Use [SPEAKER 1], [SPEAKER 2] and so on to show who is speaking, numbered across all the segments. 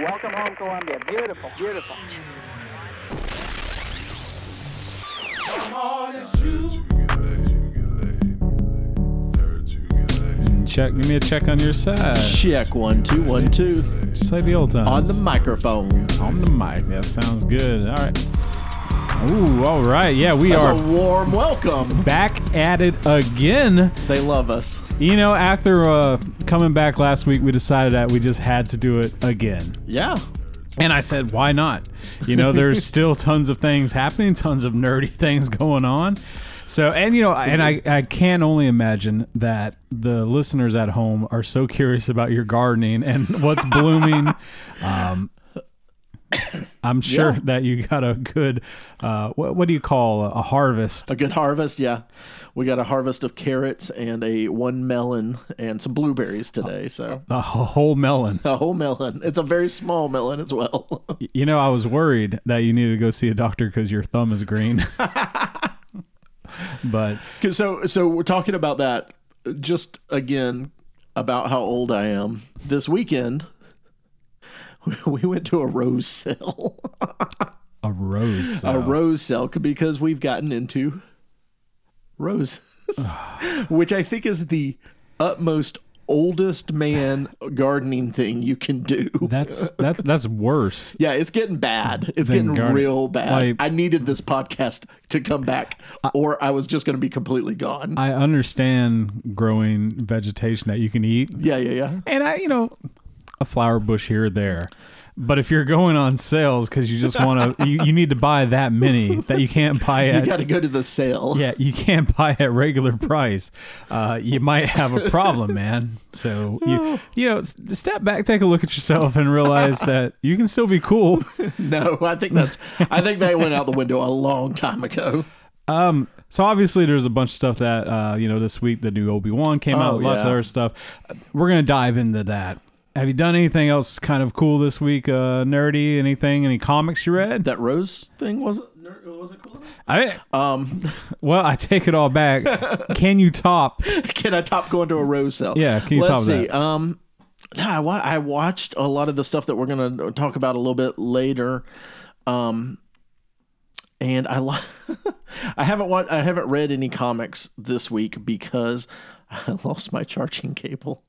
[SPEAKER 1] Welcome home, Columbia. Beautiful, beautiful.
[SPEAKER 2] Check. Give me a check on your side.
[SPEAKER 3] Check one two one two
[SPEAKER 2] Just like the old times.
[SPEAKER 3] on the microphone.
[SPEAKER 2] on the mic. That sounds good. All right. Ooh. All right. Yeah, we
[SPEAKER 3] That's
[SPEAKER 2] are
[SPEAKER 3] a warm welcome.
[SPEAKER 2] back at it again.
[SPEAKER 3] They love us.
[SPEAKER 2] You know, after uh, coming back last week, we decided that we just had to do it again.
[SPEAKER 3] Yeah.
[SPEAKER 2] And I said, why not? You know, there's still tons of things happening, tons of nerdy things going on. So, and you know, I- and I, I can only imagine that the listeners at home are so curious about your gardening and what's blooming. Um, I'm sure
[SPEAKER 3] Yeah.
[SPEAKER 2] that you got a good, uh, what, what do you call a, a harvest?
[SPEAKER 3] A good harvest, yeah. We got a harvest of carrots and a one melon and some blueberries today, so
[SPEAKER 2] A whole melon.
[SPEAKER 3] a whole melon. It's a very small melon as well.
[SPEAKER 2] You know, I was worried that you needed to go see a doctor because your thumb is green. but
[SPEAKER 3] 'Cause so so we're talking about that just again about how old I am. This weekend we went to a rose sale.
[SPEAKER 2] a rose.
[SPEAKER 3] a
[SPEAKER 2] though.
[SPEAKER 3] rose cell c- because we've gotten into roses, which I think is the utmost oldest man gardening thing you can do.
[SPEAKER 2] That's that's that's worse.
[SPEAKER 3] yeah, it's getting bad. It's
[SPEAKER 2] Then
[SPEAKER 3] getting
[SPEAKER 2] garden-
[SPEAKER 3] real bad.
[SPEAKER 2] like-
[SPEAKER 3] I needed this podcast to come back, or I was just going to be completely gone.
[SPEAKER 2] I understand growing vegetation that you can eat,
[SPEAKER 3] yeah, yeah, yeah.
[SPEAKER 2] and I, you know, a flower bush here or there. But if you're going on sales because you just want to, you, you need to buy that many that you can't buy
[SPEAKER 3] You
[SPEAKER 2] at.
[SPEAKER 3] got to go to the sale.
[SPEAKER 2] yeah, you can't buy at regular price. Uh, you might have a problem, man. So you, you know, s- step back, take a look at yourself, and realize that you can still be cool.
[SPEAKER 3] No, I think that's. I think they went out the window a long time ago.
[SPEAKER 2] Um, so obviously there's a bunch of stuff that uh, you know this week the new Obi Wan came out, lots of
[SPEAKER 3] yeah.
[SPEAKER 2] other stuff. We're gonna dive into that. Have you done anything else kind of cool this week? Uh, nerdy? Anything? Any comics you read?
[SPEAKER 3] That rose thing wasn't. Was it cool?
[SPEAKER 2] I,
[SPEAKER 3] Um,
[SPEAKER 2] well, I take it all back. Can you top?
[SPEAKER 3] can I top going to a rose cell?
[SPEAKER 2] Yeah, can you
[SPEAKER 3] Let's
[SPEAKER 2] top
[SPEAKER 3] see.
[SPEAKER 2] that?
[SPEAKER 3] Um, nah, I, wa- I watched a lot of the stuff that we're gonna talk about a little bit later. Um, and I li- I haven't wa- I haven't read any comics this week because I lost my charging cable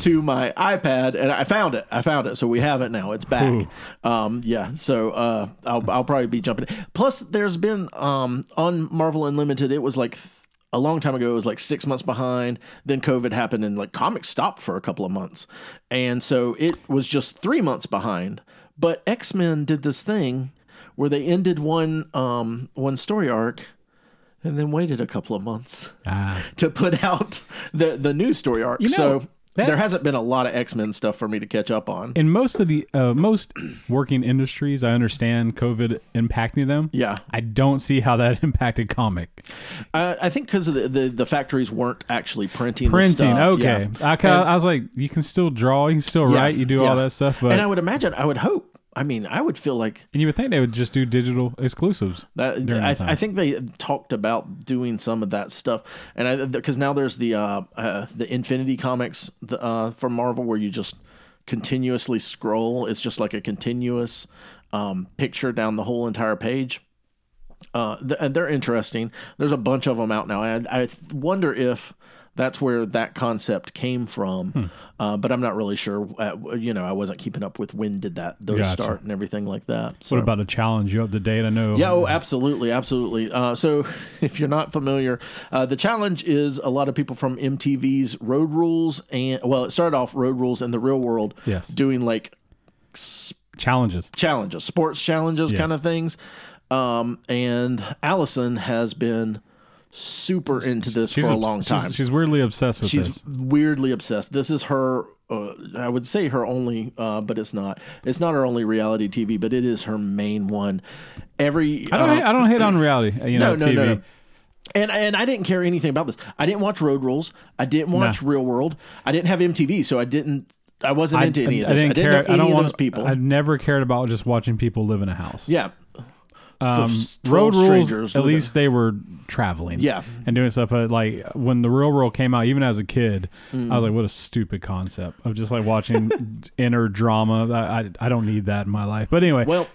[SPEAKER 3] to my iPad and I found it. I found it. So we have it now. It's back. Um, yeah. So uh, I'll, I'll probably be jumping. Plus, there's been um, on Marvel Unlimited, it was like th- a long time ago, it was like six months behind. Then COVID happened and like comics stopped for a couple of months. And so it was just three months behind. But X Men did this thing where they ended one um, one story arc and then waited a couple of months
[SPEAKER 2] Ah,
[SPEAKER 3] to put out the the new story arc.
[SPEAKER 2] know,
[SPEAKER 3] so there
[SPEAKER 2] that's-
[SPEAKER 3] hasn't been a lot of X Men stuff for me to catch up on.
[SPEAKER 2] in most of the uh, most working industries, I understand COVID impacting them.
[SPEAKER 3] Yeah,
[SPEAKER 2] I don't see how that impacted comic
[SPEAKER 3] I, I think because the, the the factories weren't actually printing the
[SPEAKER 2] printing.
[SPEAKER 3] stuff,
[SPEAKER 2] okay,
[SPEAKER 3] yeah.
[SPEAKER 2] I, kinda,
[SPEAKER 3] And-
[SPEAKER 2] I was like, you can still draw, you can still
[SPEAKER 3] yeah,
[SPEAKER 2] write, you do
[SPEAKER 3] yeah.
[SPEAKER 2] all that stuff, but
[SPEAKER 3] and I would imagine, I would hope. I mean, I would feel like
[SPEAKER 2] And you would think they would just do digital exclusives.
[SPEAKER 3] that.
[SPEAKER 2] During
[SPEAKER 3] I,
[SPEAKER 2] that time.
[SPEAKER 3] I think they talked about doing some of that stuff, and I because now there's the uh, uh, the Infinity comics the, uh, from Marvel where you just continuously scroll. It's just like a continuous um, picture down the whole entire page. uh, th- and they're interesting. There's a bunch of them out now, and I, I wonder if that's where that concept came from.
[SPEAKER 2] Hmm.
[SPEAKER 3] Uh, but I'm not really sure. Uh, you know, I wasn't keeping up with when did that those
[SPEAKER 2] Gotcha.
[SPEAKER 3] start and everything like that. So.
[SPEAKER 2] What about a challenge? You up to date? I know.
[SPEAKER 3] Yeah, oh, absolutely, absolutely. Uh, so, if you're not familiar, uh, the challenge is a lot of people from MTV's Road Rules, and well, it started off Road Rules in the real world,
[SPEAKER 2] Yes.
[SPEAKER 3] doing like
[SPEAKER 2] Challenges.
[SPEAKER 3] challenges, sports challenges,
[SPEAKER 2] Yes.
[SPEAKER 3] kind of things. Um, and Allison has been super into this for a
[SPEAKER 2] obs-
[SPEAKER 3] long
[SPEAKER 2] she's-
[SPEAKER 3] time.
[SPEAKER 2] She's, weirdly obsessed with
[SPEAKER 3] She's,
[SPEAKER 2] this.
[SPEAKER 3] weirdly obsessed. This is her. Uh, I would say her only, uh, but it's not. It's not her only reality TV, but it is her main one. Every uh,
[SPEAKER 2] I don't. hate, Oh, I don't hate on reality. uh, You know,
[SPEAKER 3] Uh-huh. no, no,
[SPEAKER 2] TV.
[SPEAKER 3] no. And and I didn't care anything about this. I didn't watch Road Rules. I didn't watch Real World. I didn't have MTV, so I didn't. I wasn't into any of this. I didn't,
[SPEAKER 2] care.
[SPEAKER 3] know any
[SPEAKER 2] I don't
[SPEAKER 3] of
[SPEAKER 2] want
[SPEAKER 3] those people.
[SPEAKER 2] I've never cared about just watching people live in a house.
[SPEAKER 3] yeah.
[SPEAKER 2] Um,
[SPEAKER 3] s-
[SPEAKER 2] road
[SPEAKER 3] 12
[SPEAKER 2] rules,
[SPEAKER 3] strangers
[SPEAKER 2] at
[SPEAKER 3] with
[SPEAKER 2] least they were traveling,
[SPEAKER 3] Yeah.
[SPEAKER 2] and doing stuff. But like when the real world came out, even as a kid, I
[SPEAKER 3] Mm.
[SPEAKER 2] was like, "What a stupid concept of just like watching inner drama." I, I I don't need that in my life. But anyway,
[SPEAKER 3] Well,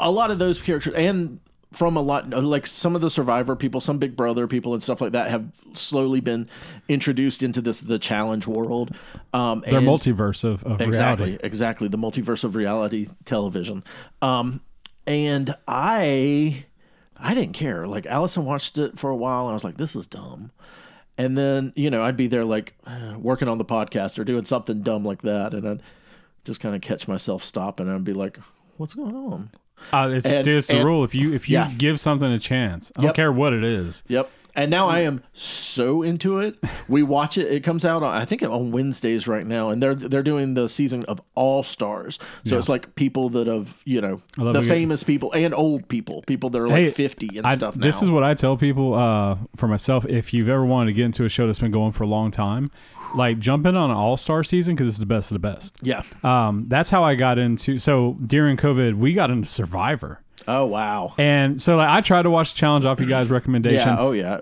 [SPEAKER 3] a lot of those characters, and from a lot, like some of the Survivor people, some Big Brother people, and stuff like that, have slowly been introduced into this the challenge world. Um,
[SPEAKER 2] they're
[SPEAKER 3] and-
[SPEAKER 2] multiverse of, of
[SPEAKER 3] exactly,
[SPEAKER 2] reality.
[SPEAKER 3] exactly the multiverse of reality television. Um, and I, I didn't care. Like Allison watched it for a while, and I was like, "This is dumb." And then you know I'd be there like working on the podcast or doing something dumb like that, and I'd just kind of catch myself stopping and I'd be like, "What's going on?"
[SPEAKER 2] Uh, it's
[SPEAKER 3] And-
[SPEAKER 2] just the
[SPEAKER 3] and-
[SPEAKER 2] rule. If you if you
[SPEAKER 3] Yeah.
[SPEAKER 2] give something a chance, I don't
[SPEAKER 3] Yep.
[SPEAKER 2] care what it is.
[SPEAKER 3] Yep. And now I am so into it. We watch it. It comes out on I think on Wednesdays right now, and they're they're doing the season of All Stars. So it's like people that have you know
[SPEAKER 2] love
[SPEAKER 3] the
[SPEAKER 2] we get-
[SPEAKER 3] famous people and old people, people that are like
[SPEAKER 2] Hey,
[SPEAKER 3] fifty and
[SPEAKER 2] I-
[SPEAKER 3] stuff. Now.
[SPEAKER 2] This is what I tell people uh, for myself. If you've ever wanted to get into a show that's been going for a long time, like jump in on an all star season because it's the best of the best.
[SPEAKER 3] yeah.
[SPEAKER 2] Um, that's how I got into. So during COVID, we got into Survivor,
[SPEAKER 3] Oh wow.
[SPEAKER 2] and so like I tried to watch the challenge off you guys' recommendation.
[SPEAKER 3] Yeah. Oh yeah.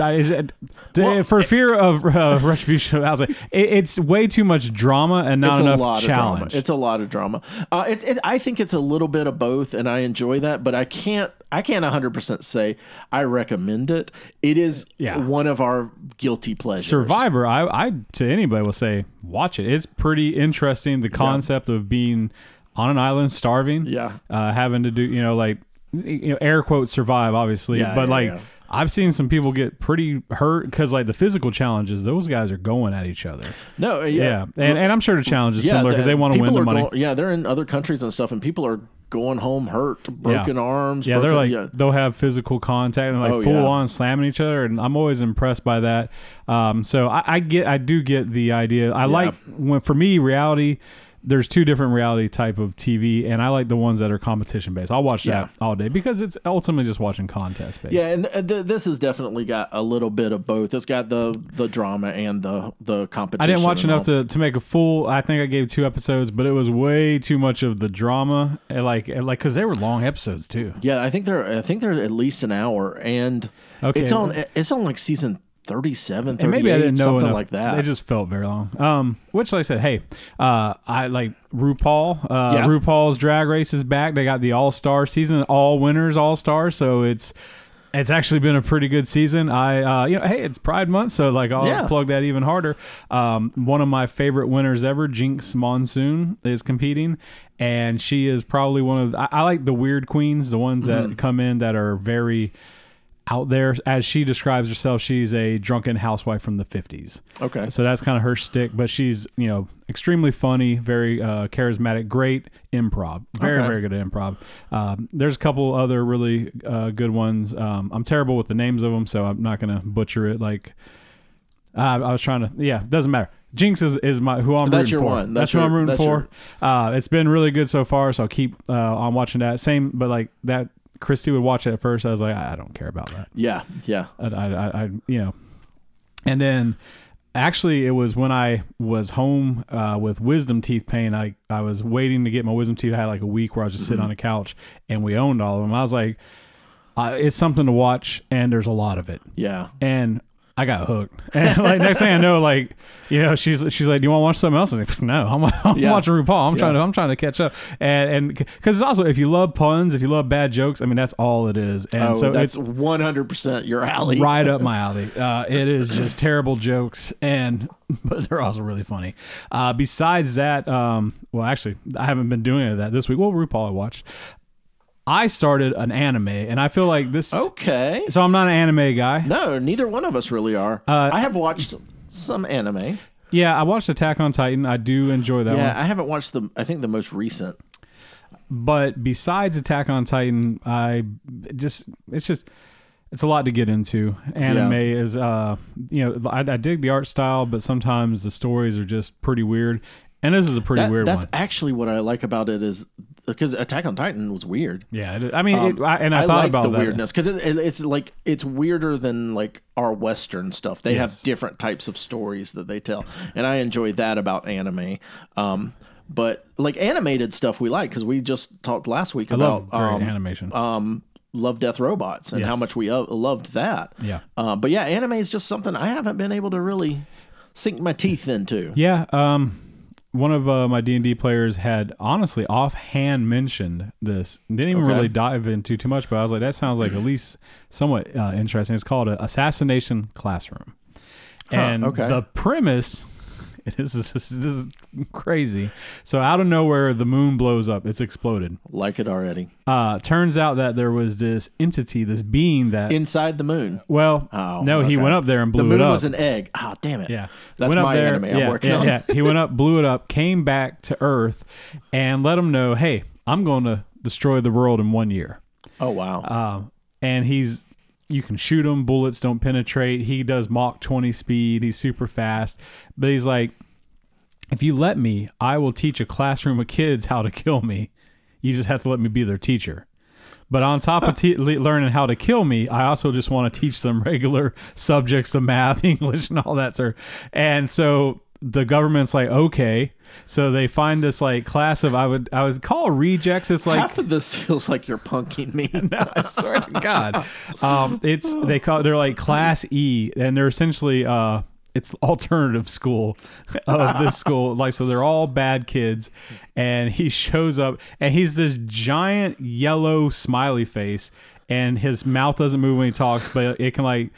[SPEAKER 2] I- is it- d- for fear of uh, retribution, I was like, it, it's way too much drama and not
[SPEAKER 3] It's
[SPEAKER 2] enough
[SPEAKER 3] a lot Of
[SPEAKER 2] challenge.
[SPEAKER 3] drama. It's a lot of drama. Uh, it's it, I think it's a little bit of both, and I enjoy that. But I can't I can't hundred percent say I recommend it. It is
[SPEAKER 2] Yeah.
[SPEAKER 3] one of our guilty pleasures.
[SPEAKER 2] Survivor, I, I to anybody will say, watch it. It's pretty interesting. The concept of being on an island, starving,
[SPEAKER 3] Yeah.
[SPEAKER 2] uh, having to do, you know, like, you know, air quotes survive, obviously,
[SPEAKER 3] Yeah,
[SPEAKER 2] but
[SPEAKER 3] yeah,
[SPEAKER 2] like.
[SPEAKER 3] yeah.
[SPEAKER 2] I've seen some people get pretty hurt because, like, the physical challenges, those guys are going at each other.
[SPEAKER 3] No.
[SPEAKER 2] Yeah. And, and I'm sure the challenge is similar because
[SPEAKER 3] the-
[SPEAKER 2] they want to win
[SPEAKER 3] people
[SPEAKER 2] the
[SPEAKER 3] are
[SPEAKER 2] money.
[SPEAKER 3] going- yeah, they're in other countries and stuff, and people are going home hurt, broken arms.
[SPEAKER 2] yeah, they're like
[SPEAKER 3] broken- yeah.
[SPEAKER 2] they'll have physical contact and like
[SPEAKER 3] Oh,
[SPEAKER 2] full
[SPEAKER 3] yeah.
[SPEAKER 2] on slamming each other, and I'm always impressed by that. Um, so I, I get, I do get the idea. I like when for me reality. There's two different reality type of TV, and I like the ones that are competition based. I'll watch that all day because it's ultimately just watching contest based.
[SPEAKER 3] yeah, and th- th- this has definitely got a little bit of both. It's got the the drama and the the competition.
[SPEAKER 2] I didn't watch
[SPEAKER 3] and
[SPEAKER 2] enough
[SPEAKER 3] all.
[SPEAKER 2] to, to make a full. I think I gave two episodes, but it was way too much of the drama. and, Like and, like because they were long episodes too.
[SPEAKER 3] Yeah, I think they're I think they're at least an hour, and
[SPEAKER 2] Okay.
[SPEAKER 3] it's on it's on like season 37, 38,
[SPEAKER 2] And maybe I didn't know
[SPEAKER 3] something
[SPEAKER 2] enough.
[SPEAKER 3] like that.
[SPEAKER 2] They just felt very long. Um, which like I said, hey, uh, I like RuPaul. Uh,
[SPEAKER 3] Yeah.
[SPEAKER 2] RuPaul's Drag Race is back. They got the All Star season, all winners, All Star. So it's it's actually been a pretty good season. I uh, you know, hey, it's Pride Month, so like I'll
[SPEAKER 3] Yeah.
[SPEAKER 2] plug that even harder. Um, one of my favorite winners ever, Jinx Monsoon, is competing. And she is probably one of the, I, I like the weird queens, the ones
[SPEAKER 3] Mm-hmm.
[SPEAKER 2] that come in that are very out there as she describes herself she's a drunken housewife from the 50s
[SPEAKER 3] okay.
[SPEAKER 2] so that's kind of her stick but she's you know extremely funny very uh, charismatic great improv very
[SPEAKER 3] Okay.
[SPEAKER 2] very good at improv um, there's a couple other really uh, good ones um, i'm terrible with the names of them so i'm not gonna butcher it like I, I was trying to. Yeah, doesn't matter. Jinx is, is my who I'm rooting
[SPEAKER 3] That's your
[SPEAKER 2] for.
[SPEAKER 3] one.
[SPEAKER 2] That's,
[SPEAKER 3] That's
[SPEAKER 2] who I'm
[SPEAKER 3] your-
[SPEAKER 2] rooting
[SPEAKER 3] that's
[SPEAKER 2] for. Uh, it's been really good so far, so I'll keep uh, on watching that. Same, but like that, Christy would watch it at first. I was like, I I don't care about that.
[SPEAKER 3] Yeah, yeah.
[SPEAKER 2] I, I, I, I you know, and then actually it was when I was home uh, with wisdom teeth pain. I I was waiting to get my wisdom teeth. I had like a week where I was just
[SPEAKER 3] Mm-hmm.
[SPEAKER 2] sitting on a couch, and we owned all of them. I was like, uh, it's something to watch, and there's a lot of it
[SPEAKER 3] Yeah.
[SPEAKER 2] and I got hooked. And like next thing I know, like you know, she's she's like, "Do you want to watch something else?" I was like, "No, I'm, I'm
[SPEAKER 3] Yeah.
[SPEAKER 2] watching RuPaul. I'm trying to I'm trying to catch up." And and because it's also if you love puns, if you love bad jokes, I mean that's all it is. And
[SPEAKER 3] Oh,
[SPEAKER 2] so
[SPEAKER 3] that's
[SPEAKER 2] it's
[SPEAKER 3] 100% your alley.
[SPEAKER 2] right up my alley. Uh, it is just terrible jokes, and but they're also really funny. Uh, besides that, um, well, actually, I haven't been doing any of that this week. Well, RuPaul I watched. I started an anime, and I feel like this.
[SPEAKER 3] Okay.
[SPEAKER 2] So I'm not an anime guy.
[SPEAKER 3] No, neither one of us really are.
[SPEAKER 2] Uh,
[SPEAKER 3] I have watched some anime.
[SPEAKER 2] Yeah, I watched Attack on Titan. I do enjoy that
[SPEAKER 3] Yeah,
[SPEAKER 2] one.
[SPEAKER 3] I haven't watched the. I think the most recent.
[SPEAKER 2] But besides Attack on Titan, I just it's just it's a lot to get into. Anime
[SPEAKER 3] Yeah.
[SPEAKER 2] is uh you know I, I dig the art style, but sometimes the stories are just pretty weird. And this is a pretty
[SPEAKER 3] That-
[SPEAKER 2] weird
[SPEAKER 3] that's
[SPEAKER 2] one.
[SPEAKER 3] actually what I like about it is because Attack on Titan was weird.
[SPEAKER 2] Yeah, it, I mean, it, I, and I,
[SPEAKER 3] Um, I
[SPEAKER 2] thought
[SPEAKER 3] like
[SPEAKER 2] about
[SPEAKER 3] the
[SPEAKER 2] that.
[SPEAKER 3] weirdness because it, it- it's like it's weirder than like our Western stuff. They
[SPEAKER 2] Yes.
[SPEAKER 3] have different types of stories that they tell, and I enjoy that about anime. Um, but like animated stuff we like because we just talked last week
[SPEAKER 2] I love
[SPEAKER 3] about
[SPEAKER 2] great
[SPEAKER 3] um,
[SPEAKER 2] animation.
[SPEAKER 3] um, Love Death Robots and how
[SPEAKER 2] Yes.
[SPEAKER 3] much we uh, loved that.
[SPEAKER 2] Yeah.
[SPEAKER 3] Uh, but yeah, anime is just something I haven't been able to really sink my teeth into.
[SPEAKER 2] Yeah, um, one of uh, my D and D players had honestly offhand mentioned this. Didn't even
[SPEAKER 3] Okay.
[SPEAKER 2] really dive into too much, but I was like, that sounds like at least somewhat uh, interesting. It's called a assassination classroom, and
[SPEAKER 3] okay.
[SPEAKER 2] the premise. This is, this is crazy. So out of nowhere, the moon blows up. It's exploded.
[SPEAKER 3] Like it already.
[SPEAKER 2] Uh, turns out that there was this entity, this being that.
[SPEAKER 3] Inside the Moon.
[SPEAKER 2] well,
[SPEAKER 3] Oh,
[SPEAKER 2] no, he
[SPEAKER 3] okay.
[SPEAKER 2] went up there and blew
[SPEAKER 3] the moon
[SPEAKER 2] it up.
[SPEAKER 3] was an egg. Ah, damn it.
[SPEAKER 2] Yeah.
[SPEAKER 3] That's
[SPEAKER 2] went up
[SPEAKER 3] my
[SPEAKER 2] there,
[SPEAKER 3] anime I'm
[SPEAKER 2] yeah,
[SPEAKER 3] working
[SPEAKER 2] yeah,
[SPEAKER 3] on.
[SPEAKER 2] yeah. He went up, blew it up, came back to Earth, and let him know, hey, I'm going to destroy the world in one year.
[SPEAKER 3] Oh wow.
[SPEAKER 2] Um, and he's, you can shoot him, bullets don't penetrate. He does Mach 20 speed, he's super fast. But he's like, if you let me, I will teach a classroom of kids how to kill me. You just have to let me be their teacher. But on top of te- le- learning how to kill me, I also just want to teach them regular subjects of math, English, and all that sort. And so the government's like, okay. So they find this like class of I would I would call rejects. It's like
[SPEAKER 3] Half of this feels like you're punking me.
[SPEAKER 2] no, I swear to God. Um, it's they call they're like class E, and they're essentially uh, it's alternative school of this school. Like so, they're all bad kids, and he shows up, and he's this giant yellow smiley face, and his mouth doesn't move when he talks, but it can like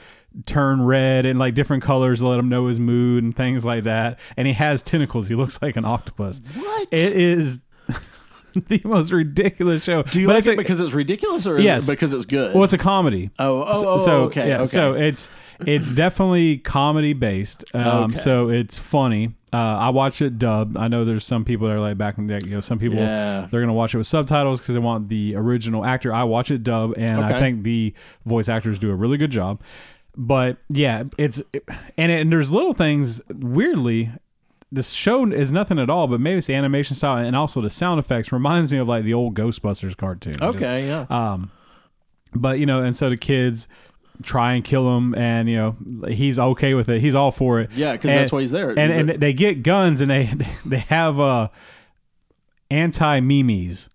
[SPEAKER 2] turn red and like different colors to let him know his mood and things like that. And he has tentacles. He looks like an octopus.
[SPEAKER 3] What?
[SPEAKER 2] It is. The most ridiculous show.
[SPEAKER 3] Do you
[SPEAKER 2] but
[SPEAKER 3] like
[SPEAKER 2] it's
[SPEAKER 3] it because it's ridiculous or is it
[SPEAKER 2] Yes.
[SPEAKER 3] because it's good?
[SPEAKER 2] well, it's a comedy.
[SPEAKER 3] Oh, oh, oh, okay, okay.
[SPEAKER 2] So it's it's definitely comedy based. Um,
[SPEAKER 3] Okay.
[SPEAKER 2] So it's funny. Uh, I watch it dubbed. I know there's some people that are like back in the day, you know, some people
[SPEAKER 3] Yeah.
[SPEAKER 2] they're gonna watch it with subtitles because they want the original actor. I watch it dub, and I
[SPEAKER 3] Okay.
[SPEAKER 2] think the voice actors do a really good job. But yeah, it's and it, and there's little things weirdly. This show is nothing at all, but maybe it's the animation style and also the sound effects reminds me of like the old Ghostbusters cartoon. Just- uh,
[SPEAKER 3] okay, yeah.
[SPEAKER 2] but you know and so the kids try and kill him and you know he's okay with it he's all for it
[SPEAKER 3] Yeah, 'cause
[SPEAKER 2] And-
[SPEAKER 3] that's why he's there.
[SPEAKER 2] and, and they get guns and they they have uh anti memes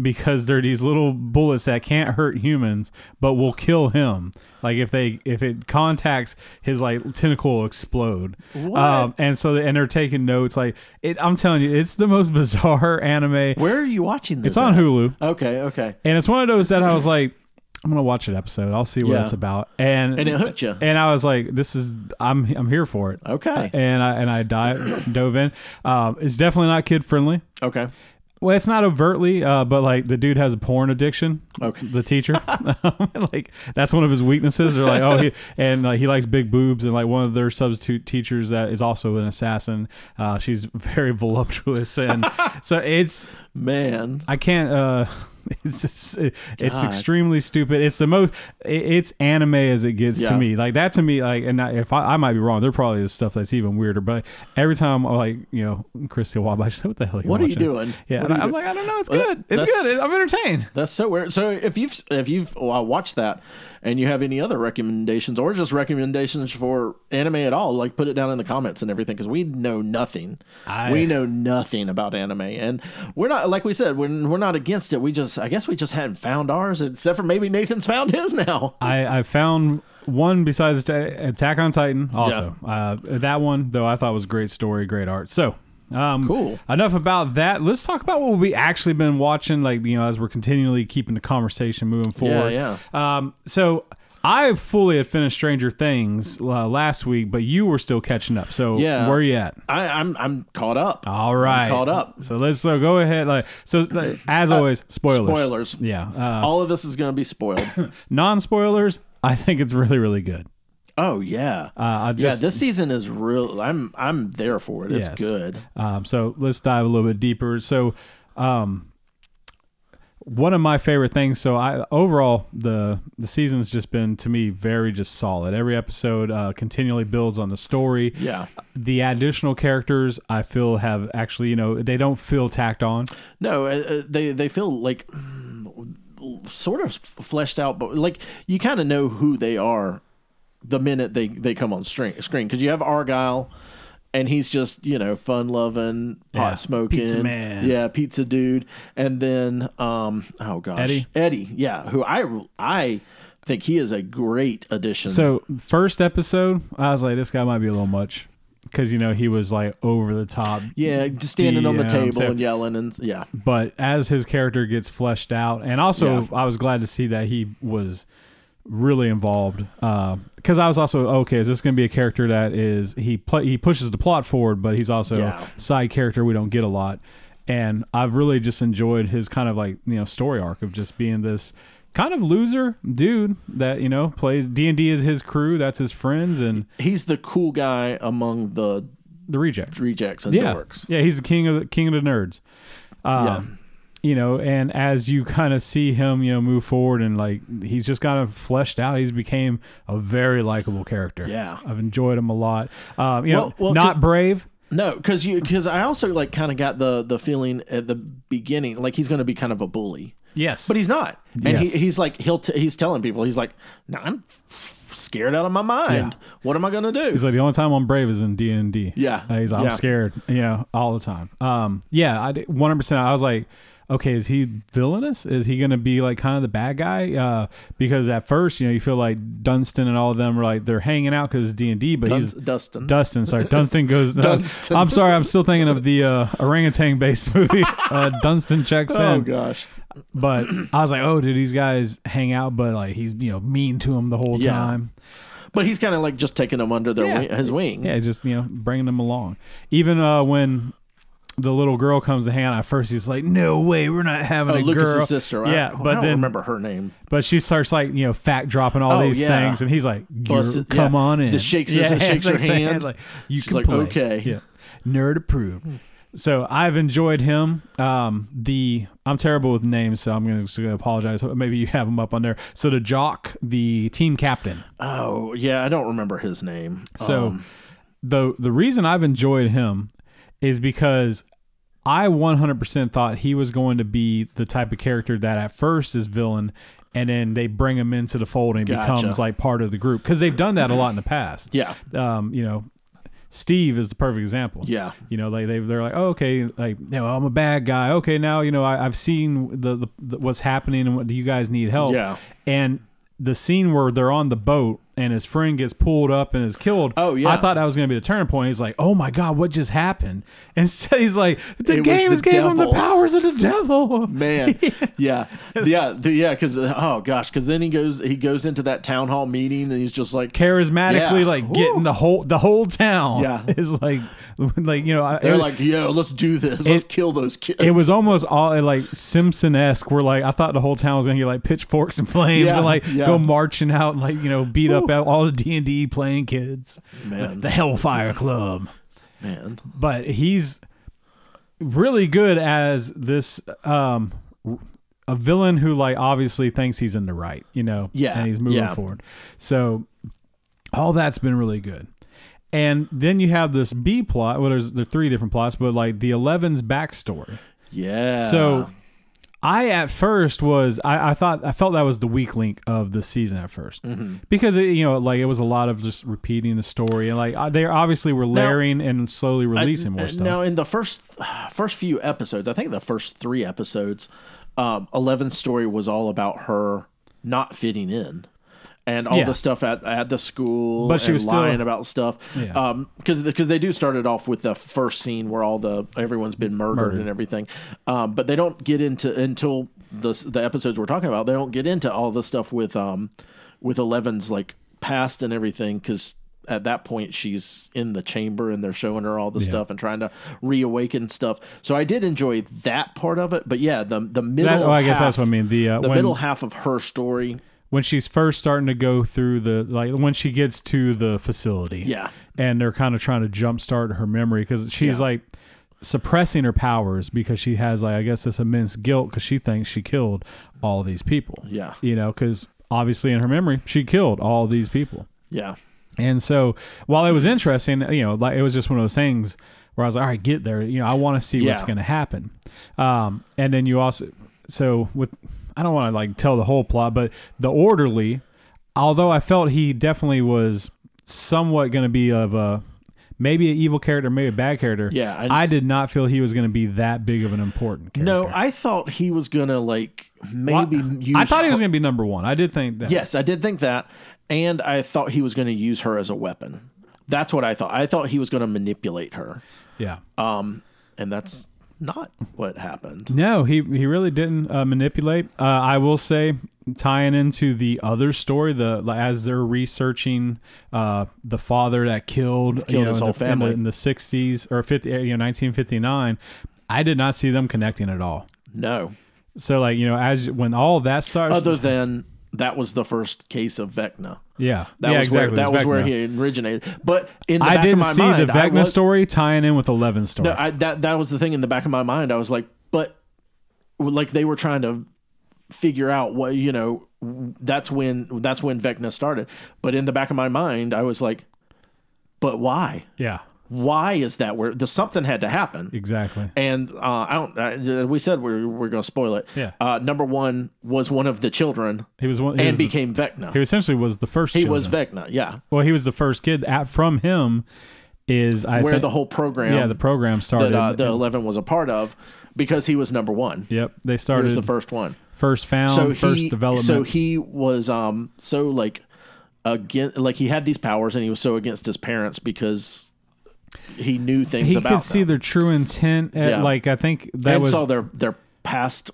[SPEAKER 2] because they're these little bullets that can't hurt humans but will kill him like if they if it contacts his like tentacle will explode um and so and they're taking notes like it, i'm telling you it's the most bizarre anime
[SPEAKER 3] Where are you watching this?
[SPEAKER 2] it's on
[SPEAKER 3] at?
[SPEAKER 2] hulu
[SPEAKER 3] Okay, okay.
[SPEAKER 2] and it's one of those that I was like, I'm gonna watch an episode. I'll see what
[SPEAKER 3] Yeah.
[SPEAKER 2] it's about. And
[SPEAKER 3] And it hooked you.
[SPEAKER 2] And I was like, this is I'm I'm here for it.
[SPEAKER 3] Okay.
[SPEAKER 2] And I and I dive, dove in. Um, it's definitely not kid friendly.
[SPEAKER 3] Okay.
[SPEAKER 2] Well, it's not overtly, uh, but like the dude has a porn addiction.
[SPEAKER 3] Okay.
[SPEAKER 2] The teacher, And, like that's one of his weaknesses. They're like, oh, he, and like, he likes big boobs, and like one of their substitute teachers that is also an assassin. Uh, she's very voluptuous, and so it's
[SPEAKER 3] Man.
[SPEAKER 2] I can't. uh It's just, it's
[SPEAKER 3] God.
[SPEAKER 2] extremely stupid. It's the most. it- It's anime as it gets to
[SPEAKER 3] Yeah.
[SPEAKER 2] me. Like that to me. Like and I, if I, I might be wrong, there probably is stuff that's even weirder. But every time, I'm like you know, Christy Wabach, she's like, what the hell? Are you
[SPEAKER 3] What are you
[SPEAKER 2] watching?"
[SPEAKER 3] doing?
[SPEAKER 2] Yeah,
[SPEAKER 3] What are
[SPEAKER 2] and
[SPEAKER 3] you
[SPEAKER 2] I'm
[SPEAKER 3] doing?
[SPEAKER 2] like, I don't know. It's
[SPEAKER 3] Well,
[SPEAKER 2] good. It's
[SPEAKER 3] that's-
[SPEAKER 2] good. I'm entertained.
[SPEAKER 3] That's so weird. So if you've if you've well, watched that and you have any other recommendations or just recommendations for anime at all, like put it down in the comments and everything because we know nothing.
[SPEAKER 2] I-
[SPEAKER 3] we know nothing about anime, and we're not like we said we're we're not against it. We just I guess we just hadn't found ours, except for maybe Nathan's found his now.
[SPEAKER 2] I, I found one besides Atta- Attack on Titan. Also, uh, that one though I thought was a great story, great art. So. Um,
[SPEAKER 3] Cool.
[SPEAKER 2] Enough about that. Let's talk about what we actually been watching. Like you know, as we're continually keeping the conversation moving forward.
[SPEAKER 3] yeah.
[SPEAKER 2] Um, so I fully had finished Stranger Things uh, last week, but you were still catching up. So
[SPEAKER 3] Yeah.
[SPEAKER 2] where you at?
[SPEAKER 3] I, I'm I'm caught up.
[SPEAKER 2] All right,
[SPEAKER 3] caught up. Uh,
[SPEAKER 2] So let's so go ahead. Like so, like, as always, spoilers.
[SPEAKER 3] spoilers.
[SPEAKER 2] Yeah. Uh,
[SPEAKER 3] all of this is going to be spoiled.
[SPEAKER 2] non spoilers. I think it's really really good.
[SPEAKER 3] oh yeah,
[SPEAKER 2] Uh, I
[SPEAKER 3] yeah.
[SPEAKER 2] just
[SPEAKER 3] This season is real. I'm I'm there for it. It's
[SPEAKER 2] Yes.
[SPEAKER 3] good.
[SPEAKER 2] Um, so let's dive a little bit deeper. So, um, one of my favorite things. So I overall the the season's just been to me very just solid. Every episode uh, continually builds on the story.
[SPEAKER 3] Yeah.
[SPEAKER 2] The additional characters I feel have actually you know they don't feel tacked on.
[SPEAKER 3] No, uh, uh, they they feel like mm, sort of fleshed out, but like you kind of know who they are the minute they they come on screen. Screen because you have Argyle and he's just you know fun loving, pot
[SPEAKER 2] Yeah,
[SPEAKER 3] smoking,
[SPEAKER 2] pizza man.
[SPEAKER 3] yeah, pizza dude. And then um, oh gosh,
[SPEAKER 2] Eddie?
[SPEAKER 3] Eddie, yeah, who I I think he is a great addition.
[SPEAKER 2] So first episode, I was like, this guy might be a little much because you know he was like over the top.
[SPEAKER 3] yeah, just standing on the
[SPEAKER 2] DM,
[SPEAKER 3] table
[SPEAKER 2] so-
[SPEAKER 3] and yelling and yeah,
[SPEAKER 2] But as his character gets fleshed out, and also
[SPEAKER 3] Yeah.
[SPEAKER 2] I was glad to see that he was really involved because I was also okay. Is this going to be a character that is he pl- he pushes the plot forward, but he's also
[SPEAKER 3] Yeah.
[SPEAKER 2] side character we don't get a lot. And I've really just enjoyed his kind of like you know story arc of just being this kind of loser dude that you know plays D and D is his crew, that's his friends, and
[SPEAKER 3] he's the cool guy among the
[SPEAKER 2] the rejects.
[SPEAKER 3] rejects and
[SPEAKER 2] Yeah,
[SPEAKER 3] dorks.
[SPEAKER 2] yeah, he's the king of the king of the nerds. Um,
[SPEAKER 3] Yeah.
[SPEAKER 2] You know, and as you kind of see him, you know, move forward and like he's just kind of fleshed out. He's became a very likable character.
[SPEAKER 3] Yeah.
[SPEAKER 2] I've enjoyed him a lot. Um, you know,
[SPEAKER 3] Well- well,
[SPEAKER 2] not
[SPEAKER 3] 'cause-
[SPEAKER 2] brave.
[SPEAKER 3] No, because you because I also like kind of got the the feeling at the beginning like he's going to be kind of a bully,
[SPEAKER 2] Yes,
[SPEAKER 3] but he's not, and
[SPEAKER 2] Yes.
[SPEAKER 3] he, he's like he'll t- he's telling people he's like, no, I'm f- scared out of my mind. What am I going to do?
[SPEAKER 2] He's like the only time I'm brave is in D and D.
[SPEAKER 3] Yeah.
[SPEAKER 2] he's like, I'm
[SPEAKER 3] Yeah.
[SPEAKER 2] scared. You know, all the time. Um, yeah, I one hundred percent. I was like, okay, is he villainous? Is he gonna be like kind of the bad guy? Uh, because at first, you know, you feel like Dunstan and all of them are like they're hanging out because it's D and D, but
[SPEAKER 3] Dun-
[SPEAKER 2] he's
[SPEAKER 3] Dustin.
[SPEAKER 2] Dustin, sorry, Dunstan goes. uh,
[SPEAKER 3] Dunstan.
[SPEAKER 2] I'm sorry, I'm still thinking of the uh, orangutan based movie. Uh, Dunstan checks in.
[SPEAKER 3] oh gosh,
[SPEAKER 2] But I was like, oh, did these guys hang out? But like, he's you know mean to him the whole
[SPEAKER 3] Yeah.
[SPEAKER 2] time.
[SPEAKER 3] but he's kind of like just taking them under their
[SPEAKER 2] Yeah.
[SPEAKER 3] wing, his wing.
[SPEAKER 2] Yeah, just you know, bringing them along. Even uh, when the little girl comes to hang out at first, he's like, "No way, we're not having
[SPEAKER 3] Oh,
[SPEAKER 2] a
[SPEAKER 3] Lucas's
[SPEAKER 2] girl."
[SPEAKER 3] sister. I-
[SPEAKER 2] yeah,
[SPEAKER 3] I,
[SPEAKER 2] but
[SPEAKER 3] don't
[SPEAKER 2] then
[SPEAKER 3] remember her name.
[SPEAKER 2] but she starts like you know fact dropping all
[SPEAKER 3] Oh,
[SPEAKER 2] these
[SPEAKER 3] yeah.
[SPEAKER 2] things, and he's like, "You're-
[SPEAKER 3] Busts it-
[SPEAKER 2] "Come
[SPEAKER 3] yeah.
[SPEAKER 2] on in."
[SPEAKER 3] Just shakes her- shakes
[SPEAKER 2] it's
[SPEAKER 3] her
[SPEAKER 2] like saying,
[SPEAKER 3] hand.
[SPEAKER 2] Like you
[SPEAKER 3] She's
[SPEAKER 2] can
[SPEAKER 3] like,
[SPEAKER 2] play.
[SPEAKER 3] "Okay." Hmm.
[SPEAKER 2] Yeah, nerd approved. So I've enjoyed him. Um, the I'm terrible with names, so I'm gonna, just gonna apologize. Maybe you have him up on there. So the jock, the team captain.
[SPEAKER 3] Oh yeah, I don't remember his name.
[SPEAKER 2] So
[SPEAKER 3] Um,
[SPEAKER 2] the the reason I've enjoyed him is because I 100% thought he was going to be the type of character that at first is villain and then they bring him into the fold and he
[SPEAKER 3] Gotcha.
[SPEAKER 2] becomes like part of the group cuz they've done that a lot in the past.
[SPEAKER 3] yeah,
[SPEAKER 2] Um, you know, Steve is the perfect example.
[SPEAKER 3] Yeah.
[SPEAKER 2] You know, like they they're like, oh, okay, like you know, I'm a bad guy. Okay, now you know I, I've seen the, the, the what's happening and what do you guys need help?
[SPEAKER 3] Yeah.
[SPEAKER 2] And the scene where they're on the boat and his friend gets pulled up and is killed.
[SPEAKER 3] Oh, yeah.
[SPEAKER 2] I thought that was going to be the turning point. He's like, oh my god, what just happened? Instead, he's like, the
[SPEAKER 3] It was
[SPEAKER 2] games
[SPEAKER 3] the
[SPEAKER 2] gave him the
[SPEAKER 3] devil.
[SPEAKER 2] powers of the devil.
[SPEAKER 3] man yeah yeah the, yeah because oh gosh because then he goes he goes into that town hall meeting and he's just like
[SPEAKER 2] Charismatically,
[SPEAKER 3] Yeah.
[SPEAKER 2] like getting the whole the whole town
[SPEAKER 3] Yeah.
[SPEAKER 2] is like, like you know, I-
[SPEAKER 3] they're like yo let's do this let's kill those kids
[SPEAKER 2] It was almost all uh, like Simpson esque, where like I thought the whole town was gonna get like pitchforks and flames
[SPEAKER 3] Yeah,
[SPEAKER 2] and like
[SPEAKER 3] yeah.
[SPEAKER 2] go marching out and like you know beat up all the D and D playing kids,
[SPEAKER 3] Man.
[SPEAKER 2] the Hellfire Club.
[SPEAKER 3] man
[SPEAKER 2] But he's really good as this um a villain who like obviously thinks he's in the right, you know,
[SPEAKER 3] Yeah,
[SPEAKER 2] and he's moving
[SPEAKER 3] yeah.
[SPEAKER 2] forward. So all that's been really good. And then you have this B plot. Well, there's there are three different plots, but like the Eleven's backstory.
[SPEAKER 3] yeah
[SPEAKER 2] So I at first was I, I thought I felt that was the weak link of the season at 1st
[SPEAKER 3] Mm-hmm.
[SPEAKER 2] because it, you know like it was a lot of just repeating the story and like I- they obviously were layering and slowly releasing more stuff.
[SPEAKER 3] now in the first first few episodes i think the first three episodes um 11's story was all about her not fitting in and all
[SPEAKER 2] Yeah.
[SPEAKER 3] the stuff at, at the school
[SPEAKER 2] But she
[SPEAKER 3] and
[SPEAKER 2] was still-
[SPEAKER 3] lying about stuff
[SPEAKER 2] Yeah.
[SPEAKER 3] um because because they do start it off with the first scene where all the everyone's been murdered, and everything um but they don't get into until the s- the episodes we're talking about they don't get into all the stuff with um with 11's like past and everything because at that point she's in the chamber and they're showing her all the stuff and trying to reawaken stuff so i did enjoy that part of it but yeah the the middle
[SPEAKER 2] That- well, I guess
[SPEAKER 3] half-
[SPEAKER 2] that's what I mean. The, uh,
[SPEAKER 3] the
[SPEAKER 2] when,
[SPEAKER 3] middle half of her story
[SPEAKER 2] when she's first starting to go through the like when she gets to the facility,
[SPEAKER 3] Yeah.
[SPEAKER 2] and they're kind of trying to jumpstart her memory because she's like suppressing her powers because she has like I guess this immense guilt because she thinks she killed all these people.
[SPEAKER 3] Yeah.
[SPEAKER 2] you know because obviously in her memory she killed all these people.
[SPEAKER 3] yeah
[SPEAKER 2] And so while it was
[SPEAKER 3] Mm.
[SPEAKER 2] interesting, you know, like it was just one of those things where I was like, all right, get there. You know, I want to see what's
[SPEAKER 3] Yeah.
[SPEAKER 2] going to happen. Um, and then you also, so with, I don't want to like tell the whole plot, but the orderly, although I felt he definitely was somewhat going to be of a maybe an evil character, maybe a bad character.
[SPEAKER 3] Yeah,
[SPEAKER 2] I,
[SPEAKER 3] I-
[SPEAKER 2] did not feel he was going to be that big of an important character.
[SPEAKER 3] No, I thought he was gonna like maybe use.
[SPEAKER 2] I thought he
[SPEAKER 3] her-
[SPEAKER 2] was going to be number one. I did think that.
[SPEAKER 3] Yes, I did think that, and I thought he was gonna use her as a weapon. That's what I thought. I thought he was gonna manipulate her,
[SPEAKER 2] Yeah.
[SPEAKER 3] and that's not what happened.
[SPEAKER 2] No, he he really didn't uh, manipulate. Uh, I will say, tying into the other story, the like, as they're researching uh, the father that killed,
[SPEAKER 3] Killed his
[SPEAKER 2] in
[SPEAKER 3] whole
[SPEAKER 2] the- in the-
[SPEAKER 3] family.
[SPEAKER 2] in the sixties or fifty, uh, you know, nineteen fifty nine. I did not see them connecting at all.
[SPEAKER 3] No,
[SPEAKER 2] So like you know, as when all that starts,
[SPEAKER 3] other than that was the first case of Vecna.
[SPEAKER 2] yeah,
[SPEAKER 3] That
[SPEAKER 2] yeah,
[SPEAKER 3] was
[SPEAKER 2] exactly.
[SPEAKER 3] where
[SPEAKER 2] it's
[SPEAKER 3] that was where
[SPEAKER 2] Vecna.
[SPEAKER 3] he originated. But in the
[SPEAKER 2] I
[SPEAKER 3] back
[SPEAKER 2] didn't
[SPEAKER 3] of my
[SPEAKER 2] see
[SPEAKER 3] mind,
[SPEAKER 2] the
[SPEAKER 3] I
[SPEAKER 2] Vecna
[SPEAKER 3] was-
[SPEAKER 2] story tying in with Eleven story.
[SPEAKER 3] No, I, that that was the thing in the back of my mind. I was like, but like they were trying to figure out what you know. That's when that's when Vecna started. But in the back of my mind, I was like, but why?
[SPEAKER 2] yeah,
[SPEAKER 3] Why is that? Where the something had to happen.
[SPEAKER 2] exactly.
[SPEAKER 3] And uh, I don't. Uh, we said we we're going to spoil it.
[SPEAKER 2] Yeah.
[SPEAKER 3] Uh, number one was one of the children
[SPEAKER 2] He was one. He,
[SPEAKER 3] and
[SPEAKER 2] was the-
[SPEAKER 3] became Vecna.
[SPEAKER 2] he essentially was the first.
[SPEAKER 3] He was Vecna. Yeah.
[SPEAKER 2] Well, he was the first kid at, from him. Is I
[SPEAKER 3] Where
[SPEAKER 2] think,
[SPEAKER 3] the whole program.
[SPEAKER 2] yeah the program started.
[SPEAKER 3] that uh, the eleven was a part of, because he was number one.
[SPEAKER 2] yep, they
[SPEAKER 3] He
[SPEAKER 2] started
[SPEAKER 3] was the first one.
[SPEAKER 2] first found,
[SPEAKER 3] so
[SPEAKER 2] first
[SPEAKER 3] he,
[SPEAKER 2] development.
[SPEAKER 3] So he was um so like again like he had these powers and he was so against his parents because he knew things
[SPEAKER 2] he
[SPEAKER 3] about
[SPEAKER 2] could see
[SPEAKER 3] them
[SPEAKER 2] their true intent. At,
[SPEAKER 3] Yeah.
[SPEAKER 2] Like I think that
[SPEAKER 3] and
[SPEAKER 2] was.
[SPEAKER 3] saw their their past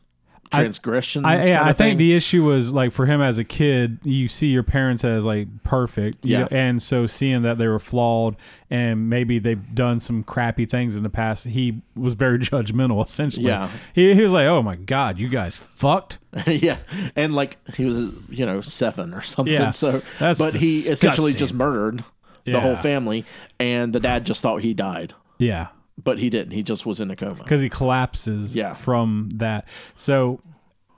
[SPEAKER 3] transgressions.
[SPEAKER 2] I, yeah,
[SPEAKER 3] kinda
[SPEAKER 2] I think
[SPEAKER 3] thing.
[SPEAKER 2] the issue was like for him as a kid, you see your parents as like perfect, you
[SPEAKER 3] Yeah.
[SPEAKER 2] know, and so seeing that they were flawed and maybe they've done some crappy things in the past, he was very judgmental. Essentially,
[SPEAKER 3] Yeah.
[SPEAKER 2] he, he was like, "Oh my god, you guys fucked."
[SPEAKER 3] yeah, and like he was you know seven or something.
[SPEAKER 2] Yeah,
[SPEAKER 3] so
[SPEAKER 2] that's
[SPEAKER 3] but he essentially
[SPEAKER 2] disgusting.
[SPEAKER 3] just murdered the whole
[SPEAKER 2] Yeah.
[SPEAKER 3] family, and the dad just thought he died,
[SPEAKER 2] Yeah,
[SPEAKER 3] but he didn't. He just was in a coma.
[SPEAKER 2] because he collapses
[SPEAKER 3] Yeah.
[SPEAKER 2] from that. So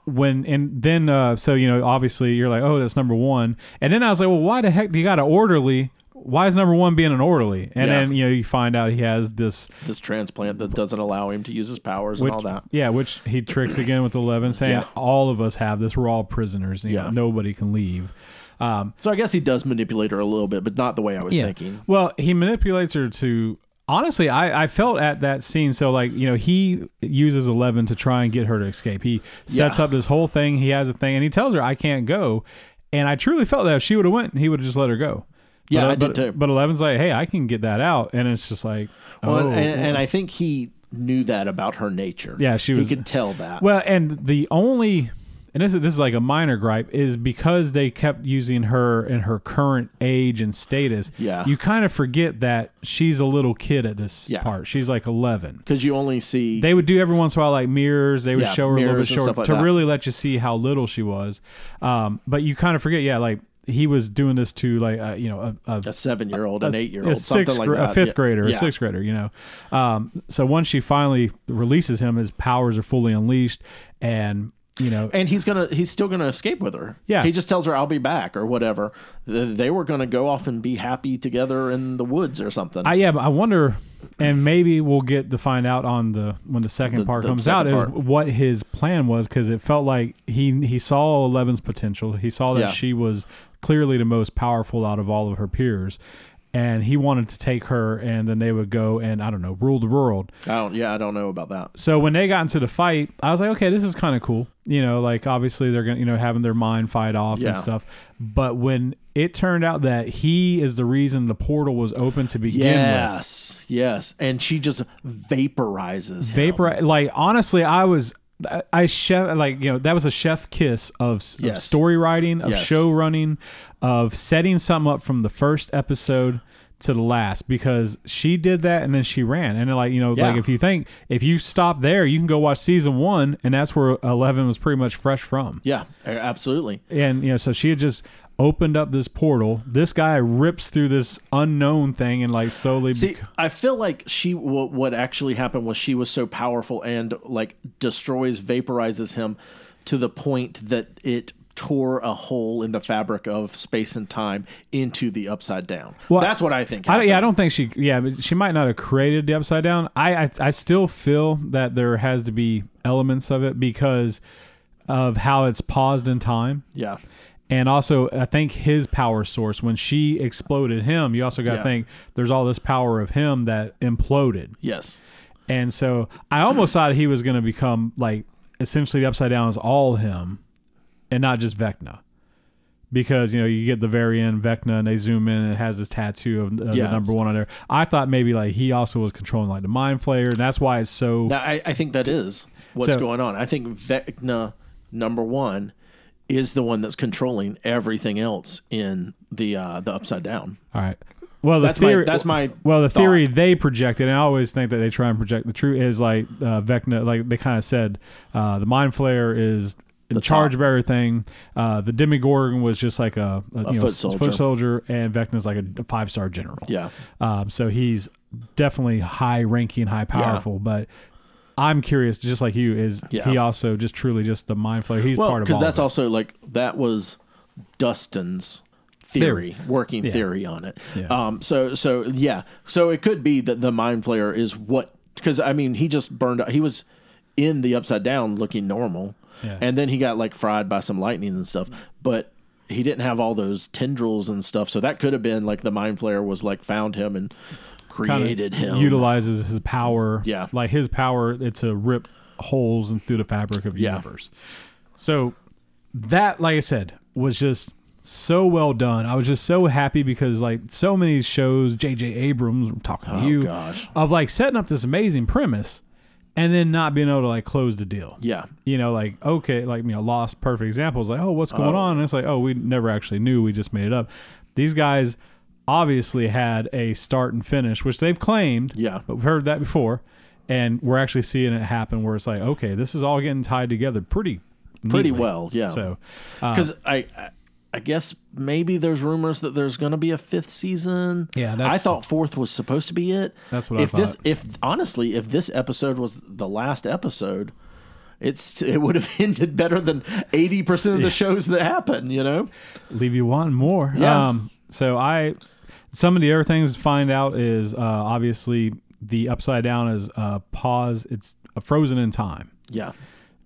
[SPEAKER 2] when and then uh, so you know obviously you're like oh that's number one, and then I was like well why the heck do you got an orderly? Why is number one being an orderly? And
[SPEAKER 3] Yeah.
[SPEAKER 2] then you know you find out he has this
[SPEAKER 3] This transplant that doesn't allow him to use his powers
[SPEAKER 2] which,
[SPEAKER 3] and all that.
[SPEAKER 2] yeah, which he tricks again with eleven saying
[SPEAKER 3] Yeah.
[SPEAKER 2] all of us have this. We're all prisoners. You know,
[SPEAKER 3] Yeah.
[SPEAKER 2] nobody can leave. Um,
[SPEAKER 3] So I guess he does manipulate her a little bit, but not the way I was thinking.
[SPEAKER 2] Well, he manipulates her to. Honestly, I, I felt at that scene. So, like, you know, he uses Eleven to try and get her to escape. He sets
[SPEAKER 3] Yeah.
[SPEAKER 2] up this whole thing. He has a thing, and he tells her, "I can't go." And I truly felt that if she would have went, he would have just let her go.
[SPEAKER 3] Yeah,
[SPEAKER 2] but, uh,
[SPEAKER 3] I did
[SPEAKER 2] but,
[SPEAKER 3] too.
[SPEAKER 2] But Eleven's like, "Hey, I can get that out," and it's just like, oh,
[SPEAKER 3] Well, and, and I think he knew that about her nature.
[SPEAKER 2] Yeah, she was-
[SPEAKER 3] He could tell that.
[SPEAKER 2] Well, and the only and this is this is like a minor gripe is because they kept using her in her current age and status.
[SPEAKER 3] Yeah.
[SPEAKER 2] you kind of forget that she's a little kid at this
[SPEAKER 3] Yeah.
[SPEAKER 2] part. She's like eleven.
[SPEAKER 3] because you only see
[SPEAKER 2] They would do every once in a while like mirrors. They would
[SPEAKER 3] Yeah,
[SPEAKER 2] show her a little bit
[SPEAKER 3] mirrors and
[SPEAKER 2] short
[SPEAKER 3] stuff like
[SPEAKER 2] to
[SPEAKER 3] that.
[SPEAKER 2] really let you see how little she was. Um, but you kind of forget, yeah, like he was doing this to like uh, you know a, a
[SPEAKER 3] a seven-year-old, an eight-year-old,
[SPEAKER 2] a
[SPEAKER 3] something
[SPEAKER 2] sixth,
[SPEAKER 3] like
[SPEAKER 2] gra-
[SPEAKER 3] that.
[SPEAKER 2] a fifth
[SPEAKER 3] Yeah.
[SPEAKER 2] grader,
[SPEAKER 3] Yeah.
[SPEAKER 2] a sixth grader, you know. Um, so once she finally releases him, his powers are fully unleashed, and you know,
[SPEAKER 3] and he's gonna he's still gonna escape with her
[SPEAKER 2] Yeah.
[SPEAKER 3] he just tells her i'll be back or whatever Th- they were gonna go off and be happy together in the woods or something
[SPEAKER 2] I yeah, but I wonder, and maybe we'll get to find out on the when the second
[SPEAKER 3] The-
[SPEAKER 2] part
[SPEAKER 3] the
[SPEAKER 2] comes
[SPEAKER 3] second
[SPEAKER 2] out
[SPEAKER 3] part.
[SPEAKER 2] is what his plan was because it felt like he he saw Eleven's potential. He saw that
[SPEAKER 3] Yeah.
[SPEAKER 2] she was clearly the most powerful out of all of her peers. And he wanted to take her, and then they would go and I don't know, rule the world.
[SPEAKER 3] I don't yeah i don't know about that
[SPEAKER 2] So when they got into the fight, I was like, okay, this is kind of cool. You know, like obviously they're gonna, you know, having their mind fight off
[SPEAKER 3] Yeah.
[SPEAKER 2] and stuff. But when it turned out that he is the reason the portal was open to begin with,
[SPEAKER 3] yes yes and she just vaporizes him.
[SPEAKER 2] vapor. Like honestly, I was. I- I chef like you know that was a chef kiss of, s- of
[SPEAKER 3] Yes.
[SPEAKER 2] story writing of
[SPEAKER 3] Yes.
[SPEAKER 2] show running of setting something up from the first episode to the last because she did that and then she ran and then, like you know
[SPEAKER 3] Yeah.
[SPEAKER 2] like if you think if you stop there you can go watch season one and that's where Eleven was pretty much fresh from
[SPEAKER 3] yeah a- absolutely
[SPEAKER 2] and you know so she had just opened up this portal this guy rips through this unknown thing and like slowly
[SPEAKER 3] See,
[SPEAKER 2] bec-
[SPEAKER 3] I feel like she what, what actually happened was she was so powerful and like destroys, vaporizes him to the point that it tore a hole in the fabric of space and time into the upside down.
[SPEAKER 2] Well,
[SPEAKER 3] that's what I think.
[SPEAKER 2] I don't, yeah, I don't
[SPEAKER 3] happened.
[SPEAKER 2] think she. Yeah, but she might not have created the upside down. I, I I still feel that there has to be elements of it because of how it's paused in time
[SPEAKER 3] yeah.
[SPEAKER 2] And also, I think his power source when she exploded him, you also got to
[SPEAKER 3] Yeah.
[SPEAKER 2] think there's all this power of him that imploded.
[SPEAKER 3] Yes.
[SPEAKER 2] And so I almost thought he was going to become like essentially the upside down is all him and not just Vecna. Because, you know, you get the very end Vecna and they zoom in and it has this tattoo of uh, the
[SPEAKER 3] Yeah.
[SPEAKER 2] number one on there. I thought maybe like he also was controlling like the mind flayer and that's why it's so.
[SPEAKER 3] Now, I, I think that is what's
[SPEAKER 2] So-
[SPEAKER 3] going on. I think Vecna number one is the one that's controlling everything else in the uh, the upside down.
[SPEAKER 2] all right. Well, the
[SPEAKER 3] That's my-
[SPEAKER 2] theory.
[SPEAKER 3] that's my
[SPEAKER 2] Well, the
[SPEAKER 3] thought.
[SPEAKER 2] theory they projected, and I always think that they try and project the truth is like uh, Vecna, like they kind of said, uh, the mind flayer is in charge
[SPEAKER 3] top.
[SPEAKER 2] of everything. Uh, the Demigorgon was just like a, a, you know,
[SPEAKER 3] foot
[SPEAKER 2] s-
[SPEAKER 3] soldier.
[SPEAKER 2] foot soldier, and Vecna's like a five star general.
[SPEAKER 3] Yeah.
[SPEAKER 2] Um, so he's definitely high ranking, high powerful, but. I'm curious, just like you, is
[SPEAKER 3] Yeah.
[SPEAKER 2] he also just truly just the mind flayer? He's
[SPEAKER 3] Well,
[SPEAKER 2] part of
[SPEAKER 3] because
[SPEAKER 2] all
[SPEAKER 3] that's
[SPEAKER 2] of it.
[SPEAKER 3] also like that was Dustin's theory, working theory on it.
[SPEAKER 2] Yeah.
[SPEAKER 3] Um. So so yeah. So it could be that the mind flayer is what because I mean he just burned. He was in the upside down looking normal,
[SPEAKER 2] Yeah.
[SPEAKER 3] and then he got like fried by some lightning and stuff, but. He didn't have all those tendrils and stuff, so that could have been like the mind flayer was like found him and
[SPEAKER 2] kinda
[SPEAKER 3] created him.
[SPEAKER 2] Utilizes his power.
[SPEAKER 3] Yeah.
[SPEAKER 2] Like his power it's to rip holes and through the fabric of the
[SPEAKER 3] Yeah.
[SPEAKER 2] universe. So that, like I said, was just so well done. I was just so happy because like so many shows, JJ Abrams, I'm talking to you
[SPEAKER 3] Oh, gosh.
[SPEAKER 2] of like setting up this amazing premise and then not being able to like close the deal.
[SPEAKER 3] yeah,
[SPEAKER 2] You know, like okay, like you know, Lost, perfect example is like, oh, what's going on? And it's like, oh, we never actually knew, we just made it up. These guys obviously had a start and finish, which they've claimed.
[SPEAKER 3] Yeah.
[SPEAKER 2] but we've heard that before, and we're actually seeing it happen where it's like, okay, this is all getting tied together pretty, neatly.
[SPEAKER 3] pretty well. Yeah.
[SPEAKER 2] So, Uh,
[SPEAKER 3] because I, I I guess maybe there's rumors that there's going to be a fifth season.
[SPEAKER 2] Yeah, that's-
[SPEAKER 3] I thought fourth was supposed to be it.
[SPEAKER 2] That's what I
[SPEAKER 3] if this
[SPEAKER 2] thought.
[SPEAKER 3] if honestly if this episode was the last episode. It's it would have ended better than eighty percent of the shows that happen, you know.
[SPEAKER 2] leave you wanting more.
[SPEAKER 3] Yeah.
[SPEAKER 2] Um, so I, some of the other things to find out is uh, obviously the upside down is uh, pause. It's frozen in time.
[SPEAKER 3] Yeah,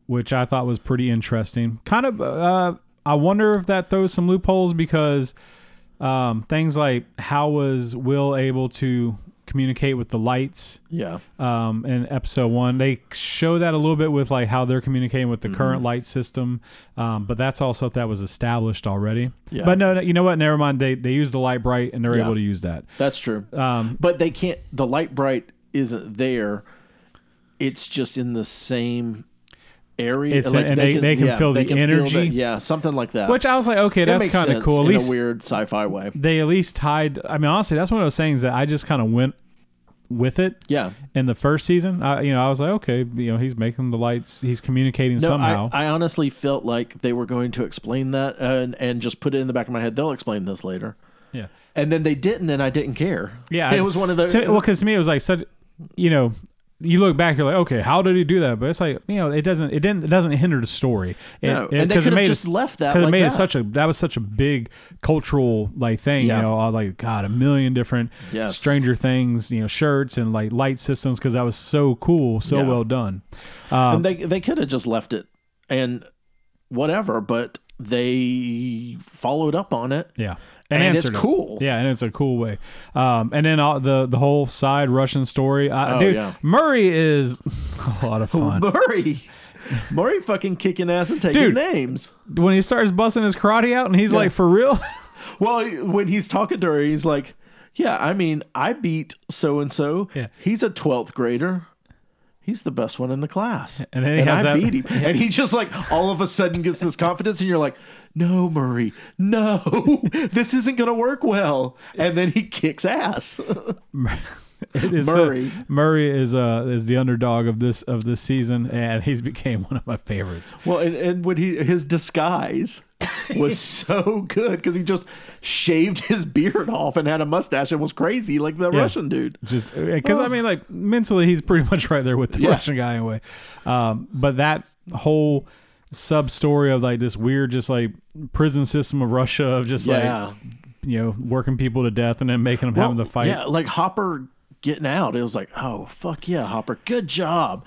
[SPEAKER 2] which I thought was pretty interesting. Kind of, uh, I wonder if that throws some loopholes because um, things like how was Will able to communicate with the lights
[SPEAKER 3] yeah,
[SPEAKER 2] um, in episode one? They show that a little bit with like how they're communicating with the
[SPEAKER 3] Mm-hmm.
[SPEAKER 2] current light system, um, but that's all stuff that was established already.
[SPEAKER 3] Yeah.
[SPEAKER 2] But no, no, you know what? Never mind. They they use the light bright and they're
[SPEAKER 3] Yeah.
[SPEAKER 2] able to use that.
[SPEAKER 3] that's true.
[SPEAKER 2] Um,
[SPEAKER 3] but they can't. The light bright isn't there. It's just in the same area.
[SPEAKER 2] It's- and they- they can feel the energy.
[SPEAKER 3] yeah, something like that.
[SPEAKER 2] which I was like, okay,
[SPEAKER 3] That
[SPEAKER 2] that's
[SPEAKER 3] Uh, makes
[SPEAKER 2] kind of
[SPEAKER 3] sense
[SPEAKER 2] cool. At
[SPEAKER 3] in
[SPEAKER 2] least
[SPEAKER 3] a weird sci-fi way.
[SPEAKER 2] they at least tied. I mean, honestly, that's one of those things that I just kind of went with it.
[SPEAKER 3] Yeah,
[SPEAKER 2] in the first season, I you know I was like, okay, you know he's making the lights, he's communicating
[SPEAKER 3] No,
[SPEAKER 2] somehow.
[SPEAKER 3] I, I honestly felt like they were going to explain that and, and just put it in the back of my head. They'll explain this later.
[SPEAKER 2] yeah,
[SPEAKER 3] And then they didn't, and I didn't care.
[SPEAKER 2] yeah.
[SPEAKER 3] It
[SPEAKER 2] I-
[SPEAKER 3] was one of those.
[SPEAKER 2] To, well, because to me it was like such, you know, you look back, you're like, okay, how did he do that? But it's like you know, it doesn't, it didn't, it doesn't hinder the story. It,
[SPEAKER 3] No, and they
[SPEAKER 2] 'cause
[SPEAKER 3] could have
[SPEAKER 2] made
[SPEAKER 3] just
[SPEAKER 2] it,
[SPEAKER 3] left that
[SPEAKER 2] 'cause it
[SPEAKER 3] like
[SPEAKER 2] made it
[SPEAKER 3] that.
[SPEAKER 2] such a that was such a big cultural like thing.
[SPEAKER 3] Yeah.
[SPEAKER 2] You know, all like God, a million different
[SPEAKER 3] Yes.
[SPEAKER 2] Stranger Things, you know, shirts and like light systems because that was so cool, so
[SPEAKER 3] Yeah.
[SPEAKER 2] well done.
[SPEAKER 3] and they they could have just left it and whatever, but they followed up on it.
[SPEAKER 2] Yeah.
[SPEAKER 3] And it's
[SPEAKER 2] answered it.
[SPEAKER 3] cool.
[SPEAKER 2] Yeah, and it's a cool way. Um, and then all, the the whole side Russian story. I,
[SPEAKER 3] Oh,
[SPEAKER 2] dude,
[SPEAKER 3] yeah.
[SPEAKER 2] Murray is a lot of fun.
[SPEAKER 3] Murray, Murray, fucking kicking ass and taking
[SPEAKER 2] Dude.
[SPEAKER 3] names.
[SPEAKER 2] when he starts busting his karate out, and he's like, "For real?"
[SPEAKER 3] Well, when he's talking to her, he's like, "Yeah, I mean, I beat so and so.
[SPEAKER 2] Yeah.
[SPEAKER 3] He's a twelfth grader. He's the best one in the class,
[SPEAKER 2] And then he has
[SPEAKER 3] I
[SPEAKER 2] that-
[SPEAKER 3] beat him. And he just like all of a sudden gets this confidence, and you're like." No, Murray. No, this isn't going to work well. And then he kicks ass.
[SPEAKER 2] It is, uh,
[SPEAKER 3] Murray.
[SPEAKER 2] Murray is uh is the underdog of this of this season, and he's became one of my favorites.
[SPEAKER 3] well, and, and when he his disguise was so good because he just shaved his beard off and had a mustache and was crazy like the Russian dude.
[SPEAKER 2] Just because I mean, like mentally, he's pretty much right there with the
[SPEAKER 3] Yeah.
[SPEAKER 2] Russian guy anyway. Um, but that whole sub story of like this weird, just like prison system of Russia of just
[SPEAKER 3] Yeah.
[SPEAKER 2] like you know working people to death and then making them having
[SPEAKER 3] Well,
[SPEAKER 2] the fight.
[SPEAKER 3] Yeah, like Hopper getting out. It was like, oh fuck yeah, Hopper, good job.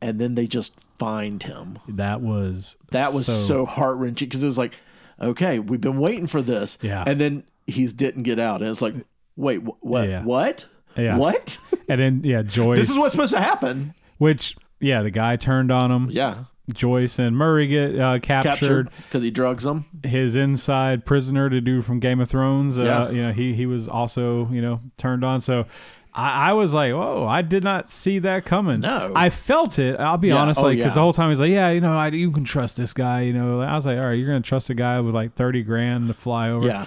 [SPEAKER 3] And then they just find him.
[SPEAKER 2] That was
[SPEAKER 3] That was so,
[SPEAKER 2] so
[SPEAKER 3] heart wrenching because it was like, okay, we've been waiting for this.
[SPEAKER 2] Yeah.
[SPEAKER 3] And then he's didn't get out. And it's like, wait, wh- what?
[SPEAKER 2] Yeah.
[SPEAKER 3] What?
[SPEAKER 2] Yeah.
[SPEAKER 3] What?
[SPEAKER 2] And then yeah, Joyce.
[SPEAKER 3] this is what's supposed to happen.
[SPEAKER 2] which yeah, the guy turned on him.
[SPEAKER 3] Yeah.
[SPEAKER 2] Joyce and Murray get uh, captured.
[SPEAKER 3] Captured because he drugs them.
[SPEAKER 2] His inside prisoner to do from Game of Thrones. Uh,
[SPEAKER 3] Yeah.
[SPEAKER 2] You know he he was also you know turned on. So. I I was like, whoa! I did not see that coming.
[SPEAKER 3] No.
[SPEAKER 2] I felt it. I'll be
[SPEAKER 3] Yeah.
[SPEAKER 2] honest,
[SPEAKER 3] Oh,
[SPEAKER 2] like because
[SPEAKER 3] yeah.
[SPEAKER 2] the whole time he's like, yeah, you know, I, you can trust this guy. You know, I was like, all right, you're gonna trust a guy with like thirty grand to fly over.
[SPEAKER 3] Yeah.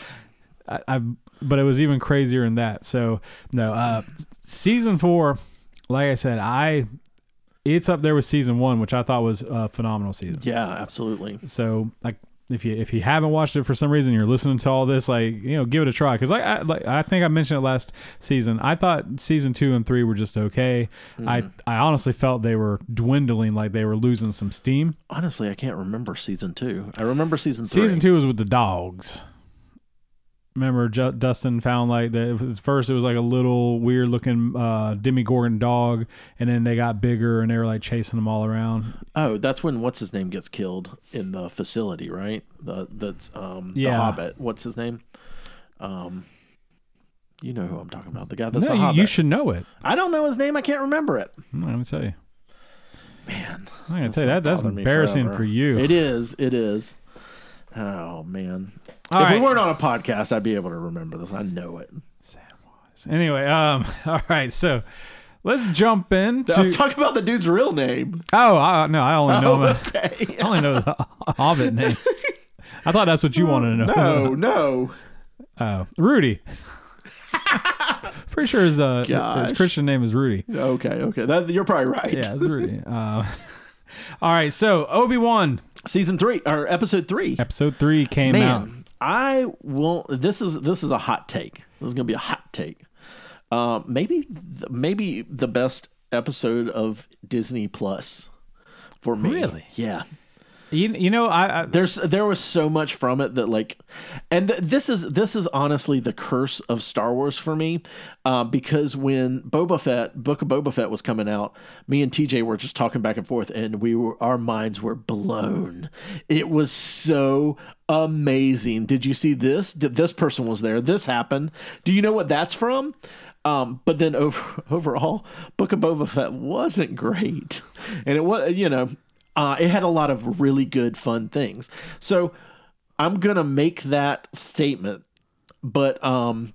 [SPEAKER 2] I, I but it was even crazier than that. So no, uh season four, like I said, I it's up there with season one, which I thought was a phenomenal season.
[SPEAKER 3] Yeah, absolutely.
[SPEAKER 2] So like if you if you haven't watched it for some reason, you're listening to all this, like you know, give it a try because like I like I think I mentioned it last season. I thought season two and three were just okay.
[SPEAKER 3] Mm-hmm.
[SPEAKER 2] I I honestly felt they were dwindling, like they were losing some steam.
[SPEAKER 3] Honestly, I can't remember season two. I remember season three.
[SPEAKER 2] Season two was with the dogs. Remember, Ju- Dustin found like that. It was, first, it was like a little weird looking uh, Gorgon dog, and then they got bigger and they were like chasing them all around.
[SPEAKER 3] Oh, that's when what's his name gets killed in the facility, right? The that's um
[SPEAKER 2] Yeah.
[SPEAKER 3] the Hobbit. What's his name? Um, you know who I'm talking about. The guy that's
[SPEAKER 2] no,
[SPEAKER 3] a
[SPEAKER 2] you-
[SPEAKER 3] Hobbit.
[SPEAKER 2] you, should know it.
[SPEAKER 3] I don't know his name. I can't remember it.
[SPEAKER 2] I'm not gonna tell you.
[SPEAKER 3] Man,
[SPEAKER 2] I'm not gonna
[SPEAKER 3] that's
[SPEAKER 2] tell you
[SPEAKER 3] gonna
[SPEAKER 2] that. That's
[SPEAKER 3] bother me
[SPEAKER 2] embarrassing
[SPEAKER 3] forever.
[SPEAKER 2] for you.
[SPEAKER 3] it is. It is. Oh man.
[SPEAKER 2] All
[SPEAKER 3] if
[SPEAKER 2] right.
[SPEAKER 3] we weren't on a podcast, I'd be able to remember this. I know it.
[SPEAKER 2] anyway, um, all right, so let's jump in.
[SPEAKER 3] I was
[SPEAKER 2] To,
[SPEAKER 3] talking about the dude's real name.
[SPEAKER 2] oh, I, no, I only know. him-
[SPEAKER 3] Okay.
[SPEAKER 2] I only know his Hobbit name. I thought that's what you wanted to know.
[SPEAKER 3] No, no.
[SPEAKER 2] Oh, Rudy. Pretty sure his, uh,
[SPEAKER 3] Gosh.
[SPEAKER 2] his Christian name is Rudy.
[SPEAKER 3] Okay, okay. That, you're probably right.
[SPEAKER 2] Yeah, it's Rudy. Uh, all right, so Obi Wan
[SPEAKER 3] Season three or episode three.
[SPEAKER 2] episode three came out.
[SPEAKER 3] Man, I won't. This is this is a hot take. This is gonna be a hot take. Um, maybe th- maybe the best episode of Disney Plus for me.
[SPEAKER 2] Really?
[SPEAKER 3] Yeah.
[SPEAKER 2] You, you know, I, I
[SPEAKER 3] There's there was so much from it that like, and th- this is this is honestly the curse of Star Wars for me, uh, because when Boba Fett Book of Boba Fett was coming out, me and TJ were just talking back and forth, and we were our minds were blown. It was so amazing. Did you see this? Did this person was there? This happened. Do you know what that's from? Um, but then over, overall, Book of Boba Fett wasn't great, and it was you know uh, it had a lot of really good fun things. So I'm gonna make that statement, but um,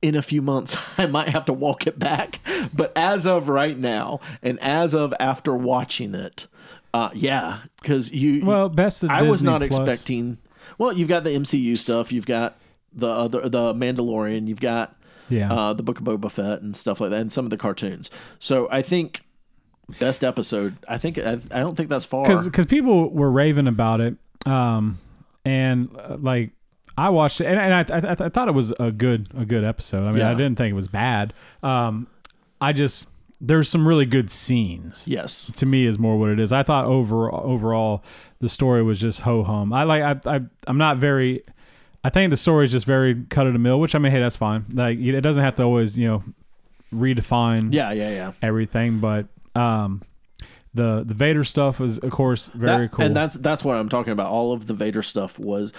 [SPEAKER 3] in a few months I might have to walk it back. But as of right now, and as of after watching it, uh, yeah, because you
[SPEAKER 2] well, best of
[SPEAKER 3] I
[SPEAKER 2] Disney
[SPEAKER 3] was not
[SPEAKER 2] Plus.
[SPEAKER 3] expecting. Well, you've got the MCU stuff, you've got the other the Mandalorian, you've got
[SPEAKER 2] Yeah,
[SPEAKER 3] uh, the Book of Boba Fett and stuff like that, and some of the cartoons. So I think best episode. I think I, I don't think that's far.
[SPEAKER 2] because people were raving about it, um, and uh, like I watched it, and, and I, I I thought it was a good a good episode. I mean, I
[SPEAKER 3] Yeah.
[SPEAKER 2] didn't think it was bad. Um, I just there's some really good scenes.
[SPEAKER 3] Yes,
[SPEAKER 2] to me is more what it is. I thought over overall the story was just ho hum. I like I I I'm not very. I think the story is just very cut of the mill, which I mean, hey, that's fine. Like it doesn't have to always you know redefine
[SPEAKER 3] yeah, yeah, yeah.
[SPEAKER 2] everything, but um. The, the Vader stuff was of course very
[SPEAKER 3] That-
[SPEAKER 2] cool.
[SPEAKER 3] And that's that's what I'm talking about. All of the Vader stuff was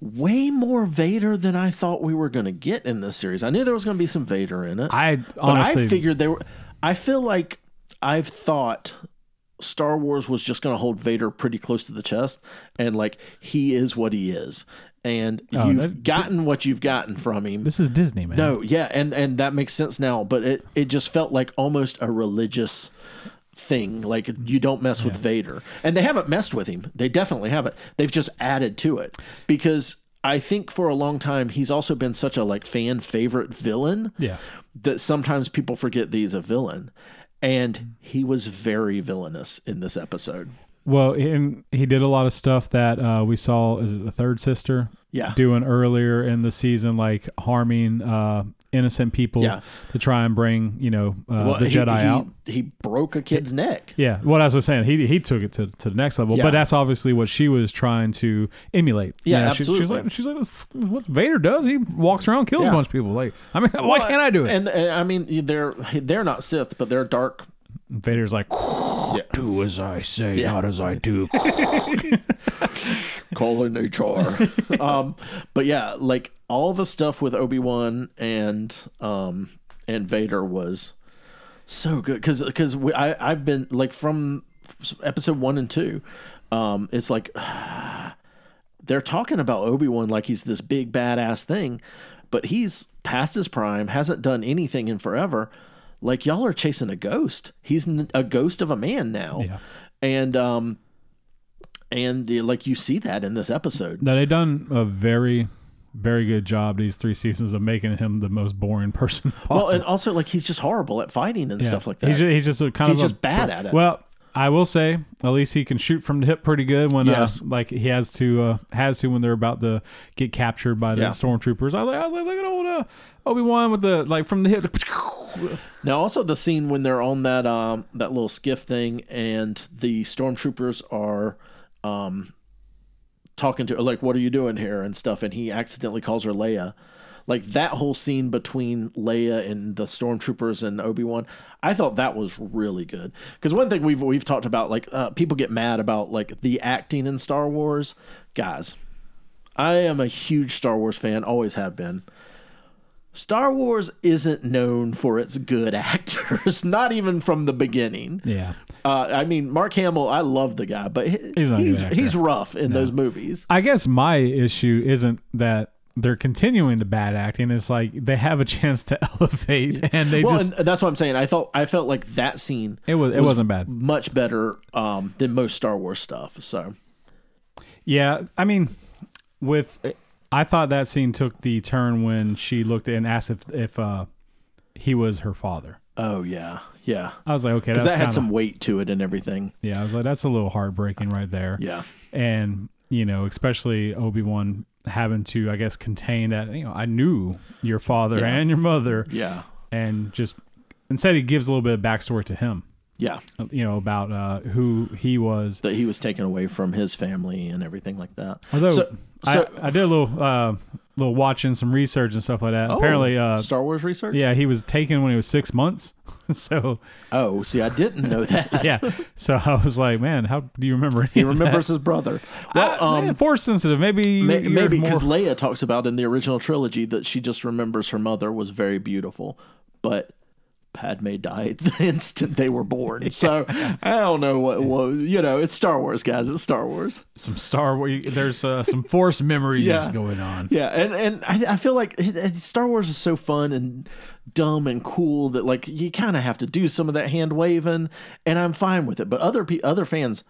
[SPEAKER 3] way more Vader than I thought we were going to get in this series. I knew there was going to be some Vader in it.
[SPEAKER 2] I
[SPEAKER 3] But
[SPEAKER 2] honestly
[SPEAKER 3] I figured they were. I feel like I've thought Star Wars was just going to hold Vader pretty close to the chest, and like he is what he is, and you've
[SPEAKER 2] Oh, that-
[SPEAKER 3] gotten what you've gotten from him.
[SPEAKER 2] this is Disney man.
[SPEAKER 3] no, yeah, and and that makes sense now, but it it just felt like almost a religious thing like you don't mess with Vader. And they haven't messed with him. They definitely haven't. They've just added to it because I think for a long time he's also been such a like fan favorite villain
[SPEAKER 2] Yeah.
[SPEAKER 3] that sometimes people forget that he's a villain. And he was very villainous in this episode.
[SPEAKER 2] Well, and he did a lot of stuff that uh, we saw. Is it the third sister?
[SPEAKER 3] Yeah.
[SPEAKER 2] Doing earlier in the season, like harming uh, innocent people
[SPEAKER 3] Yeah.
[SPEAKER 2] to try and bring you know uh, the
[SPEAKER 3] he-
[SPEAKER 2] Jedi
[SPEAKER 3] he,
[SPEAKER 2] out.
[SPEAKER 3] He broke a kid's neck.
[SPEAKER 2] Yeah, what I was saying, he he took it to, to the next level,
[SPEAKER 3] Yeah.
[SPEAKER 2] but that's obviously what she was trying to emulate.
[SPEAKER 3] Yeah,
[SPEAKER 2] You know, she-
[SPEAKER 3] absolutely.
[SPEAKER 2] she's like, she's like, what Vader does, he walks around, kills a
[SPEAKER 3] Yeah.
[SPEAKER 2] bunch of people. Like, I mean, why can't I do it?
[SPEAKER 3] And, and I mean, they're they're not Sith, but they're dark
[SPEAKER 2] Vader's like, do as I say, not as I do.
[SPEAKER 3] Oh, Call in HR. um, but yeah, like all the stuff with Obi Wan and um and Vader was so good because because I I've been like from episode one and two, um, it's like they're talking about Obi Wan like he's this big badass thing, but he's past his prime, hasn't done anything in forever. Like y'all are chasing a ghost. He's n- a ghost of a man now,
[SPEAKER 2] Yeah.
[SPEAKER 3] and um, and uh, like you see that in this episode.
[SPEAKER 2] Now, they've done a very, very good job these three seasons of making him the most boring person possible.
[SPEAKER 3] Well, and also like he's just horrible at fighting and
[SPEAKER 2] Yeah.
[SPEAKER 3] stuff like that.
[SPEAKER 2] He's just, he's just a kind
[SPEAKER 3] He's
[SPEAKER 2] of a-
[SPEAKER 3] just bad at it.
[SPEAKER 2] Well, I will say, at least he can shoot from the hip pretty good when,
[SPEAKER 3] Yes.
[SPEAKER 2] uh, like he has to, uh, has to when they're about to get captured by the
[SPEAKER 3] Yeah.
[SPEAKER 2] stormtroopers. I was, like, I was like, look at old uh, Obi Wan with the like from the hip.
[SPEAKER 3] Now, also the scene when they're on that um that little skiff thing, and the stormtroopers are um talking to like, "What are you doing here?" and stuff, and he accidentally calls her Leia. Like that whole scene between Leia and the stormtroopers and Obi Wan, I thought that was really good. Because one thing we've we've talked about, like uh, people get mad about like the acting in Star Wars, guys. I am a huge Star Wars fan, always have been. Star Wars isn't known for its good actors, not even from the beginning.
[SPEAKER 2] Yeah.
[SPEAKER 3] Uh, I mean, Mark Hamill, I love the guy, but he-
[SPEAKER 2] He's
[SPEAKER 3] he's
[SPEAKER 2] not a good
[SPEAKER 3] he's,
[SPEAKER 2] actor.
[SPEAKER 3] rough in those movies.
[SPEAKER 2] I guess my issue isn't that they're continuing to bad acting. It's like they have a chance to elevate and they
[SPEAKER 3] Well,
[SPEAKER 2] just
[SPEAKER 3] and that's what I'm saying. I thought I felt like that scene
[SPEAKER 2] it was it
[SPEAKER 3] was
[SPEAKER 2] wasn't bad.
[SPEAKER 3] much better um, than most Star Wars stuff. So
[SPEAKER 2] Yeah, I mean, with I thought that scene took the turn when she looked and asked if if uh, he was her father.
[SPEAKER 3] oh yeah, yeah,
[SPEAKER 2] I was like, okay, that's
[SPEAKER 3] because that
[SPEAKER 2] kind
[SPEAKER 3] had
[SPEAKER 2] of
[SPEAKER 3] some weight to it and everything.
[SPEAKER 2] yeah. I was like, that's a little heartbreaking right there.
[SPEAKER 3] Yeah,
[SPEAKER 2] and you know, especially Obi Wan having to, I guess, contain that. You know, I knew your father
[SPEAKER 3] Yeah.
[SPEAKER 2] and your mother,
[SPEAKER 3] yeah,
[SPEAKER 2] and just instead he gives a little bit of backstory to him.
[SPEAKER 3] yeah.
[SPEAKER 2] You know about uh, who he was.
[SPEAKER 3] That he was taken away from his family and everything like that.
[SPEAKER 2] Although
[SPEAKER 3] So- so-
[SPEAKER 2] I, I did a little uh, little watching some research and stuff like that. Apparently,
[SPEAKER 3] Oh,
[SPEAKER 2] uh,
[SPEAKER 3] Star Wars research.
[SPEAKER 2] Yeah, he was taken when he was six months. so
[SPEAKER 3] Oh, see, I didn't know that.
[SPEAKER 2] yeah, so I was like, man, how do you remember?
[SPEAKER 3] He remembers his brother. Well, um,
[SPEAKER 2] Ah, force sensitive. Maybe
[SPEAKER 3] may-
[SPEAKER 2] you're
[SPEAKER 3] maybe
[SPEAKER 2] more-
[SPEAKER 3] because Leia talks about in the original trilogy that she just remembers her mother was very beautiful, but Padme died the instant they were born. So I don't know what. Well, you know, it's Star Wars, guys. It's Star Wars.
[SPEAKER 2] some Star Wars. There's uh, some force memories
[SPEAKER 3] Yeah.
[SPEAKER 2] going on.
[SPEAKER 3] Yeah, and and I, I feel like it- it- Star Wars is so fun and dumb and cool that like you kind of have to do some of that hand waving, and I'm fine with it. But other pe- other fans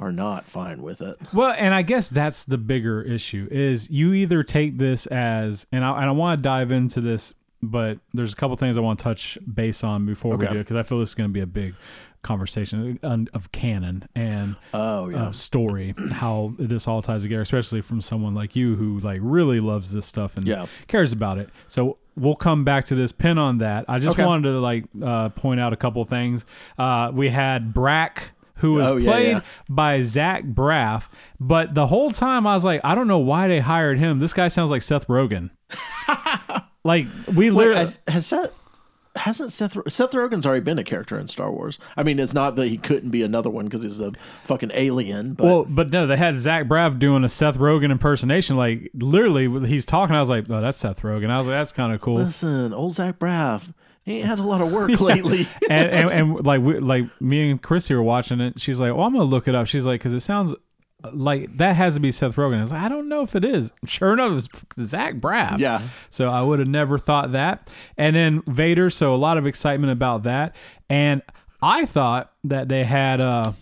[SPEAKER 3] are not fine with it.
[SPEAKER 2] Well, and I guess that's the bigger issue is you either take this as, and I, and I want to dive into this, but there's a couple things I want to touch base on before we
[SPEAKER 3] Okay.
[SPEAKER 2] do it because I feel this is going to be a big conversation on- of canon and
[SPEAKER 3] Oh yeah,
[SPEAKER 2] uh, story how this all ties together especially from someone like you who like really loves this stuff and
[SPEAKER 3] Yeah.
[SPEAKER 2] cares about it so we'll come back to this pin on that i just
[SPEAKER 3] Okay.
[SPEAKER 2] wanted to like uh, point out a couple things uh, we had brack who was
[SPEAKER 3] Oh, yeah,
[SPEAKER 2] played
[SPEAKER 3] yeah.
[SPEAKER 2] by Zach Braff, but the whole time I was like, I don't know why they hired him. This guy sounds like Seth Rogen. like we literally,
[SPEAKER 3] Wait, I- has that hasn't Seth Seth Rogen's already been a character in Star Wars? I mean, it's not that he couldn't be another one because he's a fucking alien. But
[SPEAKER 2] Well, but no, they had Zach Braff doing a Seth Rogen impersonation. Like literally, he's talking. I was like, "Oh, that's Seth Rogen." I was like, "That's kind of cool."
[SPEAKER 3] listen, old Zach Braff he ain't had a lot of work lately.
[SPEAKER 2] and, and and like we, like me and Chrissy were watching it. She's like, "Well, I'm gonna look it up." She's like, "Cause it sounds like that has to be Seth Rogen." I was like, "I don't know if it is." Sure enough, it's Zach Braff.
[SPEAKER 3] Yeah.
[SPEAKER 2] So I would have never thought that. And then Vader. So a lot of excitement about that. And I thought that they had uh,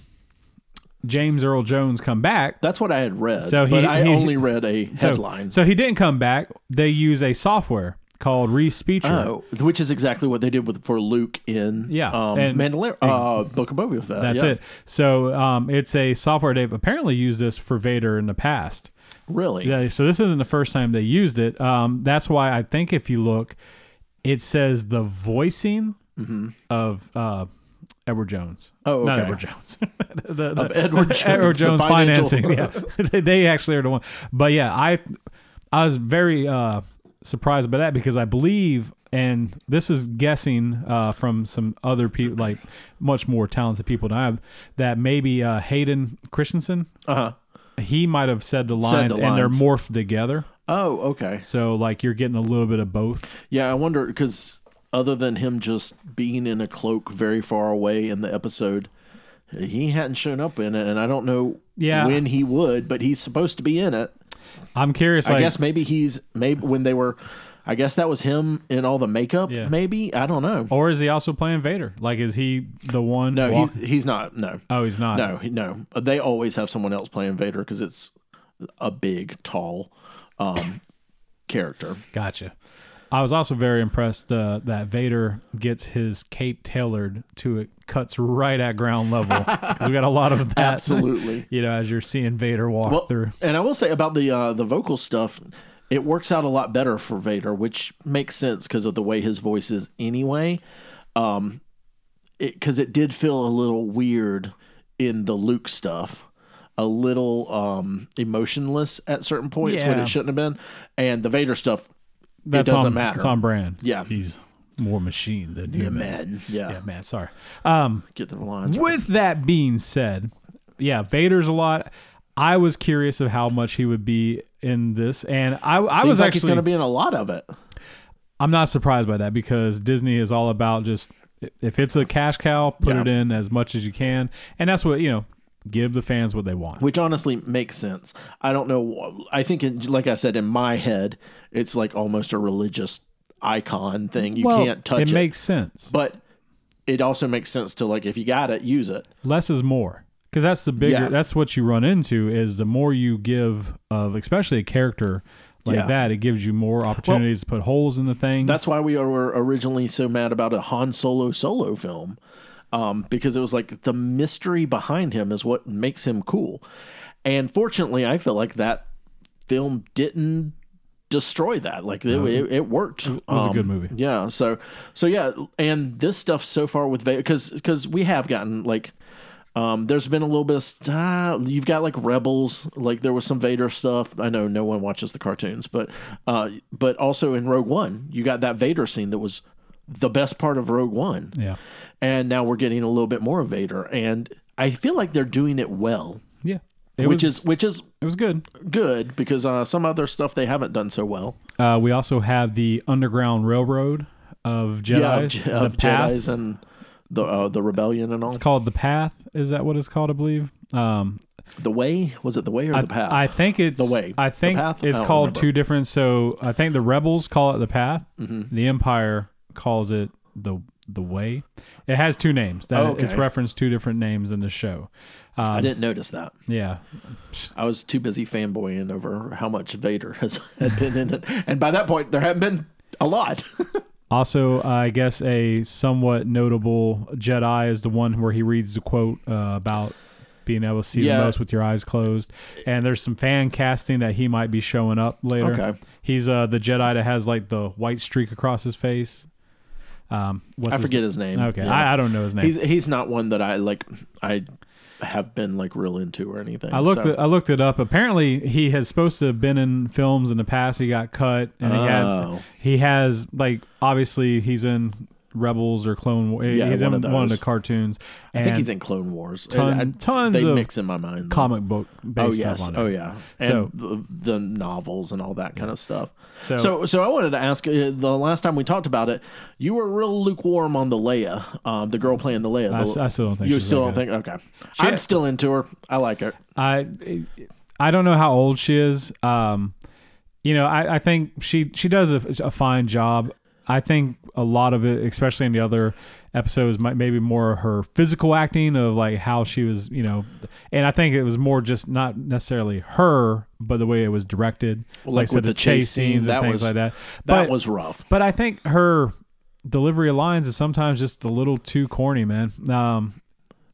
[SPEAKER 2] James Earl Jones come back.
[SPEAKER 3] That's what I had read.
[SPEAKER 2] So
[SPEAKER 3] So
[SPEAKER 2] he-
[SPEAKER 3] but I
[SPEAKER 2] he-
[SPEAKER 3] only read a
[SPEAKER 2] So-
[SPEAKER 3] headline.
[SPEAKER 2] So, he didn't come back. They use a software called Respeecher.
[SPEAKER 3] Oh, which is exactly what they did with for Luke in
[SPEAKER 2] Yeah,
[SPEAKER 3] um,
[SPEAKER 2] and-
[SPEAKER 3] Mandalorian, uh, Book of Boba Fett.
[SPEAKER 2] That's
[SPEAKER 3] yeah.
[SPEAKER 2] it. So um, it's a software they've apparently used this for Vader in the past.
[SPEAKER 3] Really?
[SPEAKER 2] Yeah, so this isn't the first time they used it. Um, that's why I think if you look, it says the voicing
[SPEAKER 3] Mm-hmm.
[SPEAKER 2] of uh, Edward Jones.
[SPEAKER 3] Oh,
[SPEAKER 2] not
[SPEAKER 3] okay.
[SPEAKER 2] Edward Jones. The- the-
[SPEAKER 3] Edward Jones,
[SPEAKER 2] Edward
[SPEAKER 3] the
[SPEAKER 2] Jones
[SPEAKER 3] financial-
[SPEAKER 2] financing. Yeah, They- they actually are the one. But yeah, I I was very uh, surprised by that because I believe and this is guessing uh, from some other people, like much more talented people than I have, that maybe uh, Hayden Christensen,
[SPEAKER 3] Uh huh.
[SPEAKER 2] he might have said the
[SPEAKER 3] Said
[SPEAKER 2] lines,
[SPEAKER 3] the
[SPEAKER 2] and they're
[SPEAKER 3] lines.
[SPEAKER 2] morphed together.
[SPEAKER 3] Oh, okay.
[SPEAKER 2] So like you're getting a little bit of both.
[SPEAKER 3] Yeah, I wonder because other than him just being in a cloak very far away in the episode, he hadn't shown up in it, and I don't know
[SPEAKER 2] Yeah.
[SPEAKER 3] when he would, but he's supposed to be in it.
[SPEAKER 2] I'm curious. Like,
[SPEAKER 3] I guess maybe he's maybe when they were. I guess that was him in all the makeup.
[SPEAKER 2] Yeah.
[SPEAKER 3] Maybe I don't know.
[SPEAKER 2] or is he also playing Vader? Like, is he the one?
[SPEAKER 3] no,
[SPEAKER 2] walk-
[SPEAKER 3] he's he's not. No,
[SPEAKER 2] oh, he's not.
[SPEAKER 3] no, he- no. They always have someone else playing Vader because it's a big, tall um, character.
[SPEAKER 2] Gotcha. I was also very impressed uh, that Vader gets his cape tailored to it cuts right at ground level because we got a lot of that.
[SPEAKER 3] Absolutely.
[SPEAKER 2] You know, as you're seeing Vader walk
[SPEAKER 3] Well,
[SPEAKER 2] through.
[SPEAKER 3] And I will say about the uh, the vocal stuff, it works out a lot better for Vader, which makes sense because of the way his voice is anyway. Um, because it, did feel a little weird in the Luke stuff, a little um emotionless at certain points when
[SPEAKER 2] Yeah.
[SPEAKER 3] it shouldn't have been, and the Vader stuff.
[SPEAKER 2] That's
[SPEAKER 3] doesn't
[SPEAKER 2] on,
[SPEAKER 3] matter.
[SPEAKER 2] It's on brand.
[SPEAKER 3] Yeah.
[SPEAKER 2] he's more machine than human.
[SPEAKER 3] Man, yeah,
[SPEAKER 2] Yeah, man. Sorry. Um,
[SPEAKER 3] get the lines.
[SPEAKER 2] With that being said, yeah, Vader's a lot. I was curious of how much he would be in this, and I, I
[SPEAKER 3] Seems
[SPEAKER 2] was
[SPEAKER 3] like he's
[SPEAKER 2] actually.
[SPEAKER 3] going to be in a lot of it.
[SPEAKER 2] I'm not surprised by that because Disney is all about just if it's a cash cow, put
[SPEAKER 3] Yeah.
[SPEAKER 2] it in as much as you can, and that's what you know. Give the fans what they want.
[SPEAKER 3] which honestly makes sense. I don't know. I think, in, like I said, in my head, it's like almost a religious icon thing. You
[SPEAKER 2] Well,
[SPEAKER 3] can't touch it,
[SPEAKER 2] It makes sense.
[SPEAKER 3] but it also makes sense to like if you got it, use it.
[SPEAKER 2] Less is more because that's the bigger.
[SPEAKER 3] Yeah.
[SPEAKER 2] That's what you run into is the more you give of, especially a character like
[SPEAKER 3] Yeah.
[SPEAKER 2] that, it gives you more opportunities to put holes in the things.
[SPEAKER 3] That's why we were originally so mad about a Han Solo solo film, um, because it was like the mystery behind him is what makes him cool. And fortunately, I feel like that film didn't destroy that. Like it, it, it worked. It
[SPEAKER 2] Mm-hmm. was a good movie.
[SPEAKER 3] Yeah. So so yeah, and this stuff so far with Vader, because because we have gotten like. Um, there's been a little bit of st- uh, you've got like rebels like there was some Vader stuff. I know no one watches the cartoons, but uh, but also in Rogue One, you got that Vader scene that was the best part of Rogue One.
[SPEAKER 2] Yeah.
[SPEAKER 3] And now we're getting a little bit more of Vader, and I feel like they're doing it well,
[SPEAKER 2] Yeah. It
[SPEAKER 3] which
[SPEAKER 2] was,
[SPEAKER 3] is which is
[SPEAKER 2] it was good.
[SPEAKER 3] good because uh, some other stuff they haven't done so well.
[SPEAKER 2] Uh, we also have the Underground Railroad of Jedi's.
[SPEAKER 3] yeah, of,
[SPEAKER 2] the
[SPEAKER 3] of
[SPEAKER 2] Path.
[SPEAKER 3] Jedi's and the uh, the rebellion and all.
[SPEAKER 2] it's called the Path. Is that what it's called? I believe. Um,
[SPEAKER 3] The way was it the way or the path?
[SPEAKER 2] I think it's
[SPEAKER 3] The way.
[SPEAKER 2] I
[SPEAKER 3] The
[SPEAKER 2] think
[SPEAKER 3] path?
[SPEAKER 2] it's
[SPEAKER 3] I don't
[SPEAKER 2] called
[SPEAKER 3] remember.
[SPEAKER 2] two different. So I think the rebels call it the Path.
[SPEAKER 3] Mm-hmm.
[SPEAKER 2] The Empire calls it the the Way. It has two names. That
[SPEAKER 3] Oh, Okay.
[SPEAKER 2] it's referenced two different names in the show. Um,
[SPEAKER 3] I didn't notice that.
[SPEAKER 2] Yeah,
[SPEAKER 3] I was too busy fanboying over how much Vader has had been in it, and by that point, there hadn't been a lot.
[SPEAKER 2] Also, I guess a somewhat notable Jedi is the one where he reads the quote uh, about being able to see
[SPEAKER 3] Yeah.
[SPEAKER 2] the most with your eyes closed. And there's some fan casting that he might be showing up later.
[SPEAKER 3] Okay.
[SPEAKER 2] He's uh, the Jedi that has like the white streak across his face. Um, what's
[SPEAKER 3] I forget his name.
[SPEAKER 2] Okay,
[SPEAKER 3] Yeah.
[SPEAKER 2] I, I don't know his name.
[SPEAKER 3] he's he's not one that I like. I have been like real into or anything.
[SPEAKER 2] I looked
[SPEAKER 3] so-
[SPEAKER 2] it, I looked it up. Apparently, he has supposed to have been in films in the past. He got cut, and he
[SPEAKER 3] Oh.
[SPEAKER 2] had he has like obviously he's in Rebels or Clone War.
[SPEAKER 3] Yeah,
[SPEAKER 2] he's
[SPEAKER 3] one
[SPEAKER 2] in
[SPEAKER 3] of
[SPEAKER 2] one of the
[SPEAKER 3] those.
[SPEAKER 2] cartoons.
[SPEAKER 3] I think
[SPEAKER 2] and
[SPEAKER 3] he's in Clone Wars.
[SPEAKER 2] ton-
[SPEAKER 3] I- I-
[SPEAKER 2] tons
[SPEAKER 3] they
[SPEAKER 2] of
[SPEAKER 3] mix in my mind. though.
[SPEAKER 2] comic book
[SPEAKER 3] Oh
[SPEAKER 2] based
[SPEAKER 3] yes.
[SPEAKER 2] stuff on it.
[SPEAKER 3] Oh yeah. And
[SPEAKER 2] So-
[SPEAKER 3] the, the novels and all that kind of stuff.
[SPEAKER 2] So-
[SPEAKER 3] So, so I wanted to ask. Uh, the last time we talked about it, you were real lukewarm on the Leia, um, the girl playing the Leia.
[SPEAKER 2] I
[SPEAKER 3] The-
[SPEAKER 2] s- I still don't think
[SPEAKER 3] you
[SPEAKER 2] she's
[SPEAKER 3] still
[SPEAKER 2] that
[SPEAKER 3] don't think. Okay, I'm still into her. I like her.
[SPEAKER 2] I I don't know how old she is. Um, you know, I, I think she she does a, a fine job. I think a lot of it, especially in the other episodes, might maybe more her physical acting of like how she was, you know, and I think it was more just not necessarily her, but the way it was directed,
[SPEAKER 3] like
[SPEAKER 2] I said,
[SPEAKER 3] with the chase scenes,
[SPEAKER 2] and
[SPEAKER 3] that
[SPEAKER 2] things
[SPEAKER 3] was-
[SPEAKER 2] like that.
[SPEAKER 3] That
[SPEAKER 2] but,
[SPEAKER 3] was rough.
[SPEAKER 2] But I think her delivery of lines is sometimes just a little too corny, man. Um,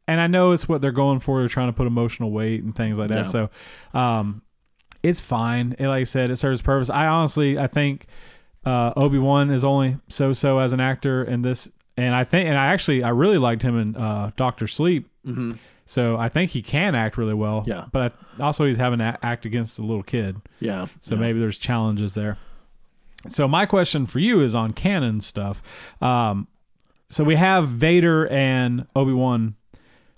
[SPEAKER 2] and I know it's what they're going for. They're trying to put emotional weight and things like that.
[SPEAKER 3] Yeah.
[SPEAKER 2] So, um, it's fine. It, like I said, it serves purpose. I honestly, I think uh, Obi Wan is only so so as an actor in this, and I think, and I actually, I really liked him in uh, Doctor Sleep. Mm-hmm. So I think he can act really well.
[SPEAKER 3] Yeah.
[SPEAKER 2] But I, also, he's having to act against the little kid.
[SPEAKER 3] Yeah.
[SPEAKER 2] So maybe there's challenges there. So my question for you is on canon stuff. Um, so we have Vader and Obi Wan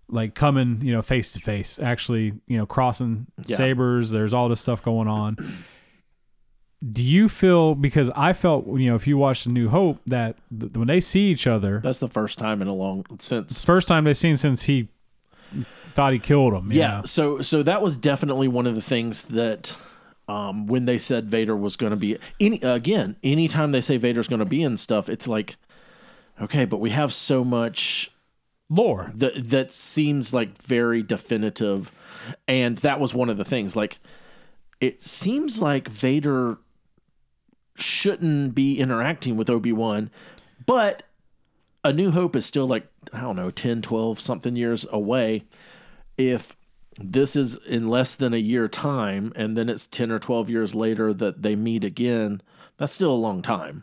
[SPEAKER 2] like coming, you know, face to face, actually, you know, crossing
[SPEAKER 3] Yeah.
[SPEAKER 2] sabers. There's all this stuff going on. Do you feel because I felt you know if you watch the New Hope that th- when they see each other,
[SPEAKER 3] That's the first time in a long since.
[SPEAKER 2] first time they've seen since he thought he killed him. you
[SPEAKER 3] Yeah.
[SPEAKER 2] know?
[SPEAKER 3] So so that was definitely one of the things that um, when they said Vader was going to be any again, anytime they say Vader's going to be in stuff, it's like okay, but we have so much
[SPEAKER 2] lore.
[SPEAKER 3] that that seems like very definitive and that was one of the things like it seems like Vader shouldn't be interacting with Obi-Wan but A New Hope is still like I don't know 10 12 something years away if this is in less than a year time and then it's 10 or 12 years later that they meet again that's still a long time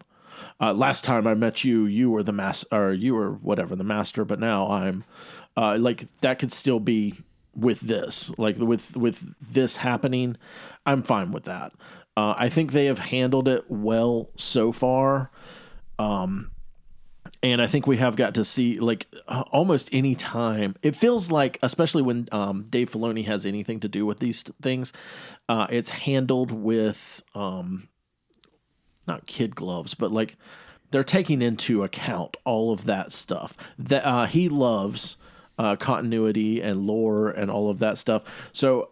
[SPEAKER 3] uh, last time I met you, you were the master, or you were whatever the master, but now I'm, uh, like that could still be with this, like with with this happening, I'm fine with that. Uh, I think they have handled it well so far, um, and I think we have got to see like uh, almost any time. It feels like, especially when um, Dave Filoni has anything to do with these things, uh, it's handled with um, not kid gloves, but like they're taking into account all of that stuff. That uh, he loves uh, continuity and lore and all of that stuff. So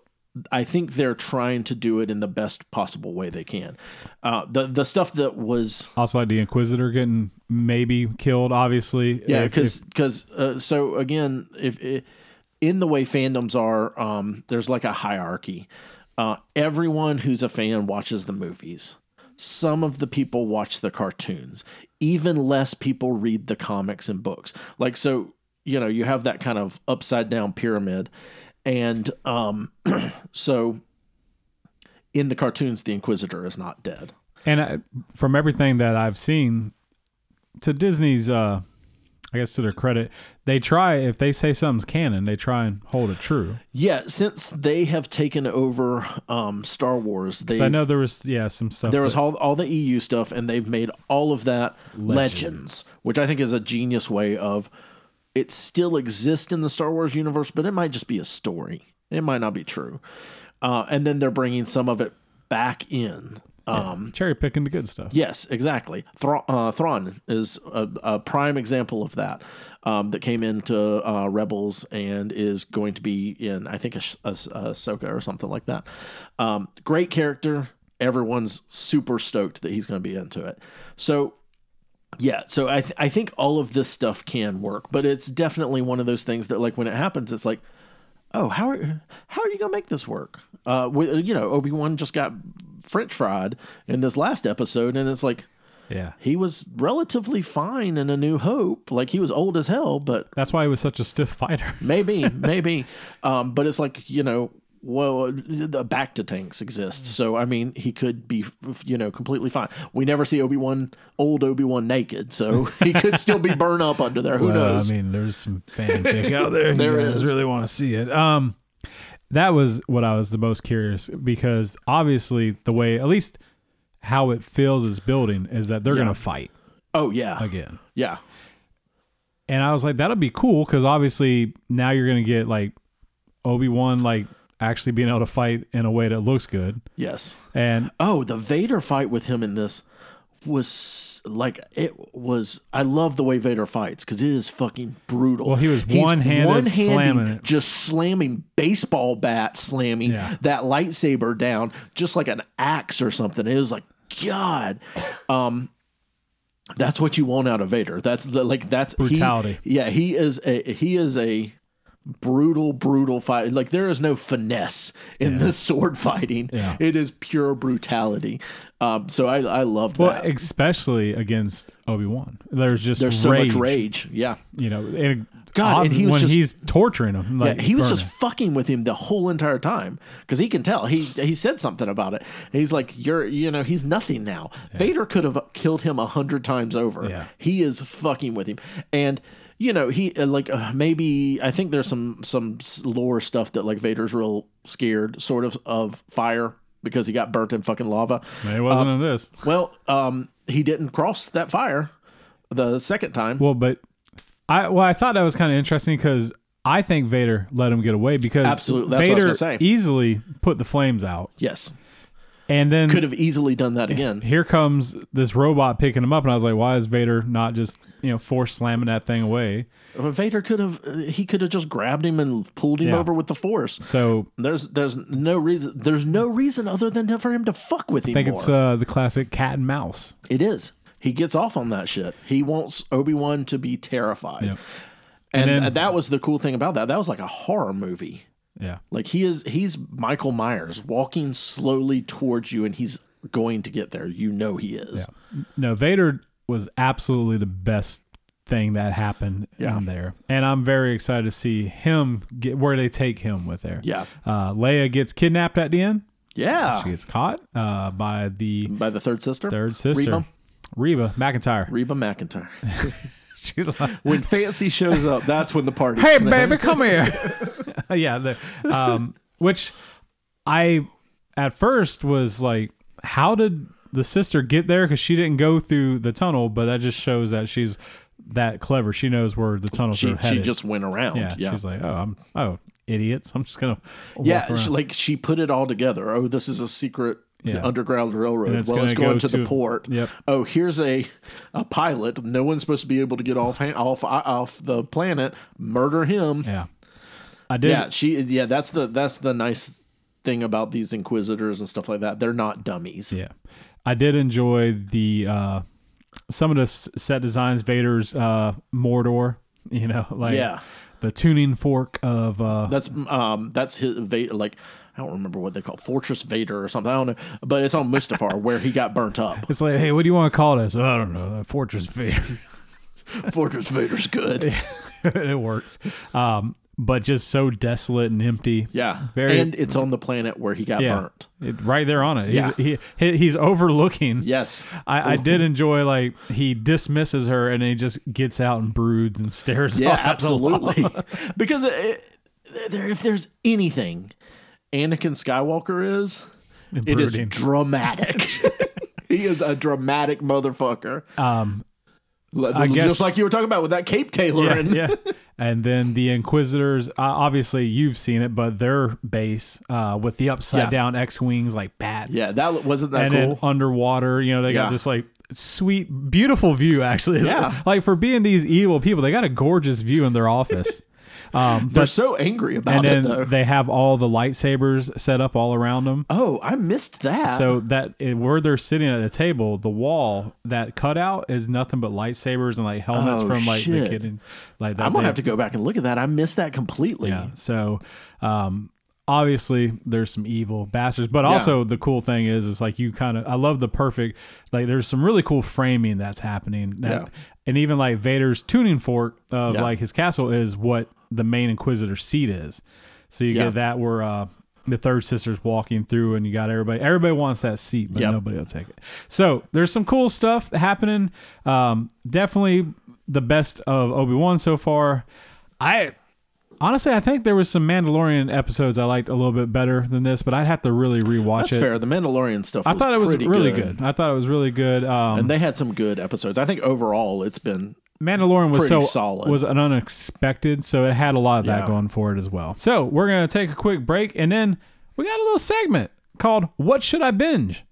[SPEAKER 3] I think they're trying to do it in the best possible way they can. Uh, the the stuff that was
[SPEAKER 2] Also, like the Inquisitor getting maybe killed. Obviously,
[SPEAKER 3] yeah
[SPEAKER 2] If-
[SPEAKER 3] because because uh, so again if i in the way fandoms are um there's like a hierarchy uh everyone who's a fan watches the movies some of the people watch the cartoons even less people read the comics and books like so you know you have that kind of upside down pyramid and um so in the cartoons the inquisitor is not dead
[SPEAKER 2] And I, from everything that I've seen, to Disney's, uh, I guess to their credit, they try if they say something's canon, they try and hold it true.
[SPEAKER 3] yeah since they have taken over um star wars they
[SPEAKER 2] So I know there was yeah some stuff.
[SPEAKER 3] There was
[SPEAKER 2] that-
[SPEAKER 3] all, all the EU stuff, and they've made all of that legends. which I think is a genius way of it still exists in the Star Wars universe, but it might just be a story. It might not be true. Uh, and then they're bringing some of it back in. Um,
[SPEAKER 2] cherry picking the good stuff.
[SPEAKER 3] Yes, exactly. Thra- uh, Thrawn is a, a prime example of that. Um, that came into uh, Rebels and is going to be in, I think, a, a, Ahsoka or something like that. Um, great character. Everyone's super stoked that he's going to be into it. So yeah, so I th- I think all of this stuff can work, but it's definitely one of those things that like when it happens, it's like, oh, how are how are you gonna make this work? Uh, with, you know, Obi Wan just got French fried in this last episode, and it's like
[SPEAKER 2] Yeah,
[SPEAKER 3] he was relatively fine in A New Hope, like he was old as hell, but
[SPEAKER 2] that's why he was such a stiff fighter.
[SPEAKER 3] maybe maybe, um, but it's like you know. Well, the back to tanks exists, so I mean, he could be, you know, completely fine. We never see Obi Wan, old Obi Wan, naked, so he could still be burned up under there. Who
[SPEAKER 2] Well,
[SPEAKER 3] knows?
[SPEAKER 2] I mean, there's some fanfic out there. if
[SPEAKER 3] There
[SPEAKER 2] you guys
[SPEAKER 3] is.
[SPEAKER 2] really want to see it. Um, that was what I was the most curious because obviously the way, at least how it feels is building, is that they're gonna fight
[SPEAKER 3] Oh yeah,
[SPEAKER 2] again.
[SPEAKER 3] yeah,
[SPEAKER 2] And I was like, that'll be cool because obviously now you're gonna get like Obi Wan like actually being able to fight in a way that looks good.
[SPEAKER 3] yes.
[SPEAKER 2] And
[SPEAKER 3] Oh, the Vader fight with him in this was like it was. I love the way Vader fights because it is fucking brutal.
[SPEAKER 2] Well, he was one-handed slamming it.
[SPEAKER 3] just slamming baseball bat, slamming
[SPEAKER 2] Yeah.
[SPEAKER 3] that lightsaber down, just like an axe or something. It was like God. Um, that's what you want out of Vader. That's the like that's he-
[SPEAKER 2] Brutality.
[SPEAKER 3] yeah, he is a he is a brutal, brutal fight. Like there is no finesse in this sword fighting.
[SPEAKER 2] Yeah.
[SPEAKER 3] It is pure brutality. Um, so I I love
[SPEAKER 2] well,
[SPEAKER 3] that.
[SPEAKER 2] especially against Obi Wan, there's just
[SPEAKER 3] There's so much rage. Yeah.
[SPEAKER 2] You know, and
[SPEAKER 3] God, and he was
[SPEAKER 2] when
[SPEAKER 3] just-
[SPEAKER 2] he's torturing him, like,
[SPEAKER 3] Yeah, he was
[SPEAKER 2] burning.
[SPEAKER 3] just fucking with him the whole entire time because he can tell he he said something about it. And he's like, "You're you know he's nothing now." Vader could have killed him a hundred times over.
[SPEAKER 2] Yeah.
[SPEAKER 3] he is fucking with him, and you know he uh, like uh, maybe I think there's some some s- lore stuff that like Vader's real scared sort of of fire because he got burnt in fucking lava.
[SPEAKER 2] It wasn't in this.
[SPEAKER 3] Well, um, he didn't cross that fire the second time.
[SPEAKER 2] Well, but I well, I thought that was kind of interesting because I think Vader let him get away because
[SPEAKER 3] Absolute- that's what I was
[SPEAKER 2] Vader
[SPEAKER 3] gonna say.
[SPEAKER 2] easily put the flames out,
[SPEAKER 3] yes,
[SPEAKER 2] and then
[SPEAKER 3] could have easily done that again.
[SPEAKER 2] here comes this robot picking him up, and I was like, why is Vader not just you know force slamming that thing away?
[SPEAKER 3] But Vader could have uh, he could have just grabbed him and pulled him
[SPEAKER 2] Yeah.
[SPEAKER 3] over with the Force.
[SPEAKER 2] So
[SPEAKER 3] There's there's no reason there's no reason other than to- for him to fuck with him.
[SPEAKER 2] I think
[SPEAKER 3] more.
[SPEAKER 2] it's uh, the classic cat and mouse.
[SPEAKER 3] It is. He gets off on that shit. He wants Obi Wan to be terrified.
[SPEAKER 2] Yeah.
[SPEAKER 3] And,
[SPEAKER 2] And then-
[SPEAKER 3] th- that was the cool thing about that. That was like a horror movie.
[SPEAKER 2] Yeah,
[SPEAKER 3] Like he is he's Michael Myers walking slowly towards you and he's going to get there. You know he is.
[SPEAKER 2] no, Vader was absolutely the best thing that happened
[SPEAKER 3] Yeah.
[SPEAKER 2] in there, and I'm very excited to see him get where they take him with there.
[SPEAKER 3] Yeah.
[SPEAKER 2] uh, Leia gets kidnapped at the end.
[SPEAKER 3] Yeah.
[SPEAKER 2] She gets caught uh, by the
[SPEAKER 3] By the third sister?
[SPEAKER 2] third sister,
[SPEAKER 3] Reba,
[SPEAKER 2] Reba, McIntyre.
[SPEAKER 3] Reba McIntyre.
[SPEAKER 2] She's like,
[SPEAKER 3] when Fancy shows up, that's when the party.
[SPEAKER 2] "Hey, baby, come here." yeah, the, um, which I at first was like, "How did the sister get there?" Because she didn't go through the tunnel, but that just shows that she's that clever. She knows where the tunnels
[SPEAKER 3] She,
[SPEAKER 2] are
[SPEAKER 3] she
[SPEAKER 2] headed.
[SPEAKER 3] just went around.
[SPEAKER 2] yeah,
[SPEAKER 3] Yeah.
[SPEAKER 2] she's like, "Oh, I'm oh idiots. I'm just gonna walk
[SPEAKER 3] Yeah,
[SPEAKER 2] around."
[SPEAKER 3] she, like she put it all together. Oh, this is a secret
[SPEAKER 2] Yeah.
[SPEAKER 3] underground railroad.
[SPEAKER 2] it's
[SPEAKER 3] well, it's
[SPEAKER 2] gonna
[SPEAKER 3] going
[SPEAKER 2] go
[SPEAKER 3] to, the
[SPEAKER 2] to-
[SPEAKER 3] port.
[SPEAKER 2] yep.
[SPEAKER 3] Oh, here's a a pilot. No one's supposed to be able to get off ha- off uh, off the planet. Murder him. Yeah.
[SPEAKER 2] yeah. I did.
[SPEAKER 3] she. Yeah, that's the that's the nice thing about these inquisitors and stuff like that. They're not dummies.
[SPEAKER 2] Yeah, I did enjoy the uh, some of the s- set designs. Vader's uh, Mordor, you know, like
[SPEAKER 3] Yeah.
[SPEAKER 2] the tuning fork of uh,
[SPEAKER 3] That's um that's his Va- like I don't remember what they call it, Fortress Vader or something. I don't know, but it's on Mustafar where he got burnt up.
[SPEAKER 2] it's like, hey, what do you want to call this? I don't know, Fortress Vader.
[SPEAKER 3] Fortress Vader's good.
[SPEAKER 2] it works, um, but just so desolate and empty.
[SPEAKER 3] Yeah,
[SPEAKER 2] very.
[SPEAKER 3] and it's on the planet where he got
[SPEAKER 2] yeah,
[SPEAKER 3] burnt.
[SPEAKER 2] It- right there on it.
[SPEAKER 3] Yeah.
[SPEAKER 2] He's, he, he, he's overlooking.
[SPEAKER 3] Yes.
[SPEAKER 2] I, I did enjoy like he dismisses her and he just gets out and broods and stares.
[SPEAKER 3] Yeah,
[SPEAKER 2] off at the wall.
[SPEAKER 3] absolutely. because it, it- there, if there's anything Anakin Skywalker is, it is
[SPEAKER 2] Brooding.
[SPEAKER 3] dramatic. he is a dramatic motherfucker.
[SPEAKER 2] Um,
[SPEAKER 3] L-
[SPEAKER 2] I
[SPEAKER 3] just
[SPEAKER 2] guess-
[SPEAKER 3] like you were talking about with that cape
[SPEAKER 2] yeah,
[SPEAKER 3] tailoring.
[SPEAKER 2] yeah. And then the Inquisitors, uh, obviously you've seen it, but their base uh, with the upside
[SPEAKER 3] Yeah.
[SPEAKER 2] down X wings like bats.
[SPEAKER 3] Yeah, that wasn't that
[SPEAKER 2] and then
[SPEAKER 3] cool.
[SPEAKER 2] underwater, you know, they
[SPEAKER 3] Yeah.
[SPEAKER 2] got this like sweet, beautiful view. Actually, It's-
[SPEAKER 3] Yeah.
[SPEAKER 2] like for being these evil people, they got a gorgeous view in their office. um,
[SPEAKER 3] They're
[SPEAKER 2] but
[SPEAKER 3] so angry
[SPEAKER 2] and
[SPEAKER 3] about it
[SPEAKER 2] then
[SPEAKER 3] though.
[SPEAKER 2] they have all the lightsabers set up all around them.
[SPEAKER 3] oh, I missed that.
[SPEAKER 2] So that it, where they're sitting at a table, the wall that cutout is nothing but lightsabers and like helmets
[SPEAKER 3] Oh,
[SPEAKER 2] from like
[SPEAKER 3] shit.
[SPEAKER 2] the kid and like that.
[SPEAKER 3] I'm gonna
[SPEAKER 2] they-
[SPEAKER 3] have to go back and look at that. I missed that completely.
[SPEAKER 2] Yeah. So, um, obviously there's some evil bastards, but also the cool thing is, is like you kind of, I love the perfect, like there's some really cool framing that's happening. That,
[SPEAKER 3] Yeah.
[SPEAKER 2] And even like Vader's tuning fork of
[SPEAKER 3] Yeah.
[SPEAKER 2] like his castle is what the main Inquisitor seat is. So you
[SPEAKER 3] Yeah.
[SPEAKER 2] get that where, uh, the third sister's walking through and you got everybody everybody wants that seat but
[SPEAKER 3] Yep.
[SPEAKER 2] nobody will take it so there's some cool stuff happening um definitely the best of obi-wan so far i honestly i think there was some mandalorian episodes i liked a little bit better than this but i'd have to really rewatch
[SPEAKER 3] That's
[SPEAKER 2] it
[SPEAKER 3] fair. The Mandalorian stuff.
[SPEAKER 2] i thought it was
[SPEAKER 3] pretty
[SPEAKER 2] really good. i thought it was really good um
[SPEAKER 3] and they had some good episodes. I think overall it's been
[SPEAKER 2] Mandalorian was so
[SPEAKER 3] pretty solid.
[SPEAKER 2] was an unexpected, so it had a lot of that
[SPEAKER 3] Yeah.
[SPEAKER 2] going for it as well. So we're gonna take a quick break, and then we got a little segment called "What Should I Binge."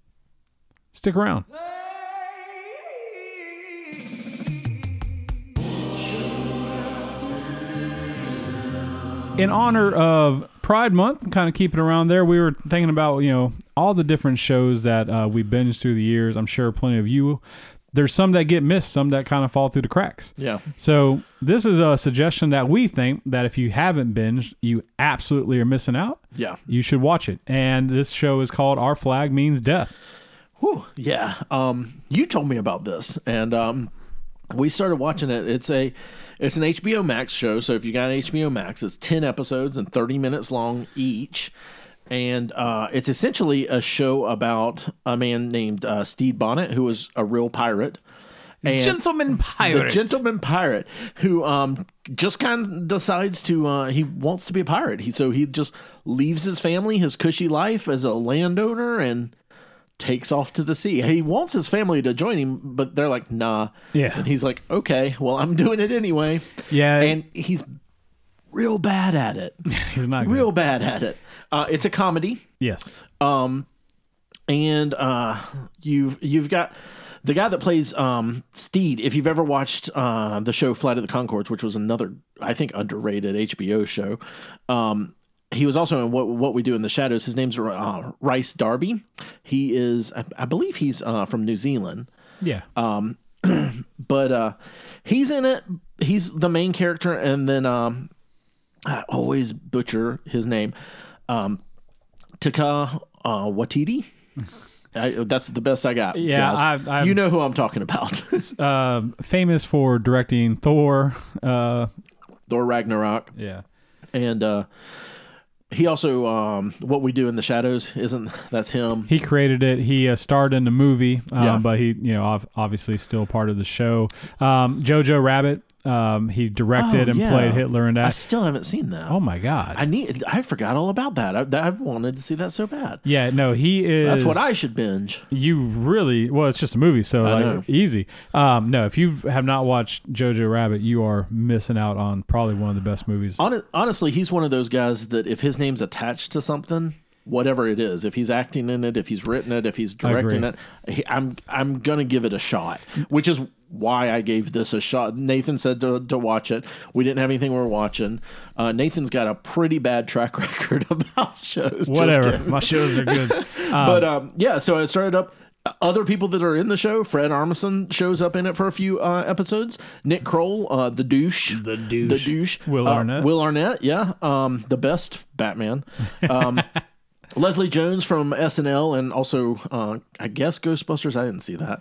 [SPEAKER 2] Stick around. In honor of Pride Month, kind of keeping around there, we were thinking about you know all the different shows that uh, we binged through the years. I'm sure plenty of you. There's some that get missed, some that kind of fall through the cracks.
[SPEAKER 3] yeah.
[SPEAKER 2] So this is a suggestion that we think that if you haven't binged, you absolutely are missing out.
[SPEAKER 3] Yeah.
[SPEAKER 2] You should watch it. And this show is called Our Flag Means Death.
[SPEAKER 3] Whew, yeah. Um, you told me about this, and um, we started watching it. It's a it's an HBO Max show, so if you got an HBO Max, it's ten episodes and thirty minutes long each, and uh, it's essentially a show about a man named uh, Steve Bonnet, who was a real pirate. and
[SPEAKER 2] Gentleman
[SPEAKER 3] the
[SPEAKER 2] pirate.
[SPEAKER 3] gentleman pirate who um just kind of decides to uh he wants to be a pirate. He so he just leaves his family, his cushy life as a landowner and takes off to the sea. He wants his family to join him, but they're like, "Nah."
[SPEAKER 2] Yeah.
[SPEAKER 3] And he's like, "Okay, well, I'm doing it anyway."
[SPEAKER 2] Yeah.
[SPEAKER 3] And he's real bad at it.
[SPEAKER 2] He's not good.
[SPEAKER 3] real bad at it. Uh it's a comedy
[SPEAKER 2] Yes.
[SPEAKER 3] and uh, you've you've got the guy that plays um, Steed. If you've ever watched uh, the show Flight of the Concords, which was another I think underrated HBO show, um, he was also in what what we do in the shadows. His name's uh, Rice Darby. He is I, I believe he's uh, from New Zealand
[SPEAKER 2] Yeah.
[SPEAKER 3] Um, but uh he's in it he's the main character and then um i always butcher his name um taka uh watiti I, that's the best i got
[SPEAKER 2] Yeah,
[SPEAKER 3] guys.
[SPEAKER 2] I- I'm-
[SPEAKER 3] you know who i'm talking about
[SPEAKER 2] uh, famous for directing Thor. Uh,
[SPEAKER 3] thor ragnarok
[SPEAKER 2] yeah.
[SPEAKER 3] and uh he also um what we do in the shadows isn't that's him
[SPEAKER 2] He created it. He uh, starred in the movie, um,
[SPEAKER 3] Yeah.
[SPEAKER 2] but he, you know, ob- obviously still part of the show. Um, Jojo Rabbit. Um, he directed
[SPEAKER 3] Oh,
[SPEAKER 2] and
[SPEAKER 3] yeah.
[SPEAKER 2] played Hitler in
[SPEAKER 3] i
[SPEAKER 2] that.
[SPEAKER 3] still haven't seen that
[SPEAKER 2] oh my god.
[SPEAKER 3] i need i forgot all about that I, that- I wanted to see that so bad
[SPEAKER 2] yeah. No, he is.
[SPEAKER 3] that's what i should binge
[SPEAKER 2] You really well. It's just a movie, so like
[SPEAKER 3] know.
[SPEAKER 2] easy. Um, no, if you have not watched Jojo Rabbit, you are missing out on probably one of the best movies.
[SPEAKER 3] Hon- honestly, he's one of those guys that if his name's attached to something, whatever it is, if he's acting in it, if he's written it, if he's directing
[SPEAKER 2] agree.
[SPEAKER 3] it, he, I'm I'm gonna give it a shot, which is why I gave this a shot. Nathan said to, to watch it. We didn't have anything we were watching. Uh, Nathan's got a pretty bad track record about shows. just
[SPEAKER 2] Whatever.
[SPEAKER 3] kidding.
[SPEAKER 2] My shows are good.
[SPEAKER 3] but um, yeah, so I started up. uh, Other people that are in the show, Fred Armisen shows up in it for a few uh, episodes. Nick Kroll, uh, the douche, the douche, the douche.
[SPEAKER 2] Will
[SPEAKER 3] Uh,
[SPEAKER 2] Arnett.
[SPEAKER 3] Will Arnett, yeah, um, the best Batman. Um, Leslie Jones from SNL and also, uh, I guess Ghostbusters. I didn't see that.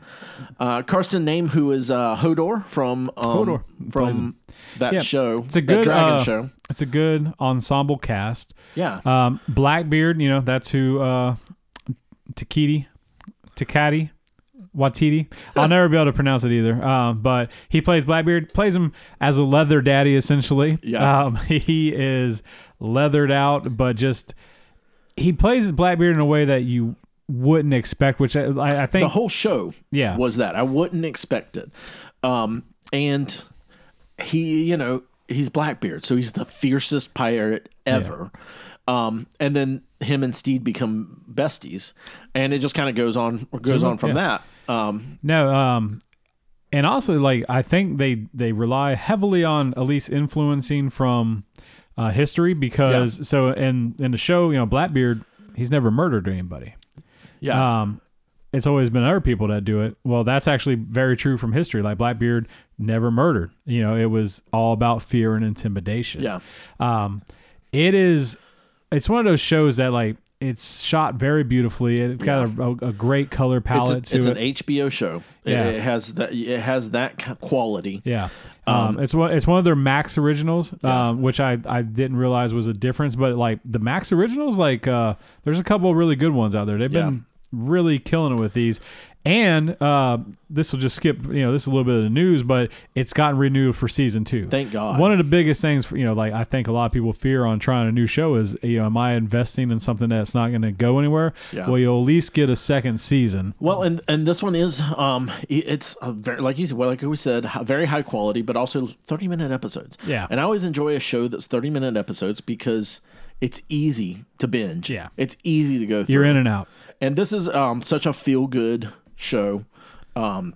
[SPEAKER 3] Uh, Karsten Name, who is uh, Hodor from um,
[SPEAKER 2] Hodor. Plays him.
[SPEAKER 3] from that
[SPEAKER 2] Yeah.
[SPEAKER 3] show,
[SPEAKER 2] It's a
[SPEAKER 3] that
[SPEAKER 2] good
[SPEAKER 3] dragon
[SPEAKER 2] uh,
[SPEAKER 3] show.
[SPEAKER 2] It's a good ensemble cast.
[SPEAKER 3] Yeah,
[SPEAKER 2] Um, Blackbeard, you know that's who. Uh, Takiti, Takati, Watiti. I'll never be able to pronounce it either. Um, but he plays Blackbeard. Plays him as a leather daddy, essentially.
[SPEAKER 3] Yeah.
[SPEAKER 2] Um, he is leathered out, but just he plays Blackbeard in a way that you wouldn't expect. Which I- I, I
[SPEAKER 3] the
[SPEAKER 2] think.
[SPEAKER 3] whole show
[SPEAKER 2] Yeah.
[SPEAKER 3] was that i wouldn't expect it um and he you know he's blackbeard so he's the fiercest pirate ever um and then him and steed become besties and it just kind of goes on goes on from that um
[SPEAKER 2] No, um and also like I think they they rely heavily on at least influencing from uh history because so in in the show, you know, Blackbeard, he's never murdered anybody.
[SPEAKER 3] yeah
[SPEAKER 2] Um it's always been other people that do it. Well, that's actually very true from history. Like Blackbeard never murdered. You know, it was all about fear and intimidation.
[SPEAKER 3] yeah
[SPEAKER 2] Um, it is. It's one of those shows that like it's shot very beautifully. It's got a, a, a great color
[SPEAKER 3] it's,
[SPEAKER 2] palette
[SPEAKER 3] a,
[SPEAKER 2] to
[SPEAKER 3] it's
[SPEAKER 2] it.
[SPEAKER 3] an hbo show It-
[SPEAKER 2] Yeah.
[SPEAKER 3] it, has that it has that ki- quality
[SPEAKER 2] Yeah. Um, it's one it's one of their Max originals, um, which I, I didn't realize was a difference, but like the Max originals, like uh, there's a couple of really good ones out there. They've
[SPEAKER 3] Yeah.
[SPEAKER 2] been really killing it with these. And uh, this will just skip, you know, this is a little bit of the news, but it's gotten renewed for season two.
[SPEAKER 3] Thank God.
[SPEAKER 2] One of the biggest things, for, you know, like I think a lot of people fear on trying a new show is, you know, am I investing in something that's not going to go anywhere?
[SPEAKER 3] Yeah.
[SPEAKER 2] Well, you'll at least get a second season.
[SPEAKER 3] Well, and and this one is um, i- it's a very like you said, well, like we said, h- very high quality, but also thirty minute episodes.
[SPEAKER 2] Yeah.
[SPEAKER 3] and I always enjoy a show that's thirty minute episodes because it's easy to binge.
[SPEAKER 2] Yeah.
[SPEAKER 3] it's easy to go through.
[SPEAKER 2] You're in and out.
[SPEAKER 3] And this is um such a feel good show. Um,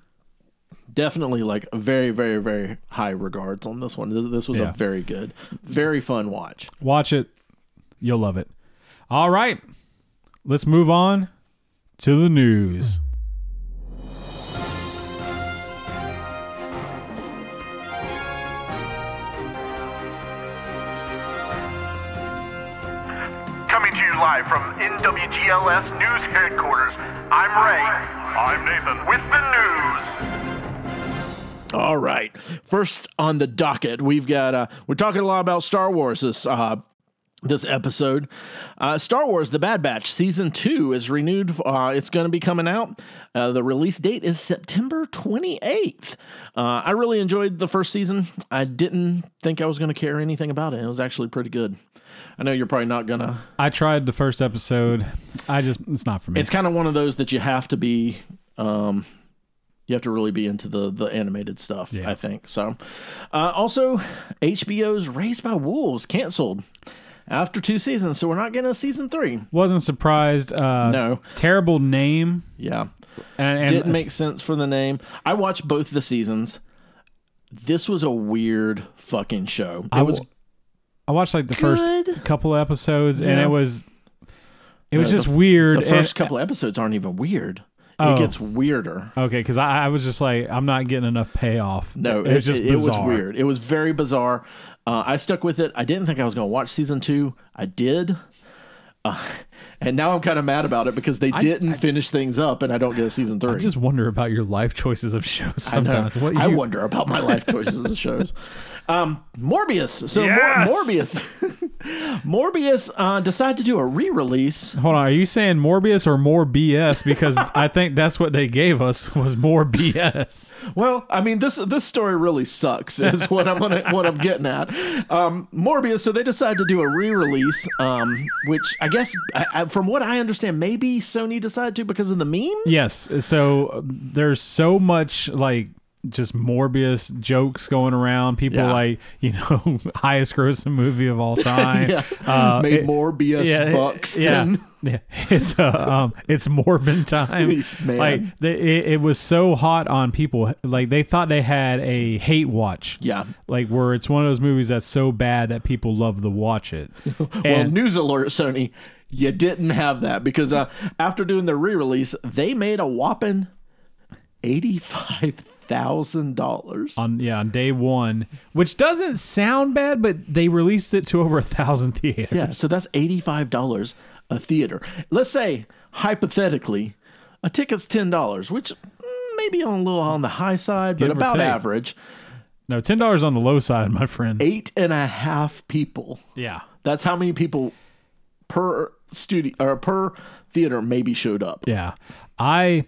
[SPEAKER 3] definitely like very very very high regards on this one. This, this was
[SPEAKER 2] Yeah.
[SPEAKER 3] a very good, very fun watch.
[SPEAKER 2] Watch it. You'll love it. All right. Let's move on to the news.
[SPEAKER 4] Coming to you live from NWGLS News Headquarters, I'm Ray. I'm Nathan. With the news.
[SPEAKER 3] All right. First on the docket, we've got uh, we're talking a lot about Star Wars this uh, this episode. Uh, Star Wars: The Bad Batch season two is renewed. Uh, it's going to be coming out. Uh, the release date is September twenty eighth. Uh, I really enjoyed the first season. I didn't think I was going to care anything about it. It was actually pretty good. I know you're probably not gonna.
[SPEAKER 2] I tried the first episode. I just it's not for me.
[SPEAKER 3] It's kind of one of those that you have to be. Um, you have to really be into the the animated stuff. I think so. Uh, also, HBO's Raised by Wolves canceled after two seasons, so we're not getting a season three.
[SPEAKER 2] Wasn't surprised. Uh,
[SPEAKER 3] No.
[SPEAKER 2] terrible name.
[SPEAKER 3] Yeah.
[SPEAKER 2] And, uh, and
[SPEAKER 3] didn't make sense for the name. I watched both the seasons. This was a weird fucking show. It
[SPEAKER 2] I
[SPEAKER 3] was
[SPEAKER 2] w- I watched like the
[SPEAKER 3] Good.
[SPEAKER 2] first couple of episodes, and
[SPEAKER 3] Yeah.
[SPEAKER 2] it was it was
[SPEAKER 3] the
[SPEAKER 2] just
[SPEAKER 3] f-
[SPEAKER 2] weird.
[SPEAKER 3] the first
[SPEAKER 2] and-
[SPEAKER 3] couple episodes aren't even weird.
[SPEAKER 2] Oh.
[SPEAKER 3] It gets weirder.
[SPEAKER 2] okay, because I, I was just like, I'm not getting enough payoff.
[SPEAKER 3] No,
[SPEAKER 2] it, was just
[SPEAKER 3] it, was
[SPEAKER 2] bizarre.
[SPEAKER 3] weird. It was very bizarre. Uh, I stuck with it. I didn't think I was going to watch season two. I did. Uh, and now I'm kind of mad about it because they didn't finish things up and I don't get a season three.
[SPEAKER 2] I just wonder about your life choices of shows
[SPEAKER 3] I know.
[SPEAKER 2] sometimes. What
[SPEAKER 3] I
[SPEAKER 2] you-
[SPEAKER 3] wonder about my life choices and shows. Um, Morbius. So Mor-
[SPEAKER 4] Yes!
[SPEAKER 3] Morbius. Morbius uh, decided to do a re-release.
[SPEAKER 2] Hold on, are you saying Morbius or more BS? Because I think that's what they gave us was more BS.
[SPEAKER 3] Well, I mean this this story really sucks. Is what I'm gonna, what I'm getting at. Um, Morbius. So they decided to do a re-release, um, which I guess I, I, from what I understand, maybe Sony decided to because of the memes.
[SPEAKER 2] Yes. So uh, there's so much like just Morbius jokes going around. People
[SPEAKER 3] Yeah.
[SPEAKER 2] like, you know, highest grossing movie of all time.
[SPEAKER 3] Yeah.
[SPEAKER 2] Uh,
[SPEAKER 3] Made
[SPEAKER 2] it-
[SPEAKER 3] more BS
[SPEAKER 2] yeah,
[SPEAKER 3] bucks
[SPEAKER 2] yeah,
[SPEAKER 3] than
[SPEAKER 2] yeah. It's uh, um, it's Morbin time.
[SPEAKER 3] Man.
[SPEAKER 2] Like they, it, it was so hot on people. Like they thought they had a hate watch.
[SPEAKER 3] Yeah.
[SPEAKER 2] Like where it's one of those movies that's so bad that people love to watch it.
[SPEAKER 3] Well,
[SPEAKER 2] And-
[SPEAKER 3] news alert, Sony, you didn't have that because uh, after doing the re-release, they made a whopping eighty-five thousand dollars.
[SPEAKER 2] on yeah on day one, which doesn't sound bad, but they released it to over a thousand theaters.
[SPEAKER 3] Yeah, so that's eighty-five dollars a theater. Let's say hypothetically, a ticket's ten dollars, which mm, maybe on a little on the high side, but
[SPEAKER 2] Give or
[SPEAKER 3] about
[SPEAKER 2] take.
[SPEAKER 3] average.
[SPEAKER 2] No, ten dollars on the low side, my friend.
[SPEAKER 3] Eight and a half people.
[SPEAKER 2] Yeah,
[SPEAKER 3] That's how many people per studio or per theater maybe showed up.
[SPEAKER 2] yeah. I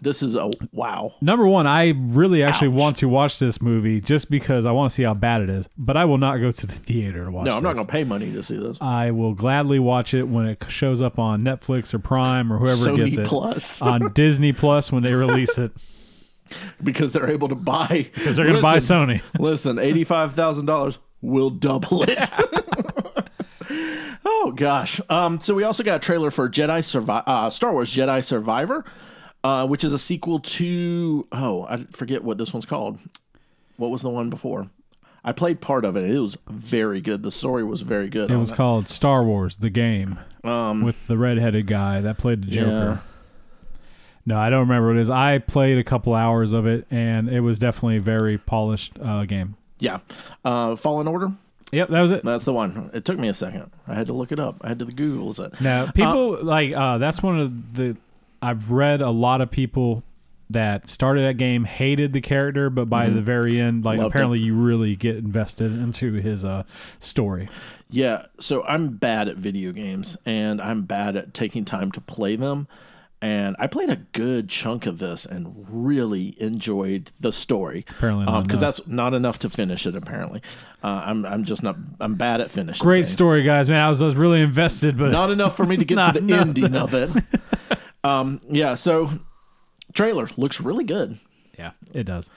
[SPEAKER 3] This is a wow.
[SPEAKER 2] number one, I really actually want to watch this movie just because I want to see how bad it is. But I will not go to the theater to watch.
[SPEAKER 3] No, I'm not
[SPEAKER 2] this.
[SPEAKER 3] going to pay money to see this.
[SPEAKER 2] I will gladly watch it when it shows up on Netflix or Prime or whoever
[SPEAKER 3] Sony
[SPEAKER 2] gets it.
[SPEAKER 3] Plus.
[SPEAKER 2] on Disney Plus when they release it
[SPEAKER 3] because they're able to buy because
[SPEAKER 2] they're going to buy Sony.
[SPEAKER 3] Listen, eighty-five thousand dollars will double it. oh gosh! Um, so we also got a trailer for Jedi Survi- uh, Star Wars Jedi Survivor, uh, which is a sequel to oh I forget what this one's called. What was the one before? I played part of it. It was very good. The story was very good.
[SPEAKER 2] It
[SPEAKER 3] on
[SPEAKER 2] was called Star Wars: The Game
[SPEAKER 3] Um,
[SPEAKER 2] with the redheaded guy that played the Joker. No, I don't remember what it is. I played a couple hours of it, and it was definitely a very polished uh, game.
[SPEAKER 3] Yeah, uh, Fallen Order.
[SPEAKER 2] Yep, that was it.
[SPEAKER 3] That's the one. It took me a second. I had to look it up. I had to Google it.
[SPEAKER 2] Now, people like uh, that's one of the I've read a lot of people that started that game hated the character, but by the very end, like
[SPEAKER 3] Mm-hmm. Loved it.
[SPEAKER 2] apparently you really get invested into his uh, story.
[SPEAKER 3] Yeah, so I'm bad at video games and I'm bad at taking time to play them. And I played a good chunk of this and really enjoyed the story.
[SPEAKER 2] Apparently not
[SPEAKER 3] because
[SPEAKER 2] enough.
[SPEAKER 3] that's not enough to finish it. Apparently, uh, I'm I'm just not I'm bad at finishing.
[SPEAKER 2] Great
[SPEAKER 3] things.
[SPEAKER 2] story, guys, man. I was, I was really invested, but
[SPEAKER 3] Not enough for me to get
[SPEAKER 2] Not
[SPEAKER 3] to the
[SPEAKER 2] enough.
[SPEAKER 3] ending of it. um, yeah, so trailer looks really good.
[SPEAKER 2] yeah, it does.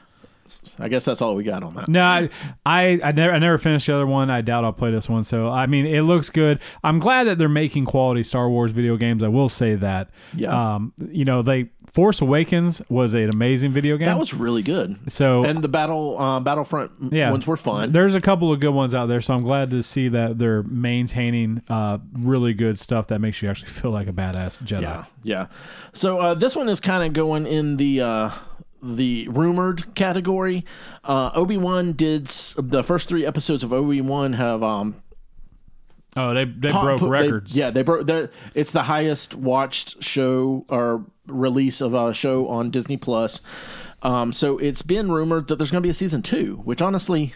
[SPEAKER 3] I guess that's all we got on that.
[SPEAKER 2] No, I, I, I never, I never finished the other one. I doubt I'll play this one. So, I mean, it looks good. I'm glad that they're making quality Star Wars video games. I will say that.
[SPEAKER 3] Yeah.
[SPEAKER 2] Um, you know, they Force Awakens was an amazing video game.
[SPEAKER 3] That was really good.
[SPEAKER 2] so.
[SPEAKER 3] and the battle uh, Battlefront
[SPEAKER 2] yeah,
[SPEAKER 3] ones were fun.
[SPEAKER 2] There's a couple of good ones out there, so I'm glad to see that they're maintaining uh, really good stuff that makes you actually feel like a badass Jedi.
[SPEAKER 3] Yeah, yeah. So uh, this one is kind of going in the uh, the rumored category. Uh, Obi Wan did s- the first three episodes of Obi Wan have um
[SPEAKER 2] Oh, they they
[SPEAKER 3] pop-
[SPEAKER 2] broke
[SPEAKER 3] they-
[SPEAKER 2] records.
[SPEAKER 3] yeah, they broke. they're- It's the highest watched show or release of a show on Disney Plus. Um, so it's been rumored that there's going to be a season two, which honestly.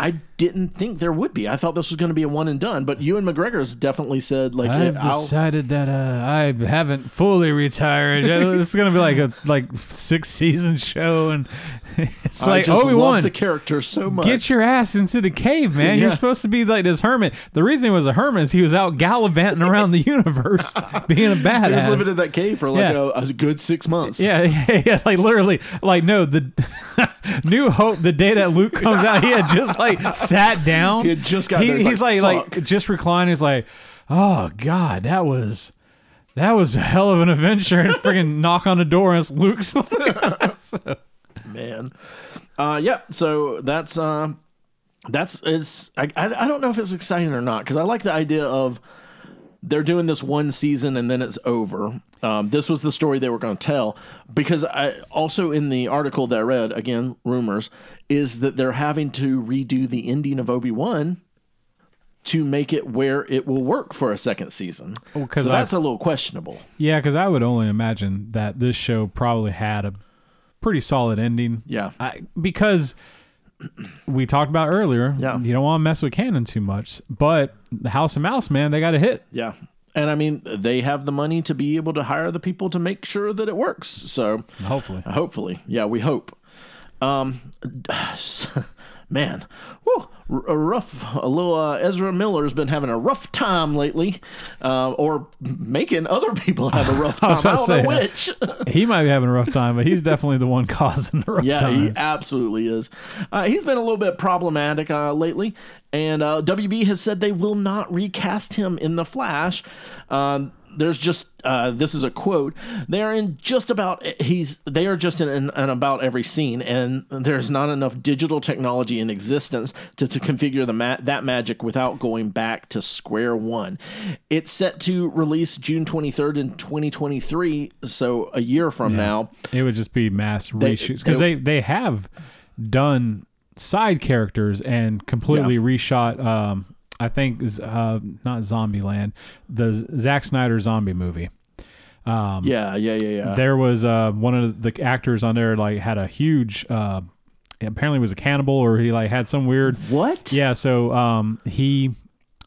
[SPEAKER 3] I didn't think there would be. I thought this was going to be a one and done, but Ewan McGregor's definitely said like
[SPEAKER 2] I've
[SPEAKER 3] "I'll-
[SPEAKER 2] decided that uh, I haven't fully retired. this is gonna be like a like six season show, and it's
[SPEAKER 3] I
[SPEAKER 2] like
[SPEAKER 3] just
[SPEAKER 2] Obi
[SPEAKER 3] love
[SPEAKER 2] Wan.
[SPEAKER 3] the character so much.
[SPEAKER 2] Get your ass into the cave, man. You're
[SPEAKER 3] Yeah.
[SPEAKER 2] supposed to be like this hermit. The reason he was a hermit is he was out gallivanting around the universe, being a badass.
[SPEAKER 3] he was living in that cave for like
[SPEAKER 2] Yeah.
[SPEAKER 3] a, a good six months.
[SPEAKER 2] Yeah, yeah, yeah, like literally, like no, the New Hope, the day that Luke comes out, he had just like sat down.
[SPEAKER 3] He had just got there,
[SPEAKER 2] he's like,
[SPEAKER 3] like,
[SPEAKER 2] like,
[SPEAKER 3] fuck.
[SPEAKER 2] just reclining. He's like, oh god, that was. That was a hell of an adventure and freaking knock on the door and it's Luke's
[SPEAKER 3] man. Uh, yeah. So that's uh, that's it's. I, I I don't know if it's exciting or not because I like the idea of they're doing this one season and then it's over. Um, this was the story they were going to tell because I also in the article that I read again rumors is that they're having to redo the ending of Obi Wan to make it where it will work for a second season.
[SPEAKER 2] 'cause
[SPEAKER 3] so
[SPEAKER 2] I-
[SPEAKER 3] that's a little questionable.
[SPEAKER 2] Yeah, because I would only imagine that this show probably had a pretty solid ending.
[SPEAKER 3] Yeah.
[SPEAKER 2] I, because we talked about earlier,
[SPEAKER 3] Yeah.
[SPEAKER 2] you don't want to mess with canon too much, but the House of Mouse, man, they got a hit.
[SPEAKER 3] Yeah. And I mean, they have the money to be able to hire the people to make sure that it works. So
[SPEAKER 2] Hopefully.
[SPEAKER 3] hopefully, yeah, we hope. Um, man, whew, r- a rough. A little uh, Ezra Miller's been having a rough time lately, uh, or making other people have a rough time.
[SPEAKER 2] was
[SPEAKER 3] I,
[SPEAKER 2] about
[SPEAKER 3] don't
[SPEAKER 2] to
[SPEAKER 3] know
[SPEAKER 2] say,
[SPEAKER 3] which.
[SPEAKER 2] He might be having a rough time, but he's definitely the one causing the rough
[SPEAKER 3] Yeah, he
[SPEAKER 2] times.
[SPEAKER 3] absolutely is. Uh, he's been a little bit problematic uh, lately, and uh, WB has said they will not recast him in The Flash. Um, there's just uh, this is a quote. They are in just about he's they are just in, in, in about every scene, and there's not enough digital technology in existence to, to configure the ma- that magic without going back to square one. It's set to release June 23rd in 2023, so a year from now.
[SPEAKER 2] It would just be mass reshoots because they, they have done side characters and completely reshot. Um, I think z- uh, not Zombieland, the Z- Zack Snyder zombie movie.
[SPEAKER 3] Yeah, yeah, yeah, yeah.
[SPEAKER 2] there was uh, one of the actors on there like had a huge uh, apparently was a cannibal or he like had some weird
[SPEAKER 3] What?
[SPEAKER 2] yeah so um, he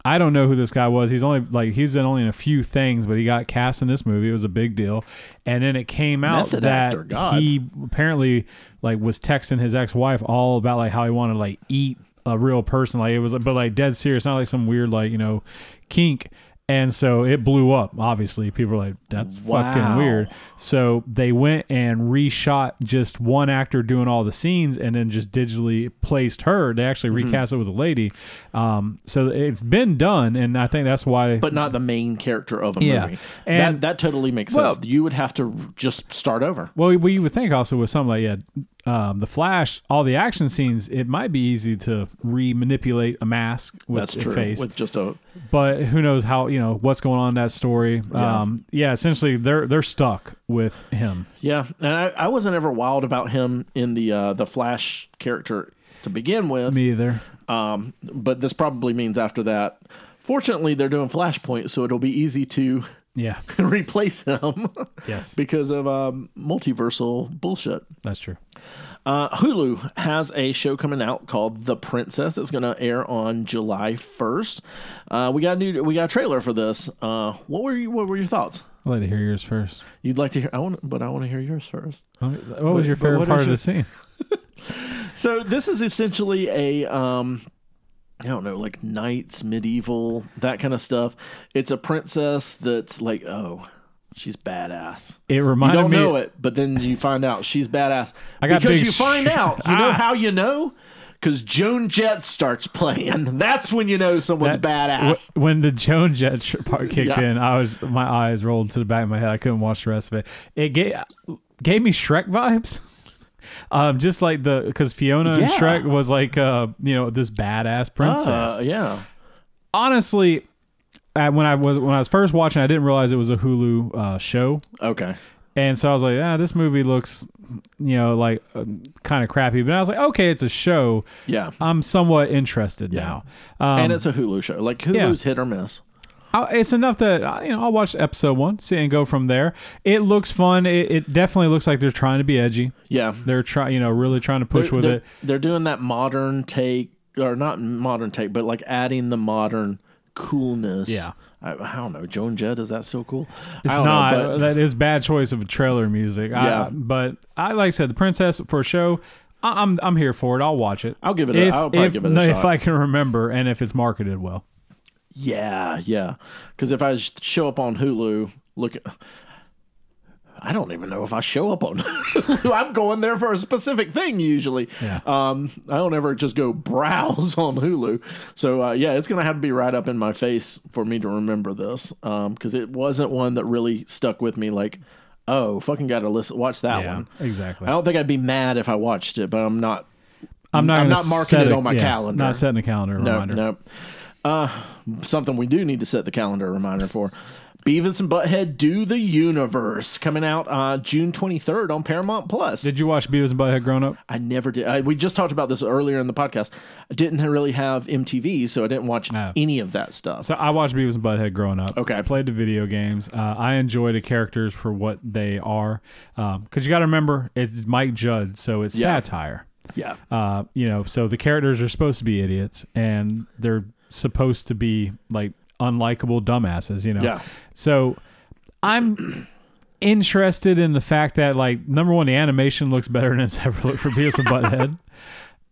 [SPEAKER 2] i don't know who this guy was he's only like he's been only in a few things but he got cast in this movie it was a big deal and then it came out
[SPEAKER 3] Method
[SPEAKER 2] that
[SPEAKER 3] actor, God.
[SPEAKER 2] he apparently like was texting his ex-wife all about like how he wanted to like eat a real person like it was but like dead serious not like some weird like you know kink and so it blew up obviously people were like that's fucking
[SPEAKER 3] Wow.
[SPEAKER 2] weird so they went and reshot just one actor doing all the scenes and then just digitally placed her. They actually
[SPEAKER 3] Mm-hmm.
[SPEAKER 2] recast it with a lady. Um, so it's been done, and I think that's why.
[SPEAKER 3] but not the main character of a
[SPEAKER 2] Yeah.
[SPEAKER 3] movie.
[SPEAKER 2] And-
[SPEAKER 3] that, that totally makes
[SPEAKER 2] Well-
[SPEAKER 3] sense. You would have to just start over.
[SPEAKER 2] well, we would think also with something like yeah, um, the Flash, all the action scenes, it might be easy to re-manipulate a mask with
[SPEAKER 3] That's
[SPEAKER 2] a
[SPEAKER 3] true.
[SPEAKER 2] face,
[SPEAKER 3] With just a
[SPEAKER 2] but who knows how you know what's going on in that story? Yeah. Um, yeah, essentially they're they're stuck with him.
[SPEAKER 3] yeah, and I, I wasn't ever wild about him in the uh, the Flash character to begin with.
[SPEAKER 2] Me either.
[SPEAKER 3] Um, but this probably means after that. Fortunately, they're doing Flashpoint, so it'll be easy to
[SPEAKER 2] Yeah.
[SPEAKER 3] replace him
[SPEAKER 2] Yes,
[SPEAKER 3] because of um, multiversal bullshit.
[SPEAKER 2] that's true.
[SPEAKER 3] Uh, Hulu has a show coming out called The Princess. It's going to air on July first. Uh, we got a new, we got a trailer for this. Uh, what were you, what were your thoughts?
[SPEAKER 2] I'd like to hear yours first.
[SPEAKER 3] You'd like to hear? I want, but I want to hear yours first.
[SPEAKER 2] Let me- What was
[SPEAKER 3] But-
[SPEAKER 2] your
[SPEAKER 3] but
[SPEAKER 2] favorite
[SPEAKER 3] what
[SPEAKER 2] part of
[SPEAKER 3] is your-
[SPEAKER 2] the scene?
[SPEAKER 3] So this is essentially a, um, I don't know, like knights, medieval, that kind of stuff. It's a princess that's like, oh, she's badass.
[SPEAKER 2] It
[SPEAKER 3] You
[SPEAKER 2] reminded
[SPEAKER 3] don't
[SPEAKER 2] me.
[SPEAKER 3] know it, but then you find out she's badass. I
[SPEAKER 2] got
[SPEAKER 3] because
[SPEAKER 2] big
[SPEAKER 3] you
[SPEAKER 2] sh-
[SPEAKER 3] find out. You know
[SPEAKER 2] Ah.
[SPEAKER 3] how you know? Because Joan Jett starts playing. That's when you know someone's badass.
[SPEAKER 2] wh- when the Joan Jett sh- part kicked
[SPEAKER 3] Yeah.
[SPEAKER 2] in, I was my eyes rolled to the back of my head. I couldn't watch the rest of it. It gave gave me Shrek vibes. Um, just like the because Fiona and
[SPEAKER 3] Yeah.
[SPEAKER 2] Shrek was like uh, you know, this badass princess.
[SPEAKER 3] Uh, yeah.
[SPEAKER 2] Honestly, I, when I was when I was first watching, I didn't realize it was a Hulu uh, show.
[SPEAKER 3] Okay.
[SPEAKER 2] And so I was like, ah, this movie looks, you know, like kind of crappy. But I was like, okay, it's a show.
[SPEAKER 3] Yeah.
[SPEAKER 2] I'm somewhat interested now. Um,
[SPEAKER 3] and it's a Hulu show. Like Hulu's hit or miss.
[SPEAKER 2] I- it's enough that I- you know I'll watch episode one, see and go from there. It looks fun. It, it definitely looks like they're trying to be edgy.
[SPEAKER 3] Yeah.
[SPEAKER 2] They're trying, you know, really trying to push with
[SPEAKER 3] they're,
[SPEAKER 2] it.
[SPEAKER 3] They're doing that modern take or not modern take, but like adding the modern coolness.
[SPEAKER 2] Yeah.
[SPEAKER 3] I, I don't know. Joan Jett is that still cool?
[SPEAKER 2] It's
[SPEAKER 3] I don't
[SPEAKER 2] not.
[SPEAKER 3] Know, but- uh,
[SPEAKER 2] that is bad choice of trailer music. I-
[SPEAKER 3] Yeah.
[SPEAKER 2] but I like I said, the princess for a show. I, I'm I'm here for it. I'll watch it.
[SPEAKER 3] I'll give it a-
[SPEAKER 2] If,
[SPEAKER 3] I'll probably
[SPEAKER 2] if,
[SPEAKER 3] give it a
[SPEAKER 2] if
[SPEAKER 3] shot.
[SPEAKER 2] I can remember and if it's marketed well.
[SPEAKER 3] Yeah, yeah. Because if I sh- show up on Hulu, look, at, I don't even know if I show up on Hulu. I'm going there for a specific thing usually.
[SPEAKER 2] Yeah.
[SPEAKER 3] Um, I don't ever just go browse on Hulu. So uh, yeah, it's gonna have to be right up in my face for me to remember this. Um, because it wasn't one that really stuck with me. Like, oh, fucking gotta listen, watch that
[SPEAKER 2] Yeah,
[SPEAKER 3] one.
[SPEAKER 2] exactly.
[SPEAKER 3] I don't think I'd be mad if I watched it, but I'm not.
[SPEAKER 2] I'm not.
[SPEAKER 3] I'm
[SPEAKER 2] gonna
[SPEAKER 3] not marking
[SPEAKER 2] set
[SPEAKER 3] it
[SPEAKER 2] a-
[SPEAKER 3] on my
[SPEAKER 2] yeah,
[SPEAKER 3] calendar.
[SPEAKER 2] Not setting a calendar
[SPEAKER 3] No,
[SPEAKER 2] reminder.
[SPEAKER 3] no. Uh, something we do need to set the calendar reminder for. Beavis and Butthead do the universe coming out uh, June 23rd on Paramount Plus.
[SPEAKER 2] Did you watch Beavis and Butthead grown up?
[SPEAKER 3] I never did. I, we just talked about this earlier in the podcast. I didn't really have MTV, so I didn't watch
[SPEAKER 2] No.
[SPEAKER 3] any of that stuff.
[SPEAKER 2] Oh. So I watched Beavis and Butthead growing up.
[SPEAKER 3] Okay.
[SPEAKER 2] I played the video games. Uh, I enjoy the characters for what they are, because you got to remember it's Mike Judd, so it's
[SPEAKER 3] Yeah.
[SPEAKER 2] satire.
[SPEAKER 3] yeah,
[SPEAKER 2] Uh, you know, so the characters are supposed to be idiots, and they're supposed to be like unlikable dumbasses. You know.
[SPEAKER 3] Yeah.
[SPEAKER 2] So I'm interested in the fact that like number one, the animation looks better than it's ever looked for Beavis and Butthead.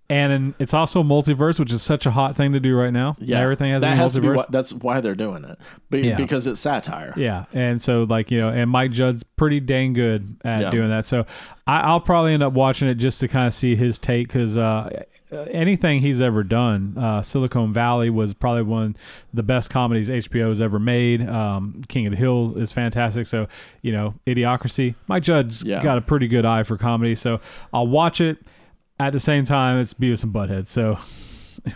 [SPEAKER 2] And in- it's also multiverse, which is such a hot thing to do right now.
[SPEAKER 3] yeah.
[SPEAKER 2] everything has
[SPEAKER 3] that
[SPEAKER 2] a
[SPEAKER 3] has to be
[SPEAKER 2] multiverse.
[SPEAKER 3] why- that's why they're doing it, Be-
[SPEAKER 2] Yeah.
[SPEAKER 3] because it's satire.
[SPEAKER 2] Yeah, and so like you know, and Mike Judd's pretty dang good at
[SPEAKER 3] Yeah.
[SPEAKER 2] doing that. So I, I'll probably end up watching it just to kind of see his take because uh, anything he's ever done, uh, Silicon Valley was probably one of the best comedies HBO has ever made. Um, King of the Hill is fantastic. So you know, Idiocracy. Mike Judd's
[SPEAKER 3] Yeah.
[SPEAKER 2] got a pretty good eye for comedy, so I'll watch it. At the same time, it's Beavis and Butthead, so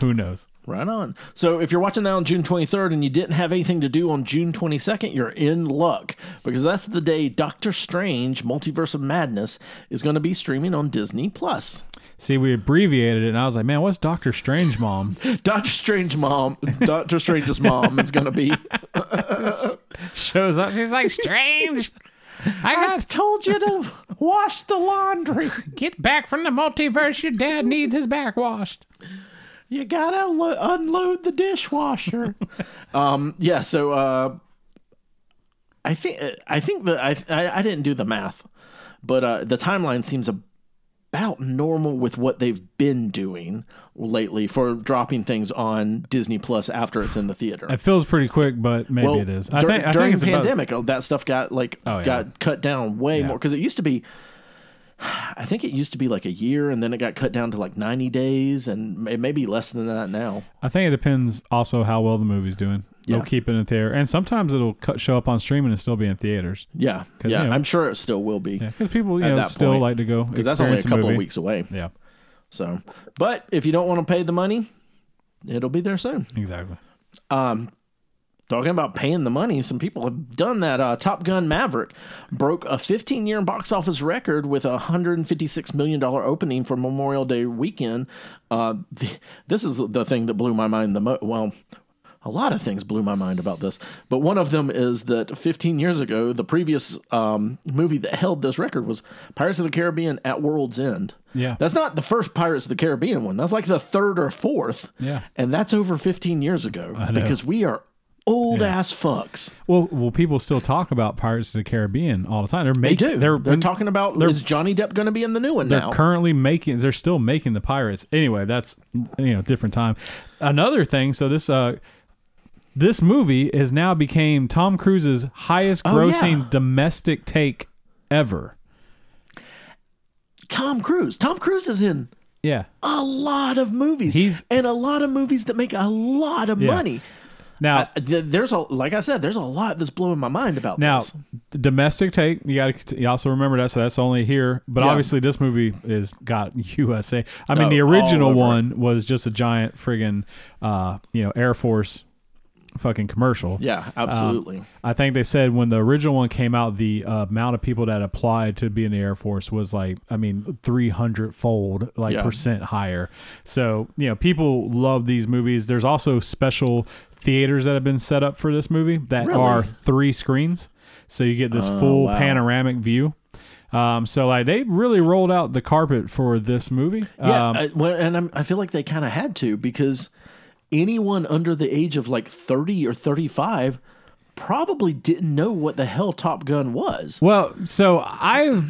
[SPEAKER 2] who knows?
[SPEAKER 3] Right on. So if you're watching that on June 23rd and you didn't have anything to do on June 22nd, you're in luck because that's the day Doctor Strange: Multiverse of Madness is going to be streaming on Disney Plus.
[SPEAKER 2] See, we abbreviated it, and I was like, man, what's Doctor Strange, mom?
[SPEAKER 3] Doctor Strange mom, Doctor Strange's mom is going to be.
[SPEAKER 2] shows up. She's like, strange. I got
[SPEAKER 3] Told you to wash the laundry.
[SPEAKER 2] get back from the multiverse. Your dad needs his back washed.
[SPEAKER 3] You gotta lo- unload the dishwasher. um, yeah. So uh, I think I think that I, I I didn't do the math, but uh, the timeline seems about normal with what they've been doing lately for dropping things on Disney Plus after it's in the theater.
[SPEAKER 2] It feels pretty quick, but maybe
[SPEAKER 3] Well,
[SPEAKER 2] it is. I
[SPEAKER 3] dur-
[SPEAKER 2] think I
[SPEAKER 3] during
[SPEAKER 2] think it's
[SPEAKER 3] the
[SPEAKER 2] about-
[SPEAKER 3] pandemic, uh, that stuff got like
[SPEAKER 2] Oh, yeah.
[SPEAKER 3] got cut down way more because it used to be. I think it used to be like a year, and then it got cut down to like ninety days, and it may be less than that now.
[SPEAKER 2] I think it depends also how well the movie's doing. They'll keep it in theater, and sometimes it'll cut, show up on streaming and still be in theaters.
[SPEAKER 3] Yeah,
[SPEAKER 2] 'Cause,
[SPEAKER 3] yeah,
[SPEAKER 2] you know-
[SPEAKER 3] I'm sure it still will be
[SPEAKER 2] Because people, you
[SPEAKER 3] At
[SPEAKER 2] know,
[SPEAKER 3] that
[SPEAKER 2] still
[SPEAKER 3] point,
[SPEAKER 2] like to go.
[SPEAKER 3] because that's only a
[SPEAKER 2] experience
[SPEAKER 3] couple of
[SPEAKER 2] movie.
[SPEAKER 3] weeks away.
[SPEAKER 2] Yeah,
[SPEAKER 3] So, but if you don't want to pay the money, it'll be there soon.
[SPEAKER 2] exactly.
[SPEAKER 3] Talking about paying the money, some people have done that. Uh, Top Gun Maverick broke a 15 year box office record with a $156 million opening for Memorial Day weekend. Uh, th- this is the thing that blew my mind the most. Well, a lot of things blew my mind about this, but one of them is that 15 years ago, the previous um, movie that held this record was Pirates of the Caribbean at World's End.
[SPEAKER 2] Yeah.
[SPEAKER 3] That's not the first Pirates of the Caribbean one. That's like the third or fourth.
[SPEAKER 2] Yeah.
[SPEAKER 3] And that's over 15 years ago
[SPEAKER 2] know.
[SPEAKER 3] because we are old ass fucks.
[SPEAKER 2] Well, well, people still talk about Pirates of the Caribbean all the time. They're
[SPEAKER 3] They
[SPEAKER 2] making.
[SPEAKER 3] do. They're,
[SPEAKER 2] They're,
[SPEAKER 3] talking about is Johnny Depp going to be in the new one
[SPEAKER 2] They're
[SPEAKER 3] now?
[SPEAKER 2] currently making. They're still making the pirates. Anyway, that's you know different time. Another thing. So this uh, this movie has now became Tom Cruise's highest grossing
[SPEAKER 3] Oh, yeah.
[SPEAKER 2] domestic take ever.
[SPEAKER 3] Tom Cruise. Tom Cruise is in
[SPEAKER 2] Yeah.
[SPEAKER 3] a lot of movies.
[SPEAKER 2] He's-
[SPEAKER 3] and a lot of movies that make a lot of
[SPEAKER 2] Yeah.
[SPEAKER 3] money.
[SPEAKER 2] Now
[SPEAKER 3] I- th- there's a like I said, there's a lot that's blowing my mind about
[SPEAKER 2] now
[SPEAKER 3] this.
[SPEAKER 2] the domestic take. You got to you also remember that. So that's only here. But
[SPEAKER 3] Yeah. Oh,
[SPEAKER 2] obviously this movie is got USA. I mean the
[SPEAKER 3] all
[SPEAKER 2] original
[SPEAKER 3] over.
[SPEAKER 2] one was just a giant friggin' uh you know Air Force fucking commercial.
[SPEAKER 3] Yeah, absolutely.
[SPEAKER 2] I think they said when the original one came out, the uh, amount of people that applied to be in the Air Force was like, I mean, 300 fold, like
[SPEAKER 3] Yeah.
[SPEAKER 2] percent higher. So, you know, people love these movies. There's also special theaters that have been set up for this movie that
[SPEAKER 3] Really? Oh,
[SPEAKER 2] are three screens. So you get this full
[SPEAKER 3] wow.
[SPEAKER 2] panoramic view. Um, so like they really rolled out the carpet for this movie.
[SPEAKER 3] Yeah,
[SPEAKER 2] um,
[SPEAKER 3] I, well, and I'm, I feel like they kind of had to because anyone under the age of like 30 or 35 probably didn't know what the hell Top Gun was.
[SPEAKER 2] Well, so I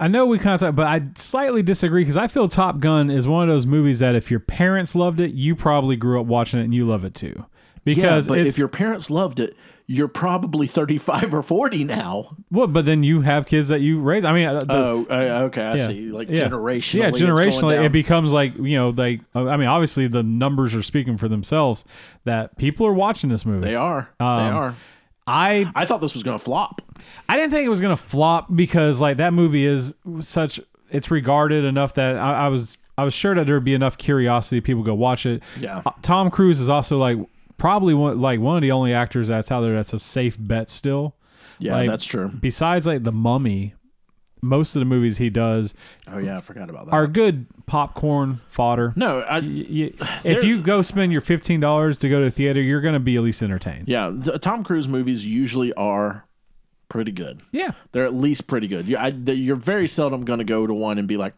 [SPEAKER 2] I know we kind of talk, but I slightly disagree because I feel Top Gun is one of those movies that if your parents loved it, you probably grew up watching it and you love it too. Because
[SPEAKER 3] yeah, but
[SPEAKER 2] it's,
[SPEAKER 3] if your parents loved it, you're probably 35 or 40 now.
[SPEAKER 2] well, but then you have kids that you raise. I mean, uh, the,
[SPEAKER 3] Oh, uh, okay. I
[SPEAKER 2] yeah.
[SPEAKER 3] see. Like
[SPEAKER 2] Yeah.
[SPEAKER 3] generationally.
[SPEAKER 2] Yeah,
[SPEAKER 3] it's going
[SPEAKER 2] generationally, it
[SPEAKER 3] down.
[SPEAKER 2] becomes like you know, like uh, I mean, obviously the numbers are speaking for themselves that people are watching this movie.
[SPEAKER 3] they are. they
[SPEAKER 2] Um,
[SPEAKER 3] are.
[SPEAKER 2] I
[SPEAKER 3] I thought this was going to flop.
[SPEAKER 2] I didn't think it was gonna flop because like that movie is such it's regarded enough that I, I was I was sure that there'd be enough curiosity people go watch it.
[SPEAKER 3] Yeah.
[SPEAKER 2] Uh, Tom Cruise is also like probably one like one of the only actors that's out there that's a safe bet still.
[SPEAKER 3] Yeah,
[SPEAKER 2] Like,
[SPEAKER 3] that's true.
[SPEAKER 2] Besides like the Mummy, most of the movies he does
[SPEAKER 3] Oh, yeah. I forgot about that.
[SPEAKER 2] are good popcorn fodder.
[SPEAKER 3] no, I,
[SPEAKER 2] Y- if you go spend your fifteen dollars to go to the theater, you're gonna be at least entertained.
[SPEAKER 3] yeah. The Tom Cruise movies usually are pretty good.
[SPEAKER 2] Yeah.
[SPEAKER 3] They're at least pretty good. You, I, the, you're very seldom going to go to one and be like,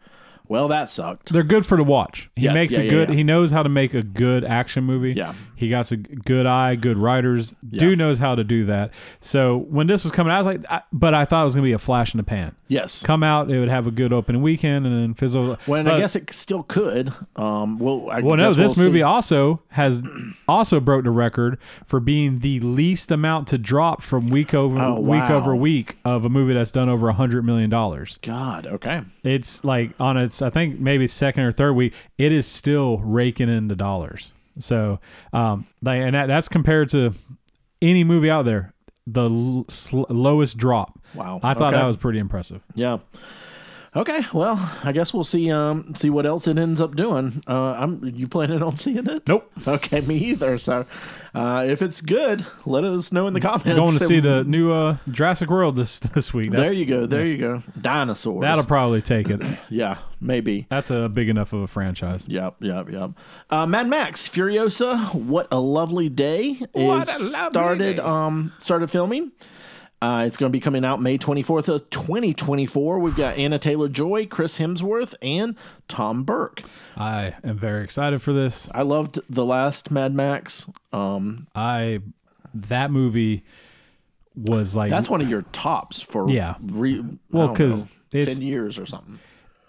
[SPEAKER 3] "Well, that sucked."
[SPEAKER 2] They're good for the watch. He
[SPEAKER 3] Yes,
[SPEAKER 2] makes
[SPEAKER 3] yeah,
[SPEAKER 2] a
[SPEAKER 3] yeah,
[SPEAKER 2] good.
[SPEAKER 3] yeah.
[SPEAKER 2] He knows how to make a good action movie.
[SPEAKER 3] Yeah.
[SPEAKER 2] he got a g- good eye, good writers. Dude knows how to do that. So when this was coming, I was like, I, but I thought it was gonna be a flash in the pan.
[SPEAKER 3] Yes.
[SPEAKER 2] Come out, it would have a good opening weekend and then fizzle.
[SPEAKER 3] when I
[SPEAKER 2] But-
[SPEAKER 3] guess it still could. Um. Well, I
[SPEAKER 2] well, no,
[SPEAKER 3] guess
[SPEAKER 2] this
[SPEAKER 3] we'll
[SPEAKER 2] movie
[SPEAKER 3] see.
[SPEAKER 2] also has also broke the record for being the least amount to drop from week over
[SPEAKER 3] Oh,
[SPEAKER 2] week
[SPEAKER 3] wow.
[SPEAKER 2] over week of a movie that's done over a hundred million dollars.
[SPEAKER 3] God. Okay.
[SPEAKER 2] it's like on its i think maybe second or third week it is still raking in the dollars so um like and that, that's compared to any movie out there the l- sl- lowest drop
[SPEAKER 3] Wow.
[SPEAKER 2] i thought
[SPEAKER 3] Okay.
[SPEAKER 2] that was pretty impressive
[SPEAKER 3] Yeah. Okay. Well, I guess we'll see. Um. See what else it ends up doing. Uh. I'm. You planning on seeing it?
[SPEAKER 2] nope
[SPEAKER 3] Okay. Me either. So, uh, if it's good, let us know in the comments.
[SPEAKER 2] going to
[SPEAKER 3] And
[SPEAKER 2] see the new uh jurassic world this this week That's-
[SPEAKER 3] There you go. There you go. Dinosaurs.
[SPEAKER 2] that'll probably take it
[SPEAKER 3] yeah. Maybe.
[SPEAKER 2] that's a big enough of a franchise
[SPEAKER 3] Yep, yep, yep. Uh, Mad Max Furiosa, what a lovely day!
[SPEAKER 4] What
[SPEAKER 3] is
[SPEAKER 4] a lovely
[SPEAKER 3] started
[SPEAKER 4] day.
[SPEAKER 3] um started filming. Uh, it's going to be coming out May twenty fourth of twenty twenty four. We've got Anna Taylor Joy, Chris Hemsworth, and Tom Burke.
[SPEAKER 2] i am very excited for this
[SPEAKER 3] I loved the last Mad Max. Um,
[SPEAKER 2] i that movie was like
[SPEAKER 3] that's one of your tops for
[SPEAKER 2] Yeah.
[SPEAKER 3] Re,
[SPEAKER 2] Well,
[SPEAKER 3] well,
[SPEAKER 2] 'cause
[SPEAKER 3] because
[SPEAKER 2] it's-
[SPEAKER 3] ten years or something.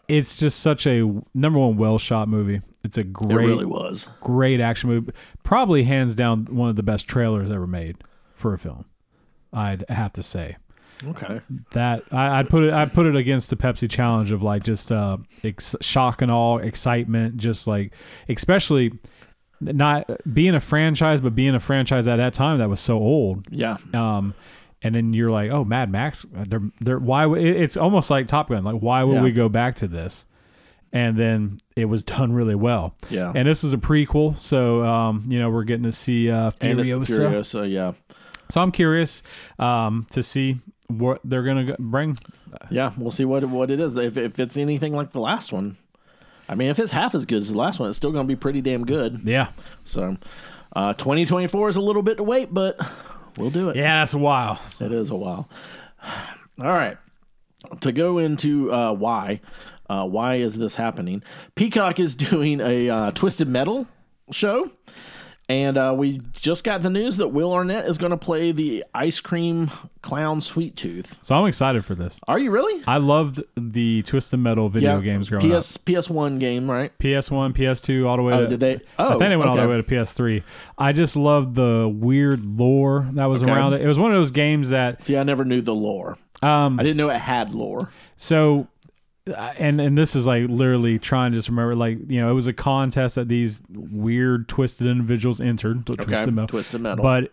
[SPEAKER 2] it's just such a number one well shot movie it's a
[SPEAKER 3] It
[SPEAKER 2] great
[SPEAKER 3] really was.
[SPEAKER 2] great action movie. Probably hands down one of the best trailers ever made for a film. I'd have to say
[SPEAKER 3] Okay.
[SPEAKER 2] that I, I'd put it. I'd put it against the Pepsi challenge of like just uh, ex- shock and all excitement, just like especially not being a franchise, but being a franchise at that time that was so old.
[SPEAKER 3] Yeah.
[SPEAKER 2] Um, and then you're like, oh, Mad Max. They're, they're, why? would- it- It's almost like Top Gun. Like, why would
[SPEAKER 3] Yeah.
[SPEAKER 2] we go back to this? And then it was done really well.
[SPEAKER 3] Yeah.
[SPEAKER 2] And this is a prequel, so um, you know we're getting to see uh,
[SPEAKER 3] Anna
[SPEAKER 2] Furiosa.
[SPEAKER 3] Furiosa, yeah.
[SPEAKER 2] So I'm curious um, to see what they're gonna go- bring.
[SPEAKER 3] Yeah, we'll see what what it is. If, if it's anything like the last one, I mean, if it's half as good as the last one, it's still going to be pretty damn good.
[SPEAKER 2] Yeah.
[SPEAKER 3] So, uh, 2024 is a little bit to wait, but we'll do it.
[SPEAKER 2] Yeah, that's a while.
[SPEAKER 3] It is a while. All right. To go into uh, why, uh, why is this happening? Peacock is doing a uh, Twisted Metal show. And uh, we just got the news that Will Arnett is going to play the ice cream clown Sweet Tooth.
[SPEAKER 2] So I'm excited for this.
[SPEAKER 3] Are you really?
[SPEAKER 2] I loved the Twisted Metal video games growing up.
[SPEAKER 3] PS, PS1 game, right?
[SPEAKER 2] PS1, PS2, all the way.
[SPEAKER 3] Oh,
[SPEAKER 2] to,
[SPEAKER 3] did they-
[SPEAKER 2] I think they
[SPEAKER 3] oh,
[SPEAKER 2] went all the
[SPEAKER 3] okay.
[SPEAKER 2] way to PS3. I just loved the weird lore that was around it. It was one of those games that.
[SPEAKER 3] See, I never knew the lore.
[SPEAKER 2] Um,
[SPEAKER 3] I didn't know it had lore.
[SPEAKER 2] So, uh, and and this is like literally trying to just remember, like you know, it was a contest that these weird, twisted individuals entered. Okay. Twisted metal.
[SPEAKER 3] Twisted metal.
[SPEAKER 2] But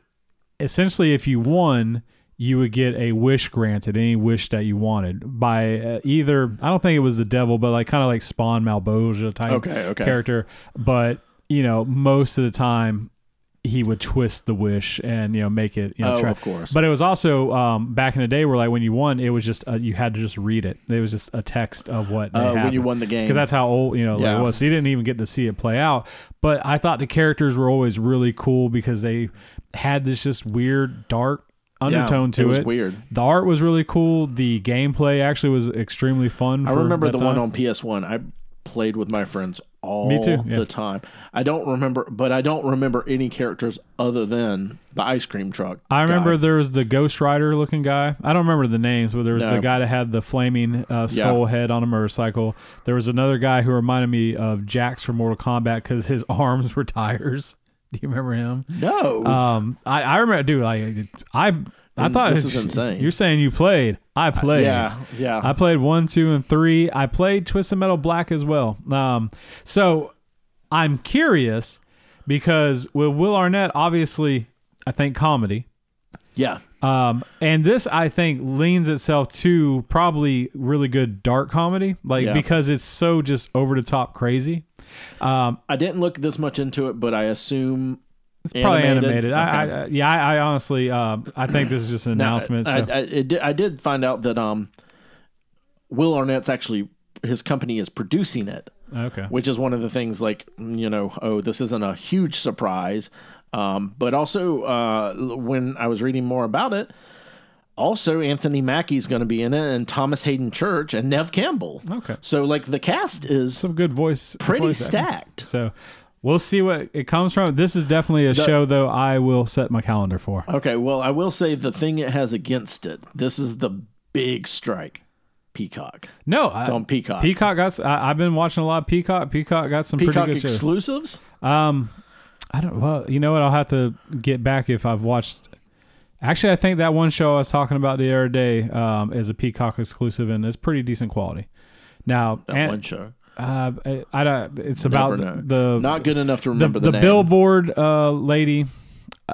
[SPEAKER 2] essentially, if you won, you would get a wish granted, any wish that you wanted by uh, either. I don't think it was the devil, but like kind of like Spawn Malbogia type
[SPEAKER 3] Okay, okay.
[SPEAKER 2] character. But you know, most of the time. He would twist the wish and you know make it. You know,
[SPEAKER 3] Oh,
[SPEAKER 2] try-
[SPEAKER 3] of course.
[SPEAKER 2] But it was also um, back in the day where like when you won, it was just uh, you had to just read it. It was just a text of what
[SPEAKER 3] Uh, when you won the game.
[SPEAKER 2] because that's how old you know like,
[SPEAKER 3] Yeah.
[SPEAKER 2] it was. So you didn't even get to see it play out. But I thought the characters were always really cool because they had this just weird dark undertone
[SPEAKER 3] it
[SPEAKER 2] to
[SPEAKER 3] was
[SPEAKER 2] it.
[SPEAKER 3] weird.
[SPEAKER 2] The art was really cool. The gameplay actually was extremely fun.
[SPEAKER 3] I
[SPEAKER 2] for
[SPEAKER 3] remember
[SPEAKER 2] that
[SPEAKER 3] the one
[SPEAKER 2] time.
[SPEAKER 3] on PS1. I played with my friends all
[SPEAKER 2] too, yeah.
[SPEAKER 3] the time. I don't remember, but I don't remember any characters other than the ice cream truck.
[SPEAKER 2] I remember
[SPEAKER 3] guy.
[SPEAKER 2] there was the Ghost Rider looking guy. I don't remember the names, but there was
[SPEAKER 3] No.
[SPEAKER 2] the guy that had the flaming uh, skull head on a motorcycle. There was another guy who reminded me of Jax from Mortal Kombat because his arms were tires. Do you remember him?
[SPEAKER 3] no.
[SPEAKER 2] Um, I, I remember, dude. Like, I I
[SPEAKER 3] And
[SPEAKER 2] thought
[SPEAKER 3] this is insane.
[SPEAKER 2] You're saying you played? I played.
[SPEAKER 3] yeah, yeah.
[SPEAKER 2] I played one, two, and three. I played Twisted Metal Black as well. Um, so I'm curious because with Will Arnett, obviously, I think comedy.
[SPEAKER 3] yeah.
[SPEAKER 2] Um, and this I think leans itself to probably really good dark comedy, like
[SPEAKER 3] Yeah.
[SPEAKER 2] because it's so just over the top crazy.
[SPEAKER 3] I didn't look this much into it, but I assume it's
[SPEAKER 2] Probably animated. I, I, I yeah, I, I honestly, um, I think this is just an announcement.
[SPEAKER 3] I,
[SPEAKER 2] so.
[SPEAKER 3] I, it did, I did find out that um, Will Arnett's actually his company is producing it.
[SPEAKER 2] okay.
[SPEAKER 3] which is one of the things like you know oh this isn't a huge surprise um, but also uh, when i was reading more about it also anthony mackie's going to be in it and thomas hayden church and nev campbell
[SPEAKER 2] Okay.
[SPEAKER 3] so like the cast is
[SPEAKER 2] Some good voice.
[SPEAKER 3] pretty
[SPEAKER 2] voice acting.
[SPEAKER 3] stacked
[SPEAKER 2] So we'll see what it comes from. This is definitely a show, though, I will set my calendar for.
[SPEAKER 3] okay well i will say the thing it has against it this is the big strike peacock
[SPEAKER 2] No, I,
[SPEAKER 3] on Peacock.
[SPEAKER 2] Uh, Peacock got. s- I, have been watching a lot of Peacock. Peacock got some
[SPEAKER 3] peacock
[SPEAKER 2] pretty good shows.
[SPEAKER 3] exclusives
[SPEAKER 2] Um, I don't. Well, you know what? I'll have to get back if I've watched. Actually, I think that one show I was talking about the other day um, is a Peacock exclusive, and it's pretty decent quality. Now,
[SPEAKER 3] that
[SPEAKER 2] and-
[SPEAKER 3] one show
[SPEAKER 2] uh, I, I don't. It's
[SPEAKER 3] Never
[SPEAKER 2] about
[SPEAKER 3] know.
[SPEAKER 2] the
[SPEAKER 3] not good enough to
[SPEAKER 2] the,
[SPEAKER 3] remember the,
[SPEAKER 2] the
[SPEAKER 3] name.
[SPEAKER 2] billboard uh, lady,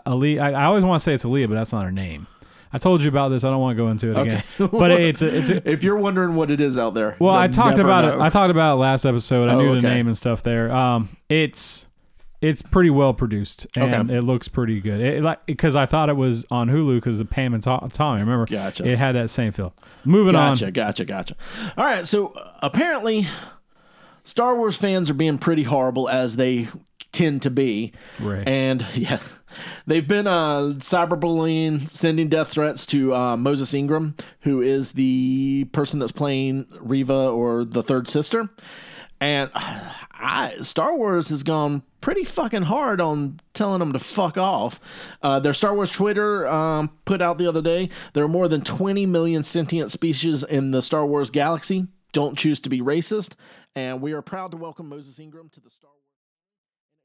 [SPEAKER 2] Ali. I, I always want to say it's Aaliyah, but that's not her name. I told you about this. I don't want to go into it again. But it's a, it's a,
[SPEAKER 3] if you're wondering what it is out there
[SPEAKER 2] well,
[SPEAKER 3] you'll
[SPEAKER 2] I talked
[SPEAKER 3] never
[SPEAKER 2] about it.
[SPEAKER 3] know.
[SPEAKER 2] I talked about it last episode. I
[SPEAKER 3] Oh,
[SPEAKER 2] knew the
[SPEAKER 3] okay.
[SPEAKER 2] name and stuff there. Um, it's it's pretty well produced and
[SPEAKER 3] Okay.
[SPEAKER 2] it looks pretty good. It like because I thought it was on Hulu because of Pam and To- Tommy. Remember?
[SPEAKER 3] Gotcha.
[SPEAKER 2] It had that same feel. Moving
[SPEAKER 3] Gotcha,
[SPEAKER 2] on.
[SPEAKER 3] gotcha, gotcha. All right, so uh, apparently, Star Wars fans are being pretty horrible as they tend to be,
[SPEAKER 2] Right.
[SPEAKER 3] and yeah, they've been uh, cyberbullying, sending death threats to uh, Moses Ingram, who is the person that's playing Reva or the third sister, and uh, I, Star Wars has gone pretty fucking hard on telling them to fuck off. Uh, their Star Wars Twitter um, put out the other day there are more than 20 million sentient species in the Star Wars galaxy. Don't choose to be racist. And we are proud to welcome Moses Ingram to the Star Wars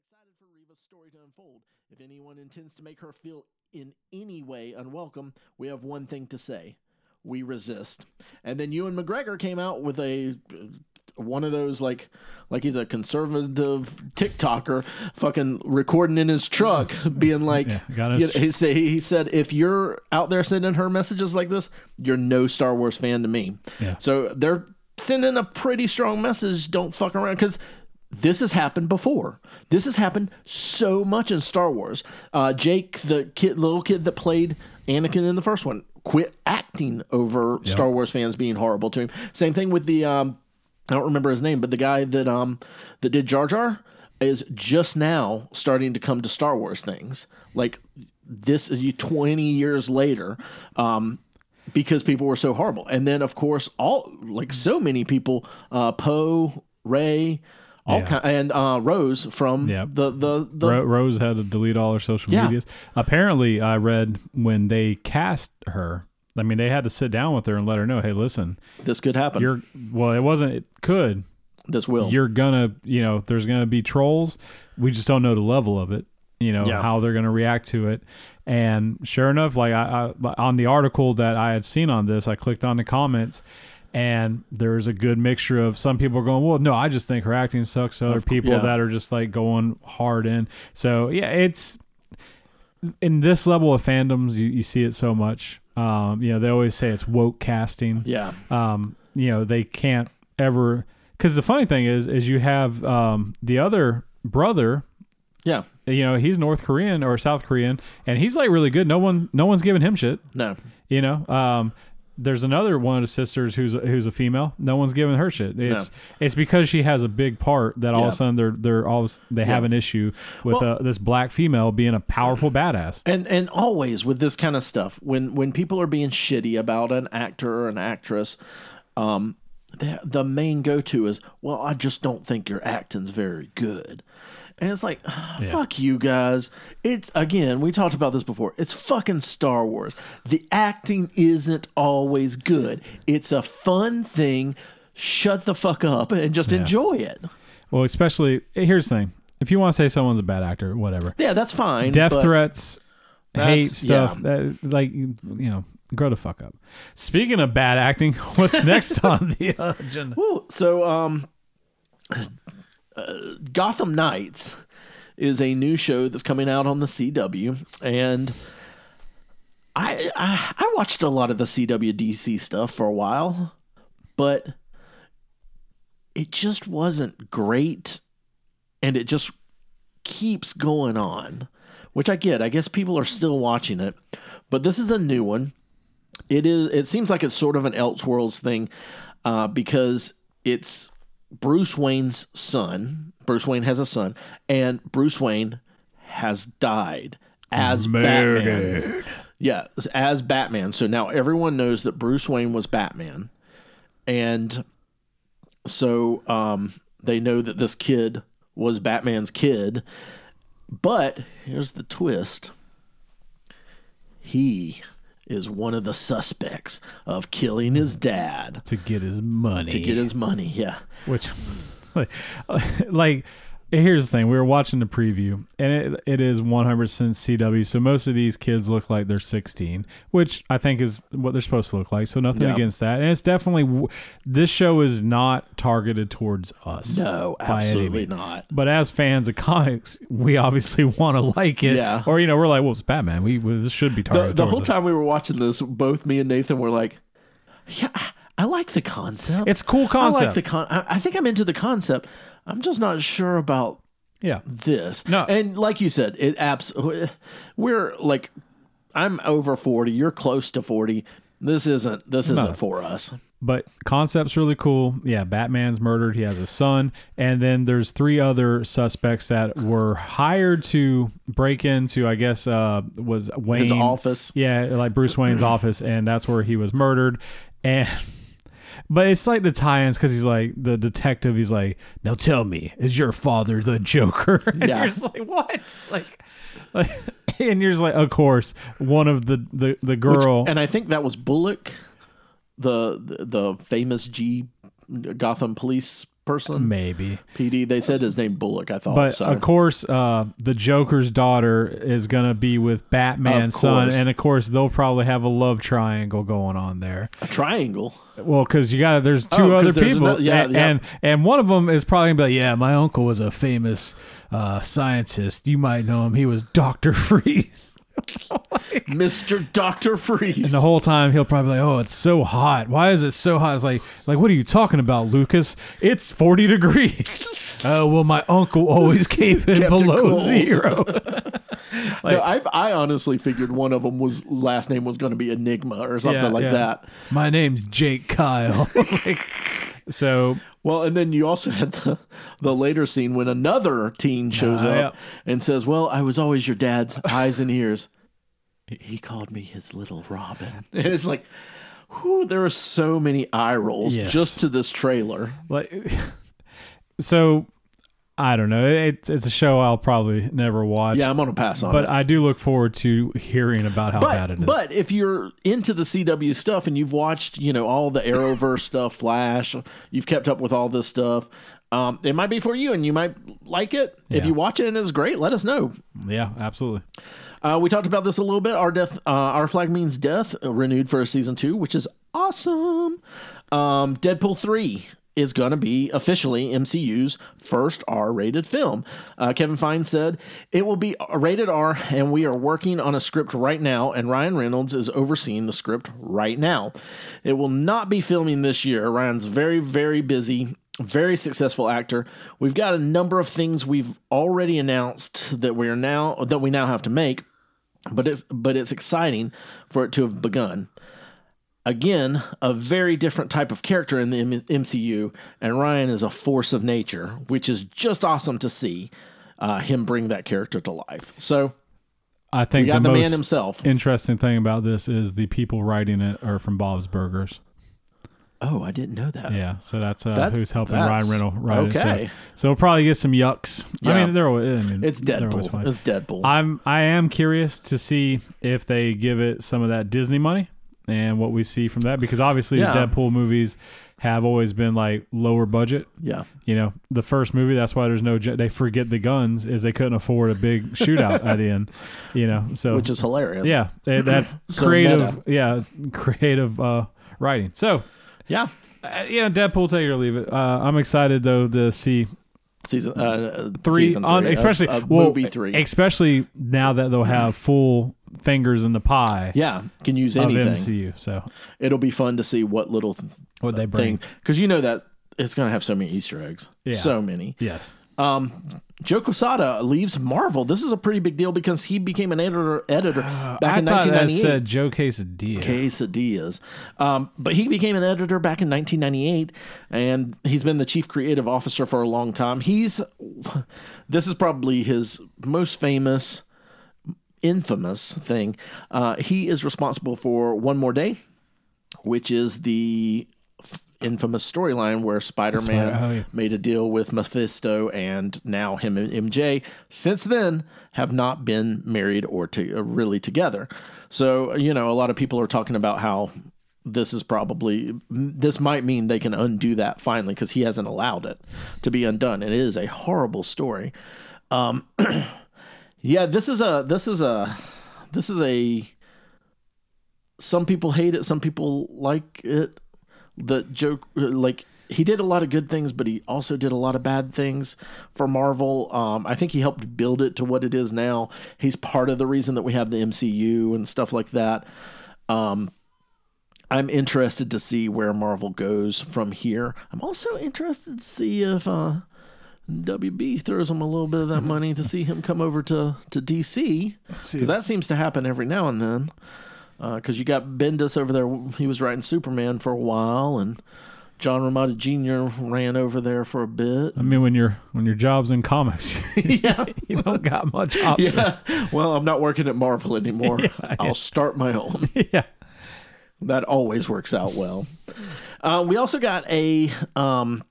[SPEAKER 3] and excited for Reva's story to unfold. If anyone intends to make her feel in any way unwelcome, we have one thing to say. We resist. And then Ewan McGregor came out with a uh, one of those like like he's a conservative TikToker fucking recording in his truck being like
[SPEAKER 2] Yeah, got his
[SPEAKER 3] you know, he, say, he said if you're out there sending her messages like this, you're no Star Wars fan to me.
[SPEAKER 2] Yeah.
[SPEAKER 3] So they're sending a pretty strong message. Don't fuck around because this has happened before. This has happened so much in Star Wars. Uh, Jake, the kid, little kid that played Anakin in the first one, quit acting over Star Wars fans being horrible to him. Same thing with the um, I don't remember his name, but the guy that um that did Jar Jar is just now starting to come to Star Wars things. Like this you 20 years later um because people were so horrible. And then of course all like so many people uh Poe, Ray, all
[SPEAKER 2] Yeah.
[SPEAKER 3] kind and uh Rose from
[SPEAKER 2] Yep.
[SPEAKER 3] the the the
[SPEAKER 2] Ro- Rose had to delete all her social
[SPEAKER 3] Yeah.
[SPEAKER 2] medias. Apparently, I read when they cast her. I mean, they had to sit down with her and let her know, hey, listen,
[SPEAKER 3] this could happen.
[SPEAKER 2] you're well. It wasn't. It could.
[SPEAKER 3] this will.
[SPEAKER 2] you're gonna you know there's gonna be trolls we just don't know the level of it you know
[SPEAKER 3] Yeah.
[SPEAKER 2] how they're gonna react to it and sure enough like I, I on the article that i had seen on this i clicked on the comments and there's a good mixture of some people are going well no i just think her acting sucks other people
[SPEAKER 3] yeah.
[SPEAKER 2] that are just like going hard in so yeah it's in this level of fandoms you, you see it so much um, you know they always say it's woke casting
[SPEAKER 3] yeah.
[SPEAKER 2] um, you know they can't ever because the funny thing is is you have um, the other brother
[SPEAKER 3] Yeah.
[SPEAKER 2] you know he's north korean or south korean and he's like really good no one no one's giving him shit
[SPEAKER 3] No.
[SPEAKER 2] you know um, there's another one of the sisters who's who's a female. No one's giving her shit. It's it's because she has a big part that all of
[SPEAKER 3] Yeah.
[SPEAKER 2] a sudden they're they're all of a s- they have an issue with
[SPEAKER 3] Well-
[SPEAKER 2] uh, this black female being a powerful badass.
[SPEAKER 3] And and always with this kind of stuff, when when people are being shitty about an actor or an actress, um, the, the main go to is, well, I just don't think your acting's very good. And it's like, "Ah, fuck you guys. It's again, we talked about this before. It's fucking Star Wars. The acting isn't always good. It's a fun thing. Shut the fuck up and just enjoy it.
[SPEAKER 2] Well, especially here's the thing: if you want to say someone's a bad actor, whatever.
[SPEAKER 3] Yeah, that's fine.
[SPEAKER 2] Death
[SPEAKER 3] but-
[SPEAKER 2] threats, hate
[SPEAKER 3] That's-
[SPEAKER 2] stuff, that, like you know, grow the fuck up. Speaking of bad acting, what's next on the agenda?
[SPEAKER 3] Woo. So, um, uh, Gotham Knights is a new show that's coming out on the CW, and I, I I watched a lot of the CW DC stuff for a while, but it just wasn't great, and it just keeps going on, which I get. I guess people are still watching it, but this is a new one. It is. It seems like it's sort of an Elseworlds thing, uh, because it's Bruce Wayne's son. Bruce Wayne has a son, and Bruce Wayne has died as Batman. Yeah, as- as Batman. So now everyone knows that Bruce Wayne was Batman, and so um, they know that this kid was Batman's kid. But here's the twist he is one of the suspects of killing his dad
[SPEAKER 2] To get his money.
[SPEAKER 3] to get his money. Yeah.
[SPEAKER 2] which like here's the thing we were watching the preview and it, it is 100% cw so most of these kids look like they're 16 which i think is what they're supposed to look like so nothing
[SPEAKER 3] Yeah.
[SPEAKER 2] against that and it's definitely w- this show is not targeted towards us
[SPEAKER 3] No,
[SPEAKER 2] by any
[SPEAKER 3] absolutely
[SPEAKER 2] means.
[SPEAKER 3] not.
[SPEAKER 2] but as fans of comics we obviously want to like it
[SPEAKER 3] Yeah.
[SPEAKER 2] or you know we're like well it's batman we, we- this should be
[SPEAKER 3] The,
[SPEAKER 2] targeted
[SPEAKER 3] the
[SPEAKER 2] towards
[SPEAKER 3] whole
[SPEAKER 2] us.
[SPEAKER 3] time we were watching this, both me and Nathan were like, yeah, I- I like the concept.
[SPEAKER 2] It's a cool
[SPEAKER 3] I like
[SPEAKER 2] concept.
[SPEAKER 3] the con- I, I think I'm into the concept. I'm just not sure about
[SPEAKER 2] yeah
[SPEAKER 3] this.
[SPEAKER 2] No.
[SPEAKER 3] And like you said, it abs we're like I'm over 40, you're close to 40. This isn't this isn't
[SPEAKER 2] it's-
[SPEAKER 3] for us.
[SPEAKER 2] but concept's really cool. Yeah, Batman's murdered. He has a son, and then there's three other suspects that were hired to break into. I guess uh, was Wayne
[SPEAKER 3] office.
[SPEAKER 2] Yeah, like Bruce Wayne's office, and that's where he was murdered. And but it's like the tie-ins because he's like the detective. He's like, now tell me, is your father the Joker? And
[SPEAKER 3] Yeah.
[SPEAKER 2] you're just like, what? Like, like, and you're just like, of course, one of the the the girl.
[SPEAKER 3] And I think that was Bullock, the the, the famous G Gotham police person.
[SPEAKER 2] Maybe
[SPEAKER 3] PD. They said his name Bullock, I thought.
[SPEAKER 2] But
[SPEAKER 3] so.
[SPEAKER 2] of course, uh, the Joker's daughter is gonna be with Batman's
[SPEAKER 3] Of
[SPEAKER 2] son,
[SPEAKER 3] course.
[SPEAKER 2] and of course they'll probably have a love triangle going on there.
[SPEAKER 3] a triangle.
[SPEAKER 2] Well, because you got to there's two
[SPEAKER 3] Oh, 'cause
[SPEAKER 2] other
[SPEAKER 3] there's
[SPEAKER 2] people,
[SPEAKER 3] another- yeah,
[SPEAKER 2] and,
[SPEAKER 3] yeah.
[SPEAKER 2] and and one of them is probably gonna be like, yeah, my uncle was a famous uh, scientist. You might know him. He was Doctor Freeze.
[SPEAKER 3] Mr. Dr. Freeze.
[SPEAKER 2] And the whole time he'll probably be like, oh, it's so hot. Why is it so hot? It's like, like what are you talking about, Lucas? It's forty degrees. oh well, my uncle always came in
[SPEAKER 3] it
[SPEAKER 2] below
[SPEAKER 3] cool.
[SPEAKER 2] zero.
[SPEAKER 3] No, I've- I honestly figured one of them was last name was going to be Enigma or something
[SPEAKER 2] Yeah,
[SPEAKER 3] like
[SPEAKER 2] yeah.
[SPEAKER 3] that.
[SPEAKER 2] My name's Jake Kyle. Like, so
[SPEAKER 3] Well, and then you also had the, the later scene when another teen shows
[SPEAKER 2] Ah,
[SPEAKER 3] up
[SPEAKER 2] yeah.
[SPEAKER 3] and says, Well, I was always your dad's eyes and ears. He called me his little Robin. And it's like, whew, there are so many eye rolls
[SPEAKER 2] Yes.
[SPEAKER 3] just to this trailer.
[SPEAKER 2] like so I don't know. It, it's a show I'll probably never watch.
[SPEAKER 3] Yeah, I'm going to pass on
[SPEAKER 2] but
[SPEAKER 3] it.
[SPEAKER 2] I do look forward to hearing about how bad it is.
[SPEAKER 3] But if you're into the CW stuff and you've watched, you know, all the Arrowverse stuff, Flash, you've kept up with all this stuff, um, it might be for you and you might like it. If
[SPEAKER 2] Yeah.
[SPEAKER 3] you watch it and it's great, let us know.
[SPEAKER 2] yeah, absolutely.
[SPEAKER 3] Uh, we talked about this a little bit. Our death, uh, our flag means death, uh, renewed for season two, which is awesome. Um, Deadpool three is going to be officially MCU's first R-rated film. Uh, Kevin Feige said it will be rated R, and we are working on a script right now, and Ryan Reynolds is overseeing the script right now. It will not be filming this year. Ryan's very very busy very successful actor. We've got a number of things we've already announced that we are now that we now have to make, but it's but it's exciting for it to have begun. Again, a very different type of character in the M- MCU, and Ryan is a force of nature, which is just awesome to see uh, him bring that character to life. So,
[SPEAKER 2] I think
[SPEAKER 3] got
[SPEAKER 2] the,
[SPEAKER 3] the man
[SPEAKER 2] most
[SPEAKER 3] himself.
[SPEAKER 2] interesting thing about this is the people writing it are from Bob's Burgers.
[SPEAKER 3] oh, I didn't know that.
[SPEAKER 2] Yeah, so that's uh,
[SPEAKER 3] That-
[SPEAKER 2] who's helping
[SPEAKER 3] that's-
[SPEAKER 2] Ryan Reynolds write it.
[SPEAKER 3] okay.
[SPEAKER 2] So, so we'll probably get some yucks. I
[SPEAKER 3] Yeah.
[SPEAKER 2] mean, they're always, I mean,
[SPEAKER 3] It's
[SPEAKER 2] they're always
[SPEAKER 3] Deadpool.
[SPEAKER 2] funny.
[SPEAKER 3] It's Deadpool.
[SPEAKER 2] I'm I am curious to see if they give it some of that Disney money and what we see from that because obviously
[SPEAKER 3] Yeah.
[SPEAKER 2] the Deadpool movies have always been like lower budget.
[SPEAKER 3] yeah.
[SPEAKER 2] You know, the first movie that's why there's no jet- they forget the guns is they couldn't afford a big shootout at the end. You know, so
[SPEAKER 3] Which is hilarious.
[SPEAKER 2] Oh. yeah, eh, that's
[SPEAKER 3] So
[SPEAKER 2] creative. Yeah, it's creative uh, writing. So.
[SPEAKER 3] Yeah.
[SPEAKER 2] Uh, yeah, Deadpool, take it or leave it. Uh, I'm excited though to see
[SPEAKER 3] Season uh,
[SPEAKER 2] three,
[SPEAKER 3] season
[SPEAKER 2] on
[SPEAKER 3] of-
[SPEAKER 2] especially
[SPEAKER 3] of
[SPEAKER 2] well,
[SPEAKER 3] movie three.
[SPEAKER 2] especially now that they'll have full fingers in the pie
[SPEAKER 3] yeah, can use
[SPEAKER 2] of
[SPEAKER 3] anything.
[SPEAKER 2] MCU. So
[SPEAKER 3] It'll be fun to see what little th-
[SPEAKER 2] what they bring,
[SPEAKER 3] thing because you know that it's going to have so many Easter eggs.
[SPEAKER 2] Yeah.
[SPEAKER 3] So many.
[SPEAKER 2] yes,
[SPEAKER 3] Joe Quesada leaves Marvel. This is a pretty big deal because he became an editor editor back
[SPEAKER 2] Uh, I
[SPEAKER 3] in
[SPEAKER 2] thought that
[SPEAKER 3] 1998.
[SPEAKER 2] said Joe Quesadilla.
[SPEAKER 3] quesadillas. Um, but he became an editor back in 1998, and he's been the chief creative officer for a long time. He's this is probably his most famous, infamous thing. Uh, he is responsible for One More Day, which is the f- infamous storyline where Spider-Man
[SPEAKER 2] Spider- oh, yeah.
[SPEAKER 3] made a deal with Mephisto and now him and MJ since then have not been married or to, uh, really together. So, you know, a lot of people are talking about how this is probably this might mean they can undo that finally because he hasn't allowed it to be undone. It is a horrible story. Um yeah, this is a this is a this is a some people hate it, some people like it. The joke, uh, like he did a lot of good things, but he also did a lot of bad things for Marvel. Um, I think he helped build it to what it is now. He's part of the reason that we have the MCU and stuff like that. Um, I'm interested to see where Marvel goes from here. I'm also interested to see if uh, WB throws him a little bit of that money to see him come over to to DC because that seems to happen every now and then. Because Uh, you got Bendis over there; he was writing Superman for a while, and John Romita Jr. ran over there for a bit.
[SPEAKER 2] I mean, when your when your job's in comics,
[SPEAKER 3] yeah,
[SPEAKER 2] you don't got much option. Yeah.
[SPEAKER 3] well, I'm not working at Marvel anymore. I'll start my own. that always works out well. Uh, we also got a um,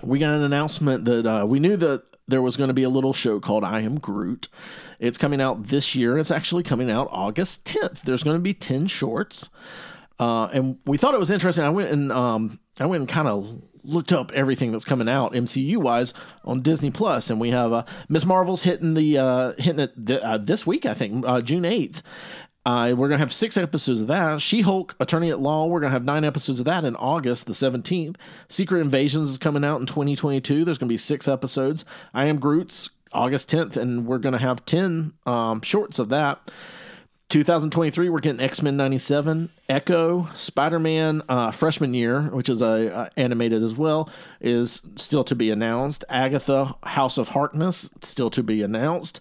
[SPEAKER 3] we got an announcement that uh, we knew that there was going to be a little show called I Am Groot. It's coming out this year. It's actually coming out August 10th. There's going to be 10 shorts. Uh, and we thought it was interesting. I went and um, I went and kind of looked up everything that's coming out MCU wise on Disney Plus, and we have uh, Miss Marvel's hitting the uh, hitting it th- uh, this week, I think, uh, June eighth. Uh, we're gonna have six episodes of that. She Hulk, Attorney at Law. We're gonna have nine episodes of that in August the seventeenth. Secret Invasions is coming out in twenty twenty two. There's gonna be six episodes. I Am Groot's August tenth, and we're gonna have ten um, shorts of that. 2023, we're getting X Men '97, Echo, Spider Man, uh, freshman year, which is a uh, animated as well, is still to be announced. Agatha, House of Harkness, still to be announced.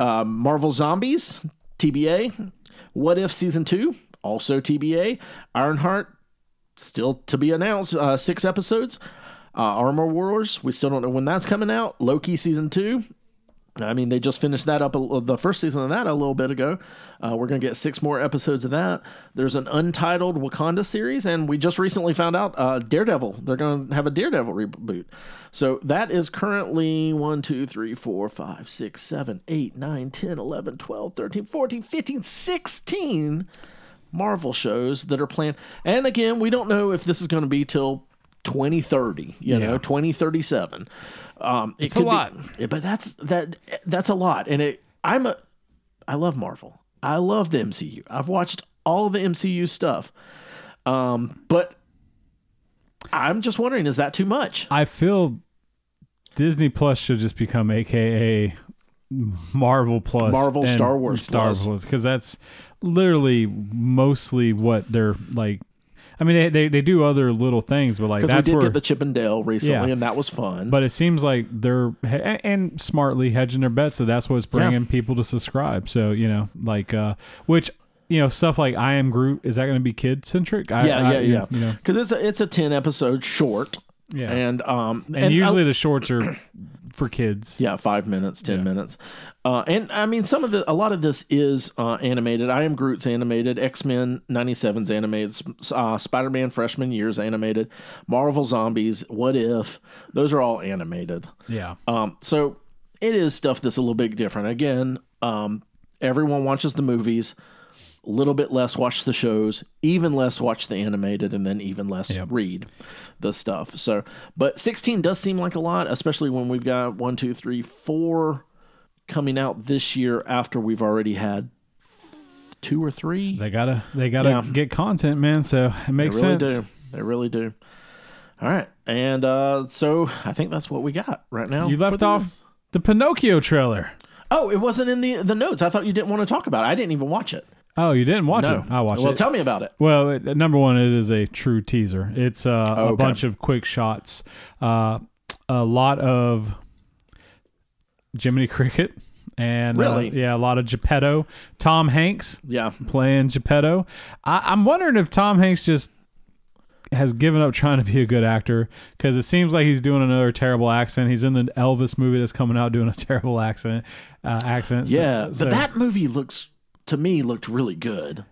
[SPEAKER 3] Uh, Marvel Zombies, TBA. What If season two, also TBA. Ironheart, still to be announced. Uh, six episodes. Uh, Armor Wars, we still don't know when that's coming out. Loki season two, I mean, they just finished that up a, the first season of that a little bit ago. Uh, we're gonna get six more episodes of that. There's an untitled Wakanda series, and we just recently found out uh, Daredevil. They're gonna have a Daredevil reboot. So that is currently 1, 2, 3, 4, 5, 6, 7, 8, 9, 10, 11, 12, 13, 14, 15, 16 Marvel shows that are planned. And again, we don't know if this is gonna be till 2030, you know,
[SPEAKER 2] Yeah.
[SPEAKER 3] 2037. Um, it
[SPEAKER 2] It's a
[SPEAKER 3] could be-
[SPEAKER 2] lot.
[SPEAKER 3] yeah, but that's that that's a lot. And it I'm a I love Marvel. I love the MCU. I've watched all the MCU stuff. Um, but I'm just wondering, is that too much?
[SPEAKER 2] I feel Disney Plus should just become AKA Marvel Plus,
[SPEAKER 3] Marvel,
[SPEAKER 2] and
[SPEAKER 3] Star Wars
[SPEAKER 2] Star
[SPEAKER 3] Plus.
[SPEAKER 2] Plus, because that's literally mostly what they're like. I mean, they, they, they do other little things, but like
[SPEAKER 3] Because we
[SPEAKER 2] that's
[SPEAKER 3] did
[SPEAKER 2] where
[SPEAKER 3] get the Chippendale recently,
[SPEAKER 2] Yeah.
[SPEAKER 3] and that was fun.
[SPEAKER 2] But it seems like they're he- and smartly hedging their bets that that's what's bringing people to subscribe. So you know, like, uh, which you know stuff like I am Groot is that going to be kid centric?
[SPEAKER 3] yeah, yeah, yeah.
[SPEAKER 2] You know,
[SPEAKER 3] Because it's a, it's a ten episode short.
[SPEAKER 2] Yeah.
[SPEAKER 3] and um,
[SPEAKER 2] and, usually the shorts are for kids.
[SPEAKER 3] Yeah, five minutes, ten minutes, uh, and I mean some of the a lot of this is uh, animated. I am Groot's animated, X Men '97's animated, Sp- uh, Spider Man freshman year's animated, Marvel Zombies, What If, those are all animated.
[SPEAKER 2] yeah.
[SPEAKER 3] Um, so it is stuff that's a little bit different. Again, um, everyone watches the movies, a little bit less watch the shows, even less watch the animated, and then even less read the stuff. So, but 16 does seem like a lot, especially when we've got one, two, three, four coming out this year after we've already had two or three.
[SPEAKER 2] They gotta they gotta
[SPEAKER 3] Yeah.
[SPEAKER 2] get content, man. So it makes
[SPEAKER 3] They really
[SPEAKER 2] sense.
[SPEAKER 3] do. They really do. All right. And uh, so I think that's what we got right now.
[SPEAKER 2] You
[SPEAKER 3] for
[SPEAKER 2] left
[SPEAKER 3] the-
[SPEAKER 2] off the Pinocchio trailer.
[SPEAKER 3] Oh, it wasn't in the the notes. I thought you didn't want to talk about it. I didn't even watch it.
[SPEAKER 2] Oh, you didn't watch
[SPEAKER 3] No.
[SPEAKER 2] it? I watched
[SPEAKER 3] well,
[SPEAKER 2] it.
[SPEAKER 3] tell me about it.
[SPEAKER 2] Well, it, number one, it is a true teaser. It's uh, a
[SPEAKER 3] okay.
[SPEAKER 2] bunch of quick shots, uh, a lot of Jiminy Cricket, and uh,
[SPEAKER 3] Really?
[SPEAKER 2] yeah, a lot of Geppetto, Tom Hanks
[SPEAKER 3] Yeah.
[SPEAKER 2] playing Geppetto. I, I'm wondering if Tom Hanks just has given up trying to be a good actor because it seems like he's doing another terrible accent. He's in an Elvis movie that's coming out doing a terrible accent. Uh, accent. So-
[SPEAKER 3] Yeah.
[SPEAKER 2] so-
[SPEAKER 3] but that movie looks to me looked really good.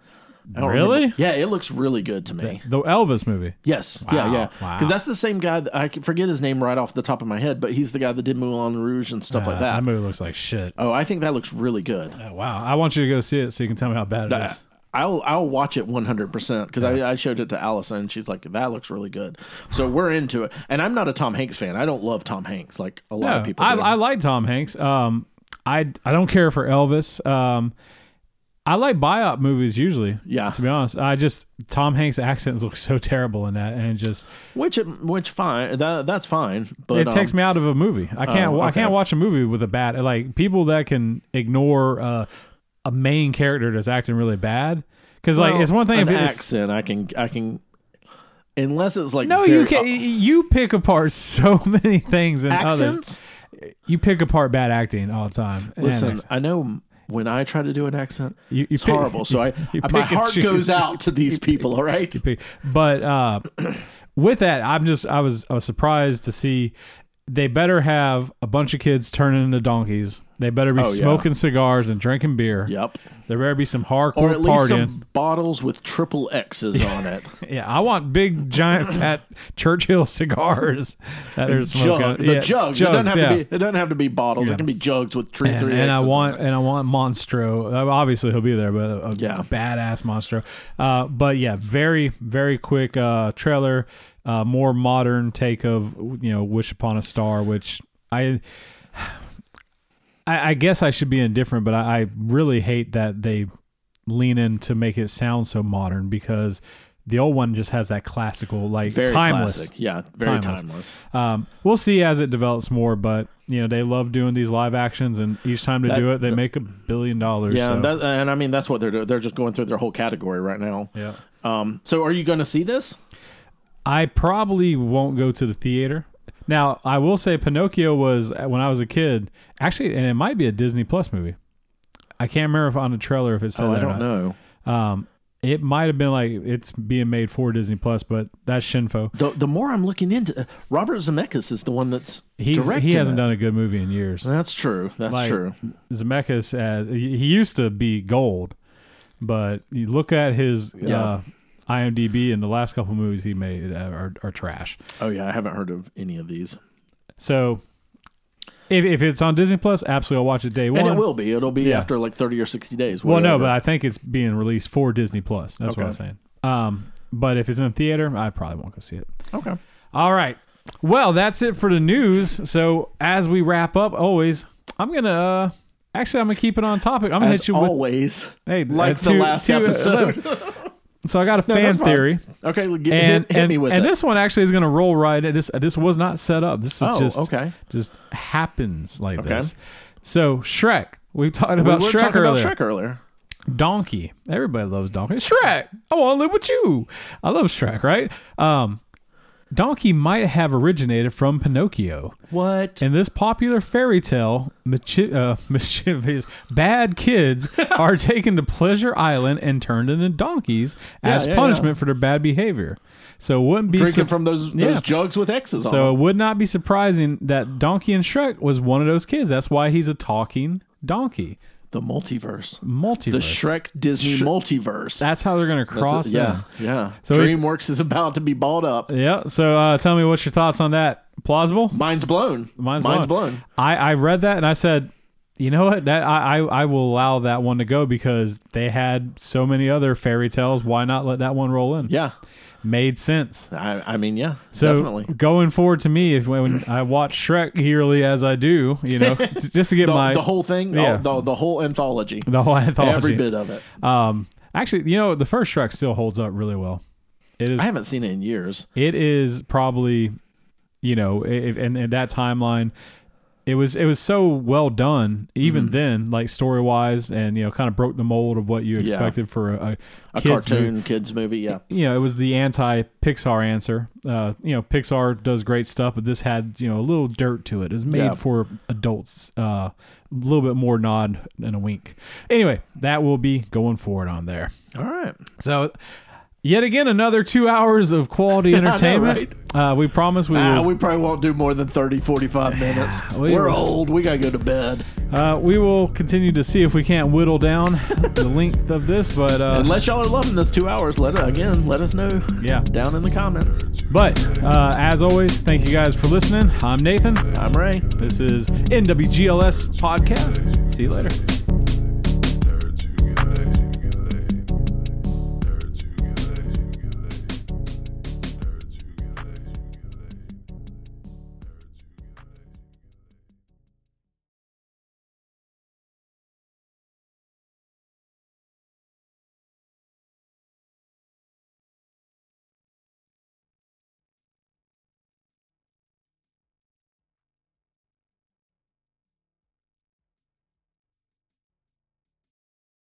[SPEAKER 3] I don't
[SPEAKER 2] Really?
[SPEAKER 3] remember- Yeah, it looks really good to me.
[SPEAKER 2] the Elvis movie.
[SPEAKER 3] Yes. Yeah, yeah.
[SPEAKER 2] wow.
[SPEAKER 3] Because that's the same guy. That, I can forget his name right off the top of my head, but he's the guy that did Moulin Rouge and stuff
[SPEAKER 2] Uh,
[SPEAKER 3] like
[SPEAKER 2] that.
[SPEAKER 3] that.
[SPEAKER 2] movie looks like shit.
[SPEAKER 3] Oh, I think that looks really good.
[SPEAKER 2] Oh, wow. I want you to go see it so you can tell me how bad it is.
[SPEAKER 3] I- I'll I'll watch it 100% because I, I showed it to Allison and she's like that looks really good. So we're into it. And I'm not a Tom Hanks fan. I don't love Tom Hanks like a lot
[SPEAKER 2] No,
[SPEAKER 3] of people.
[SPEAKER 2] I,
[SPEAKER 3] do.
[SPEAKER 2] I like Tom Hanks. Um, I I don't care for Elvis. Um, I like biop movies usually.
[SPEAKER 3] Yeah.
[SPEAKER 2] To be honest, I just Tom Hanks accents look so terrible in that, and it just
[SPEAKER 3] Which which fine that that's fine, but
[SPEAKER 2] it takes
[SPEAKER 3] um,
[SPEAKER 2] me out of a movie. I can't
[SPEAKER 3] oh,
[SPEAKER 2] I can't
[SPEAKER 3] okay.
[SPEAKER 2] watch a movie with a bad like people that can ignore uh, a main character that's acting really bad. Because like
[SPEAKER 3] well,
[SPEAKER 2] it's one thing
[SPEAKER 3] an
[SPEAKER 2] if it's
[SPEAKER 3] accent. I can I can unless it's like
[SPEAKER 2] no,
[SPEAKER 3] very-
[SPEAKER 2] you can you pick apart so many things and others.
[SPEAKER 3] accents.
[SPEAKER 2] You pick apart bad acting all the time. And
[SPEAKER 3] Listen,
[SPEAKER 2] it's-
[SPEAKER 3] I know when I try to do an accent,
[SPEAKER 2] You- you
[SPEAKER 3] it's
[SPEAKER 2] pick-
[SPEAKER 3] horrible. So I
[SPEAKER 2] you
[SPEAKER 3] my
[SPEAKER 2] pick and
[SPEAKER 3] heart
[SPEAKER 2] choose.
[SPEAKER 3] goes out to these people. All right,
[SPEAKER 2] be- But uh, with that, I'm just I was I was surprised to see they better have a bunch of kids turning into donkeys. They better be
[SPEAKER 3] Oh, yeah.
[SPEAKER 2] smoking cigars and drinking beer.
[SPEAKER 3] yep,
[SPEAKER 2] There better be some hardcore
[SPEAKER 3] or at least
[SPEAKER 2] partying.
[SPEAKER 3] some bottles with triple X's on it.
[SPEAKER 2] Yeah, I want big giant fat Churchill cigars that are smoking.
[SPEAKER 3] Jug, the
[SPEAKER 2] yeah,
[SPEAKER 3] jugs. It doesn't have
[SPEAKER 2] yeah.
[SPEAKER 3] to be. It doesn't have to be bottles. It can be jugs with three
[SPEAKER 2] and,
[SPEAKER 3] three
[SPEAKER 2] and I
[SPEAKER 3] X's on
[SPEAKER 2] want
[SPEAKER 3] it.
[SPEAKER 2] and I want Monstro. Uh, Obviously, he'll be there, but a, a
[SPEAKER 3] Yeah.
[SPEAKER 2] badass Monstro. Uh, but yeah, very very quick uh, trailer, uh, more modern take of you know Wish Upon a Star, which I. I, I guess I should be indifferent, but I, I really hate that they lean in to make it sound so modern because the old one just has that classical, like
[SPEAKER 3] very
[SPEAKER 2] timeless.
[SPEAKER 3] classic. Yeah, very
[SPEAKER 2] Timeless.
[SPEAKER 3] timeless.
[SPEAKER 2] Um, we'll see as it develops more, but you know they love doing these live actions, and each time they
[SPEAKER 3] That-
[SPEAKER 2] do it, they make a billion dollars.
[SPEAKER 3] Yeah,
[SPEAKER 2] so.
[SPEAKER 3] and, that, and I mean that's what they're doing. They're just going through their whole category right now.
[SPEAKER 2] yeah.
[SPEAKER 3] Um, so are you going to see this?
[SPEAKER 2] I probably won't go to the theater. Now, I will say Pinocchio was uh, when I was a kid, actually, and it might be a Disney Plus movie. I can't remember if on the trailer if it said
[SPEAKER 3] Oh,
[SPEAKER 2] that
[SPEAKER 3] I
[SPEAKER 2] or
[SPEAKER 3] don't
[SPEAKER 2] not.
[SPEAKER 3] know.
[SPEAKER 2] Um, it might have been like it's being made for Disney Plus, but that's Shinfo.
[SPEAKER 3] The, the more I'm looking into, uh, Robert Zemeckis is the one that's
[SPEAKER 2] He's,
[SPEAKER 3] directing.
[SPEAKER 2] he hasn't
[SPEAKER 3] it.
[SPEAKER 2] done a good movie in years.
[SPEAKER 3] That's true. That's
[SPEAKER 2] like
[SPEAKER 3] true.
[SPEAKER 2] Zemeckis as he he used to be gold, but you look at his uh,
[SPEAKER 3] Yeah.
[SPEAKER 2] IMDb and the last couple movies he made uh, are, are trash.
[SPEAKER 3] Oh yeah, I haven't heard of any of these.
[SPEAKER 2] So if, if it's on Disney Plus, absolutely I'll watch it day one.
[SPEAKER 3] And it will be. It'll be
[SPEAKER 2] Yeah.
[SPEAKER 3] after like 30 or 60 days.
[SPEAKER 2] Well, no,
[SPEAKER 3] whatever.
[SPEAKER 2] but I think it's being released for Disney Plus. That's what
[SPEAKER 3] Okay.
[SPEAKER 2] I'm saying. Um, but if it's in the theater, I probably won't go see it.
[SPEAKER 3] okay.
[SPEAKER 2] All right. Well, that's it for the news. So as we wrap up, always, I'm gonna uh, actually I'm gonna keep it on topic. I'm gonna
[SPEAKER 3] As
[SPEAKER 2] hit you with
[SPEAKER 3] always,
[SPEAKER 2] Hey,
[SPEAKER 3] like
[SPEAKER 2] uh,
[SPEAKER 3] the
[SPEAKER 2] two-
[SPEAKER 3] last
[SPEAKER 2] two-
[SPEAKER 3] episode.
[SPEAKER 2] So I got a fan
[SPEAKER 3] that's fine.
[SPEAKER 2] theory,
[SPEAKER 3] okay, well, get,
[SPEAKER 2] and
[SPEAKER 3] hit, hit
[SPEAKER 2] and,
[SPEAKER 3] me with
[SPEAKER 2] and
[SPEAKER 3] it.
[SPEAKER 2] this one actually is going to roll right. This this was not set up. This is
[SPEAKER 3] Oh,
[SPEAKER 2] just
[SPEAKER 3] okay.
[SPEAKER 2] just happens like
[SPEAKER 3] Okay.
[SPEAKER 2] this. So Shrek, we talked
[SPEAKER 3] we
[SPEAKER 2] about
[SPEAKER 3] were
[SPEAKER 2] Shrek
[SPEAKER 3] talking
[SPEAKER 2] earlier.
[SPEAKER 3] about Shrek earlier.
[SPEAKER 2] Donkey, everybody loves Donkey. Shrek, I want to live with you. I love Shrek, right? Um, Donkey might have originated from Pinocchio.
[SPEAKER 3] What?
[SPEAKER 2] In this popular fairy tale, machi- uh, mischievous bad kids are taken to Pleasure Island and turned into donkeys as
[SPEAKER 3] yeah,
[SPEAKER 2] punishment for their bad behavior. So it wouldn't be
[SPEAKER 3] Drinking
[SPEAKER 2] sup-
[SPEAKER 3] from those, those
[SPEAKER 2] Yeah.
[SPEAKER 3] jugs with X's on
[SPEAKER 2] So it
[SPEAKER 3] them.
[SPEAKER 2] would not be surprising that Donkey and Shrek was one of those kids. That's why he's a talking donkey.
[SPEAKER 3] The multiverse.
[SPEAKER 2] Multiverse.
[SPEAKER 3] The Shrek Disney multiverse.
[SPEAKER 2] That's how they're going to cross.
[SPEAKER 3] That's it. yeah,
[SPEAKER 2] in.
[SPEAKER 3] yeah.
[SPEAKER 2] So it-
[SPEAKER 3] DreamWorks is about to be bought up.
[SPEAKER 2] Yeah. So uh, tell me, what's your thoughts on that? Plausible?
[SPEAKER 3] Mine's blown.
[SPEAKER 2] Mine's, I, I read that and I said, you know what? That I, I I will allow that one to go because they had so many other fairy tales. Why not let that one roll in?
[SPEAKER 3] Yeah,
[SPEAKER 2] Made sense.
[SPEAKER 3] I, I mean, yeah,
[SPEAKER 2] So
[SPEAKER 3] definitely.
[SPEAKER 2] going forward to me, if when I watch Shrek yearly as I do, you know, just to get
[SPEAKER 3] The,
[SPEAKER 2] my
[SPEAKER 3] the whole thing,
[SPEAKER 2] yeah.
[SPEAKER 3] yeah. the, the whole anthology,
[SPEAKER 2] the whole anthology.
[SPEAKER 3] every bit of it.
[SPEAKER 2] Um, actually, you know, the first Shrek still holds up really well. It is
[SPEAKER 3] I haven't seen it in years.
[SPEAKER 2] it is probably you know if, and, and that timeline it was it was so well done even
[SPEAKER 3] Mm-hmm.
[SPEAKER 2] then like story wise and you know kind of broke the mold of what you expected for a, a,
[SPEAKER 3] A
[SPEAKER 2] kids
[SPEAKER 3] cartoon
[SPEAKER 2] movie.
[SPEAKER 3] kids movie, yeah.
[SPEAKER 2] you know it was the anti Pixar answer uh you know Pixar does great stuff but this had you know a little dirt to it it was made
[SPEAKER 3] Yeah.
[SPEAKER 2] for adults uh a little bit more nod and a wink anyway that will be going forward on there
[SPEAKER 3] All right,
[SPEAKER 2] so, yet again, another two hours of quality entertainment. uh, we promise we
[SPEAKER 3] ah,
[SPEAKER 2] will.
[SPEAKER 3] we probably won't do more than 30, 45 minutes.
[SPEAKER 2] we-
[SPEAKER 3] We're old. We gotta go to bed.
[SPEAKER 2] uh, we will continue to see if we can't whittle down the length of this. But uh,
[SPEAKER 3] Unless y'all are loving this two hours, let it again. Let us know.
[SPEAKER 2] Yeah.
[SPEAKER 3] down in the comments.
[SPEAKER 2] but uh, as always, thank you guys for listening. I'm Nathan.
[SPEAKER 3] I'm Ray.
[SPEAKER 2] This is NWGLS podcast. See you later.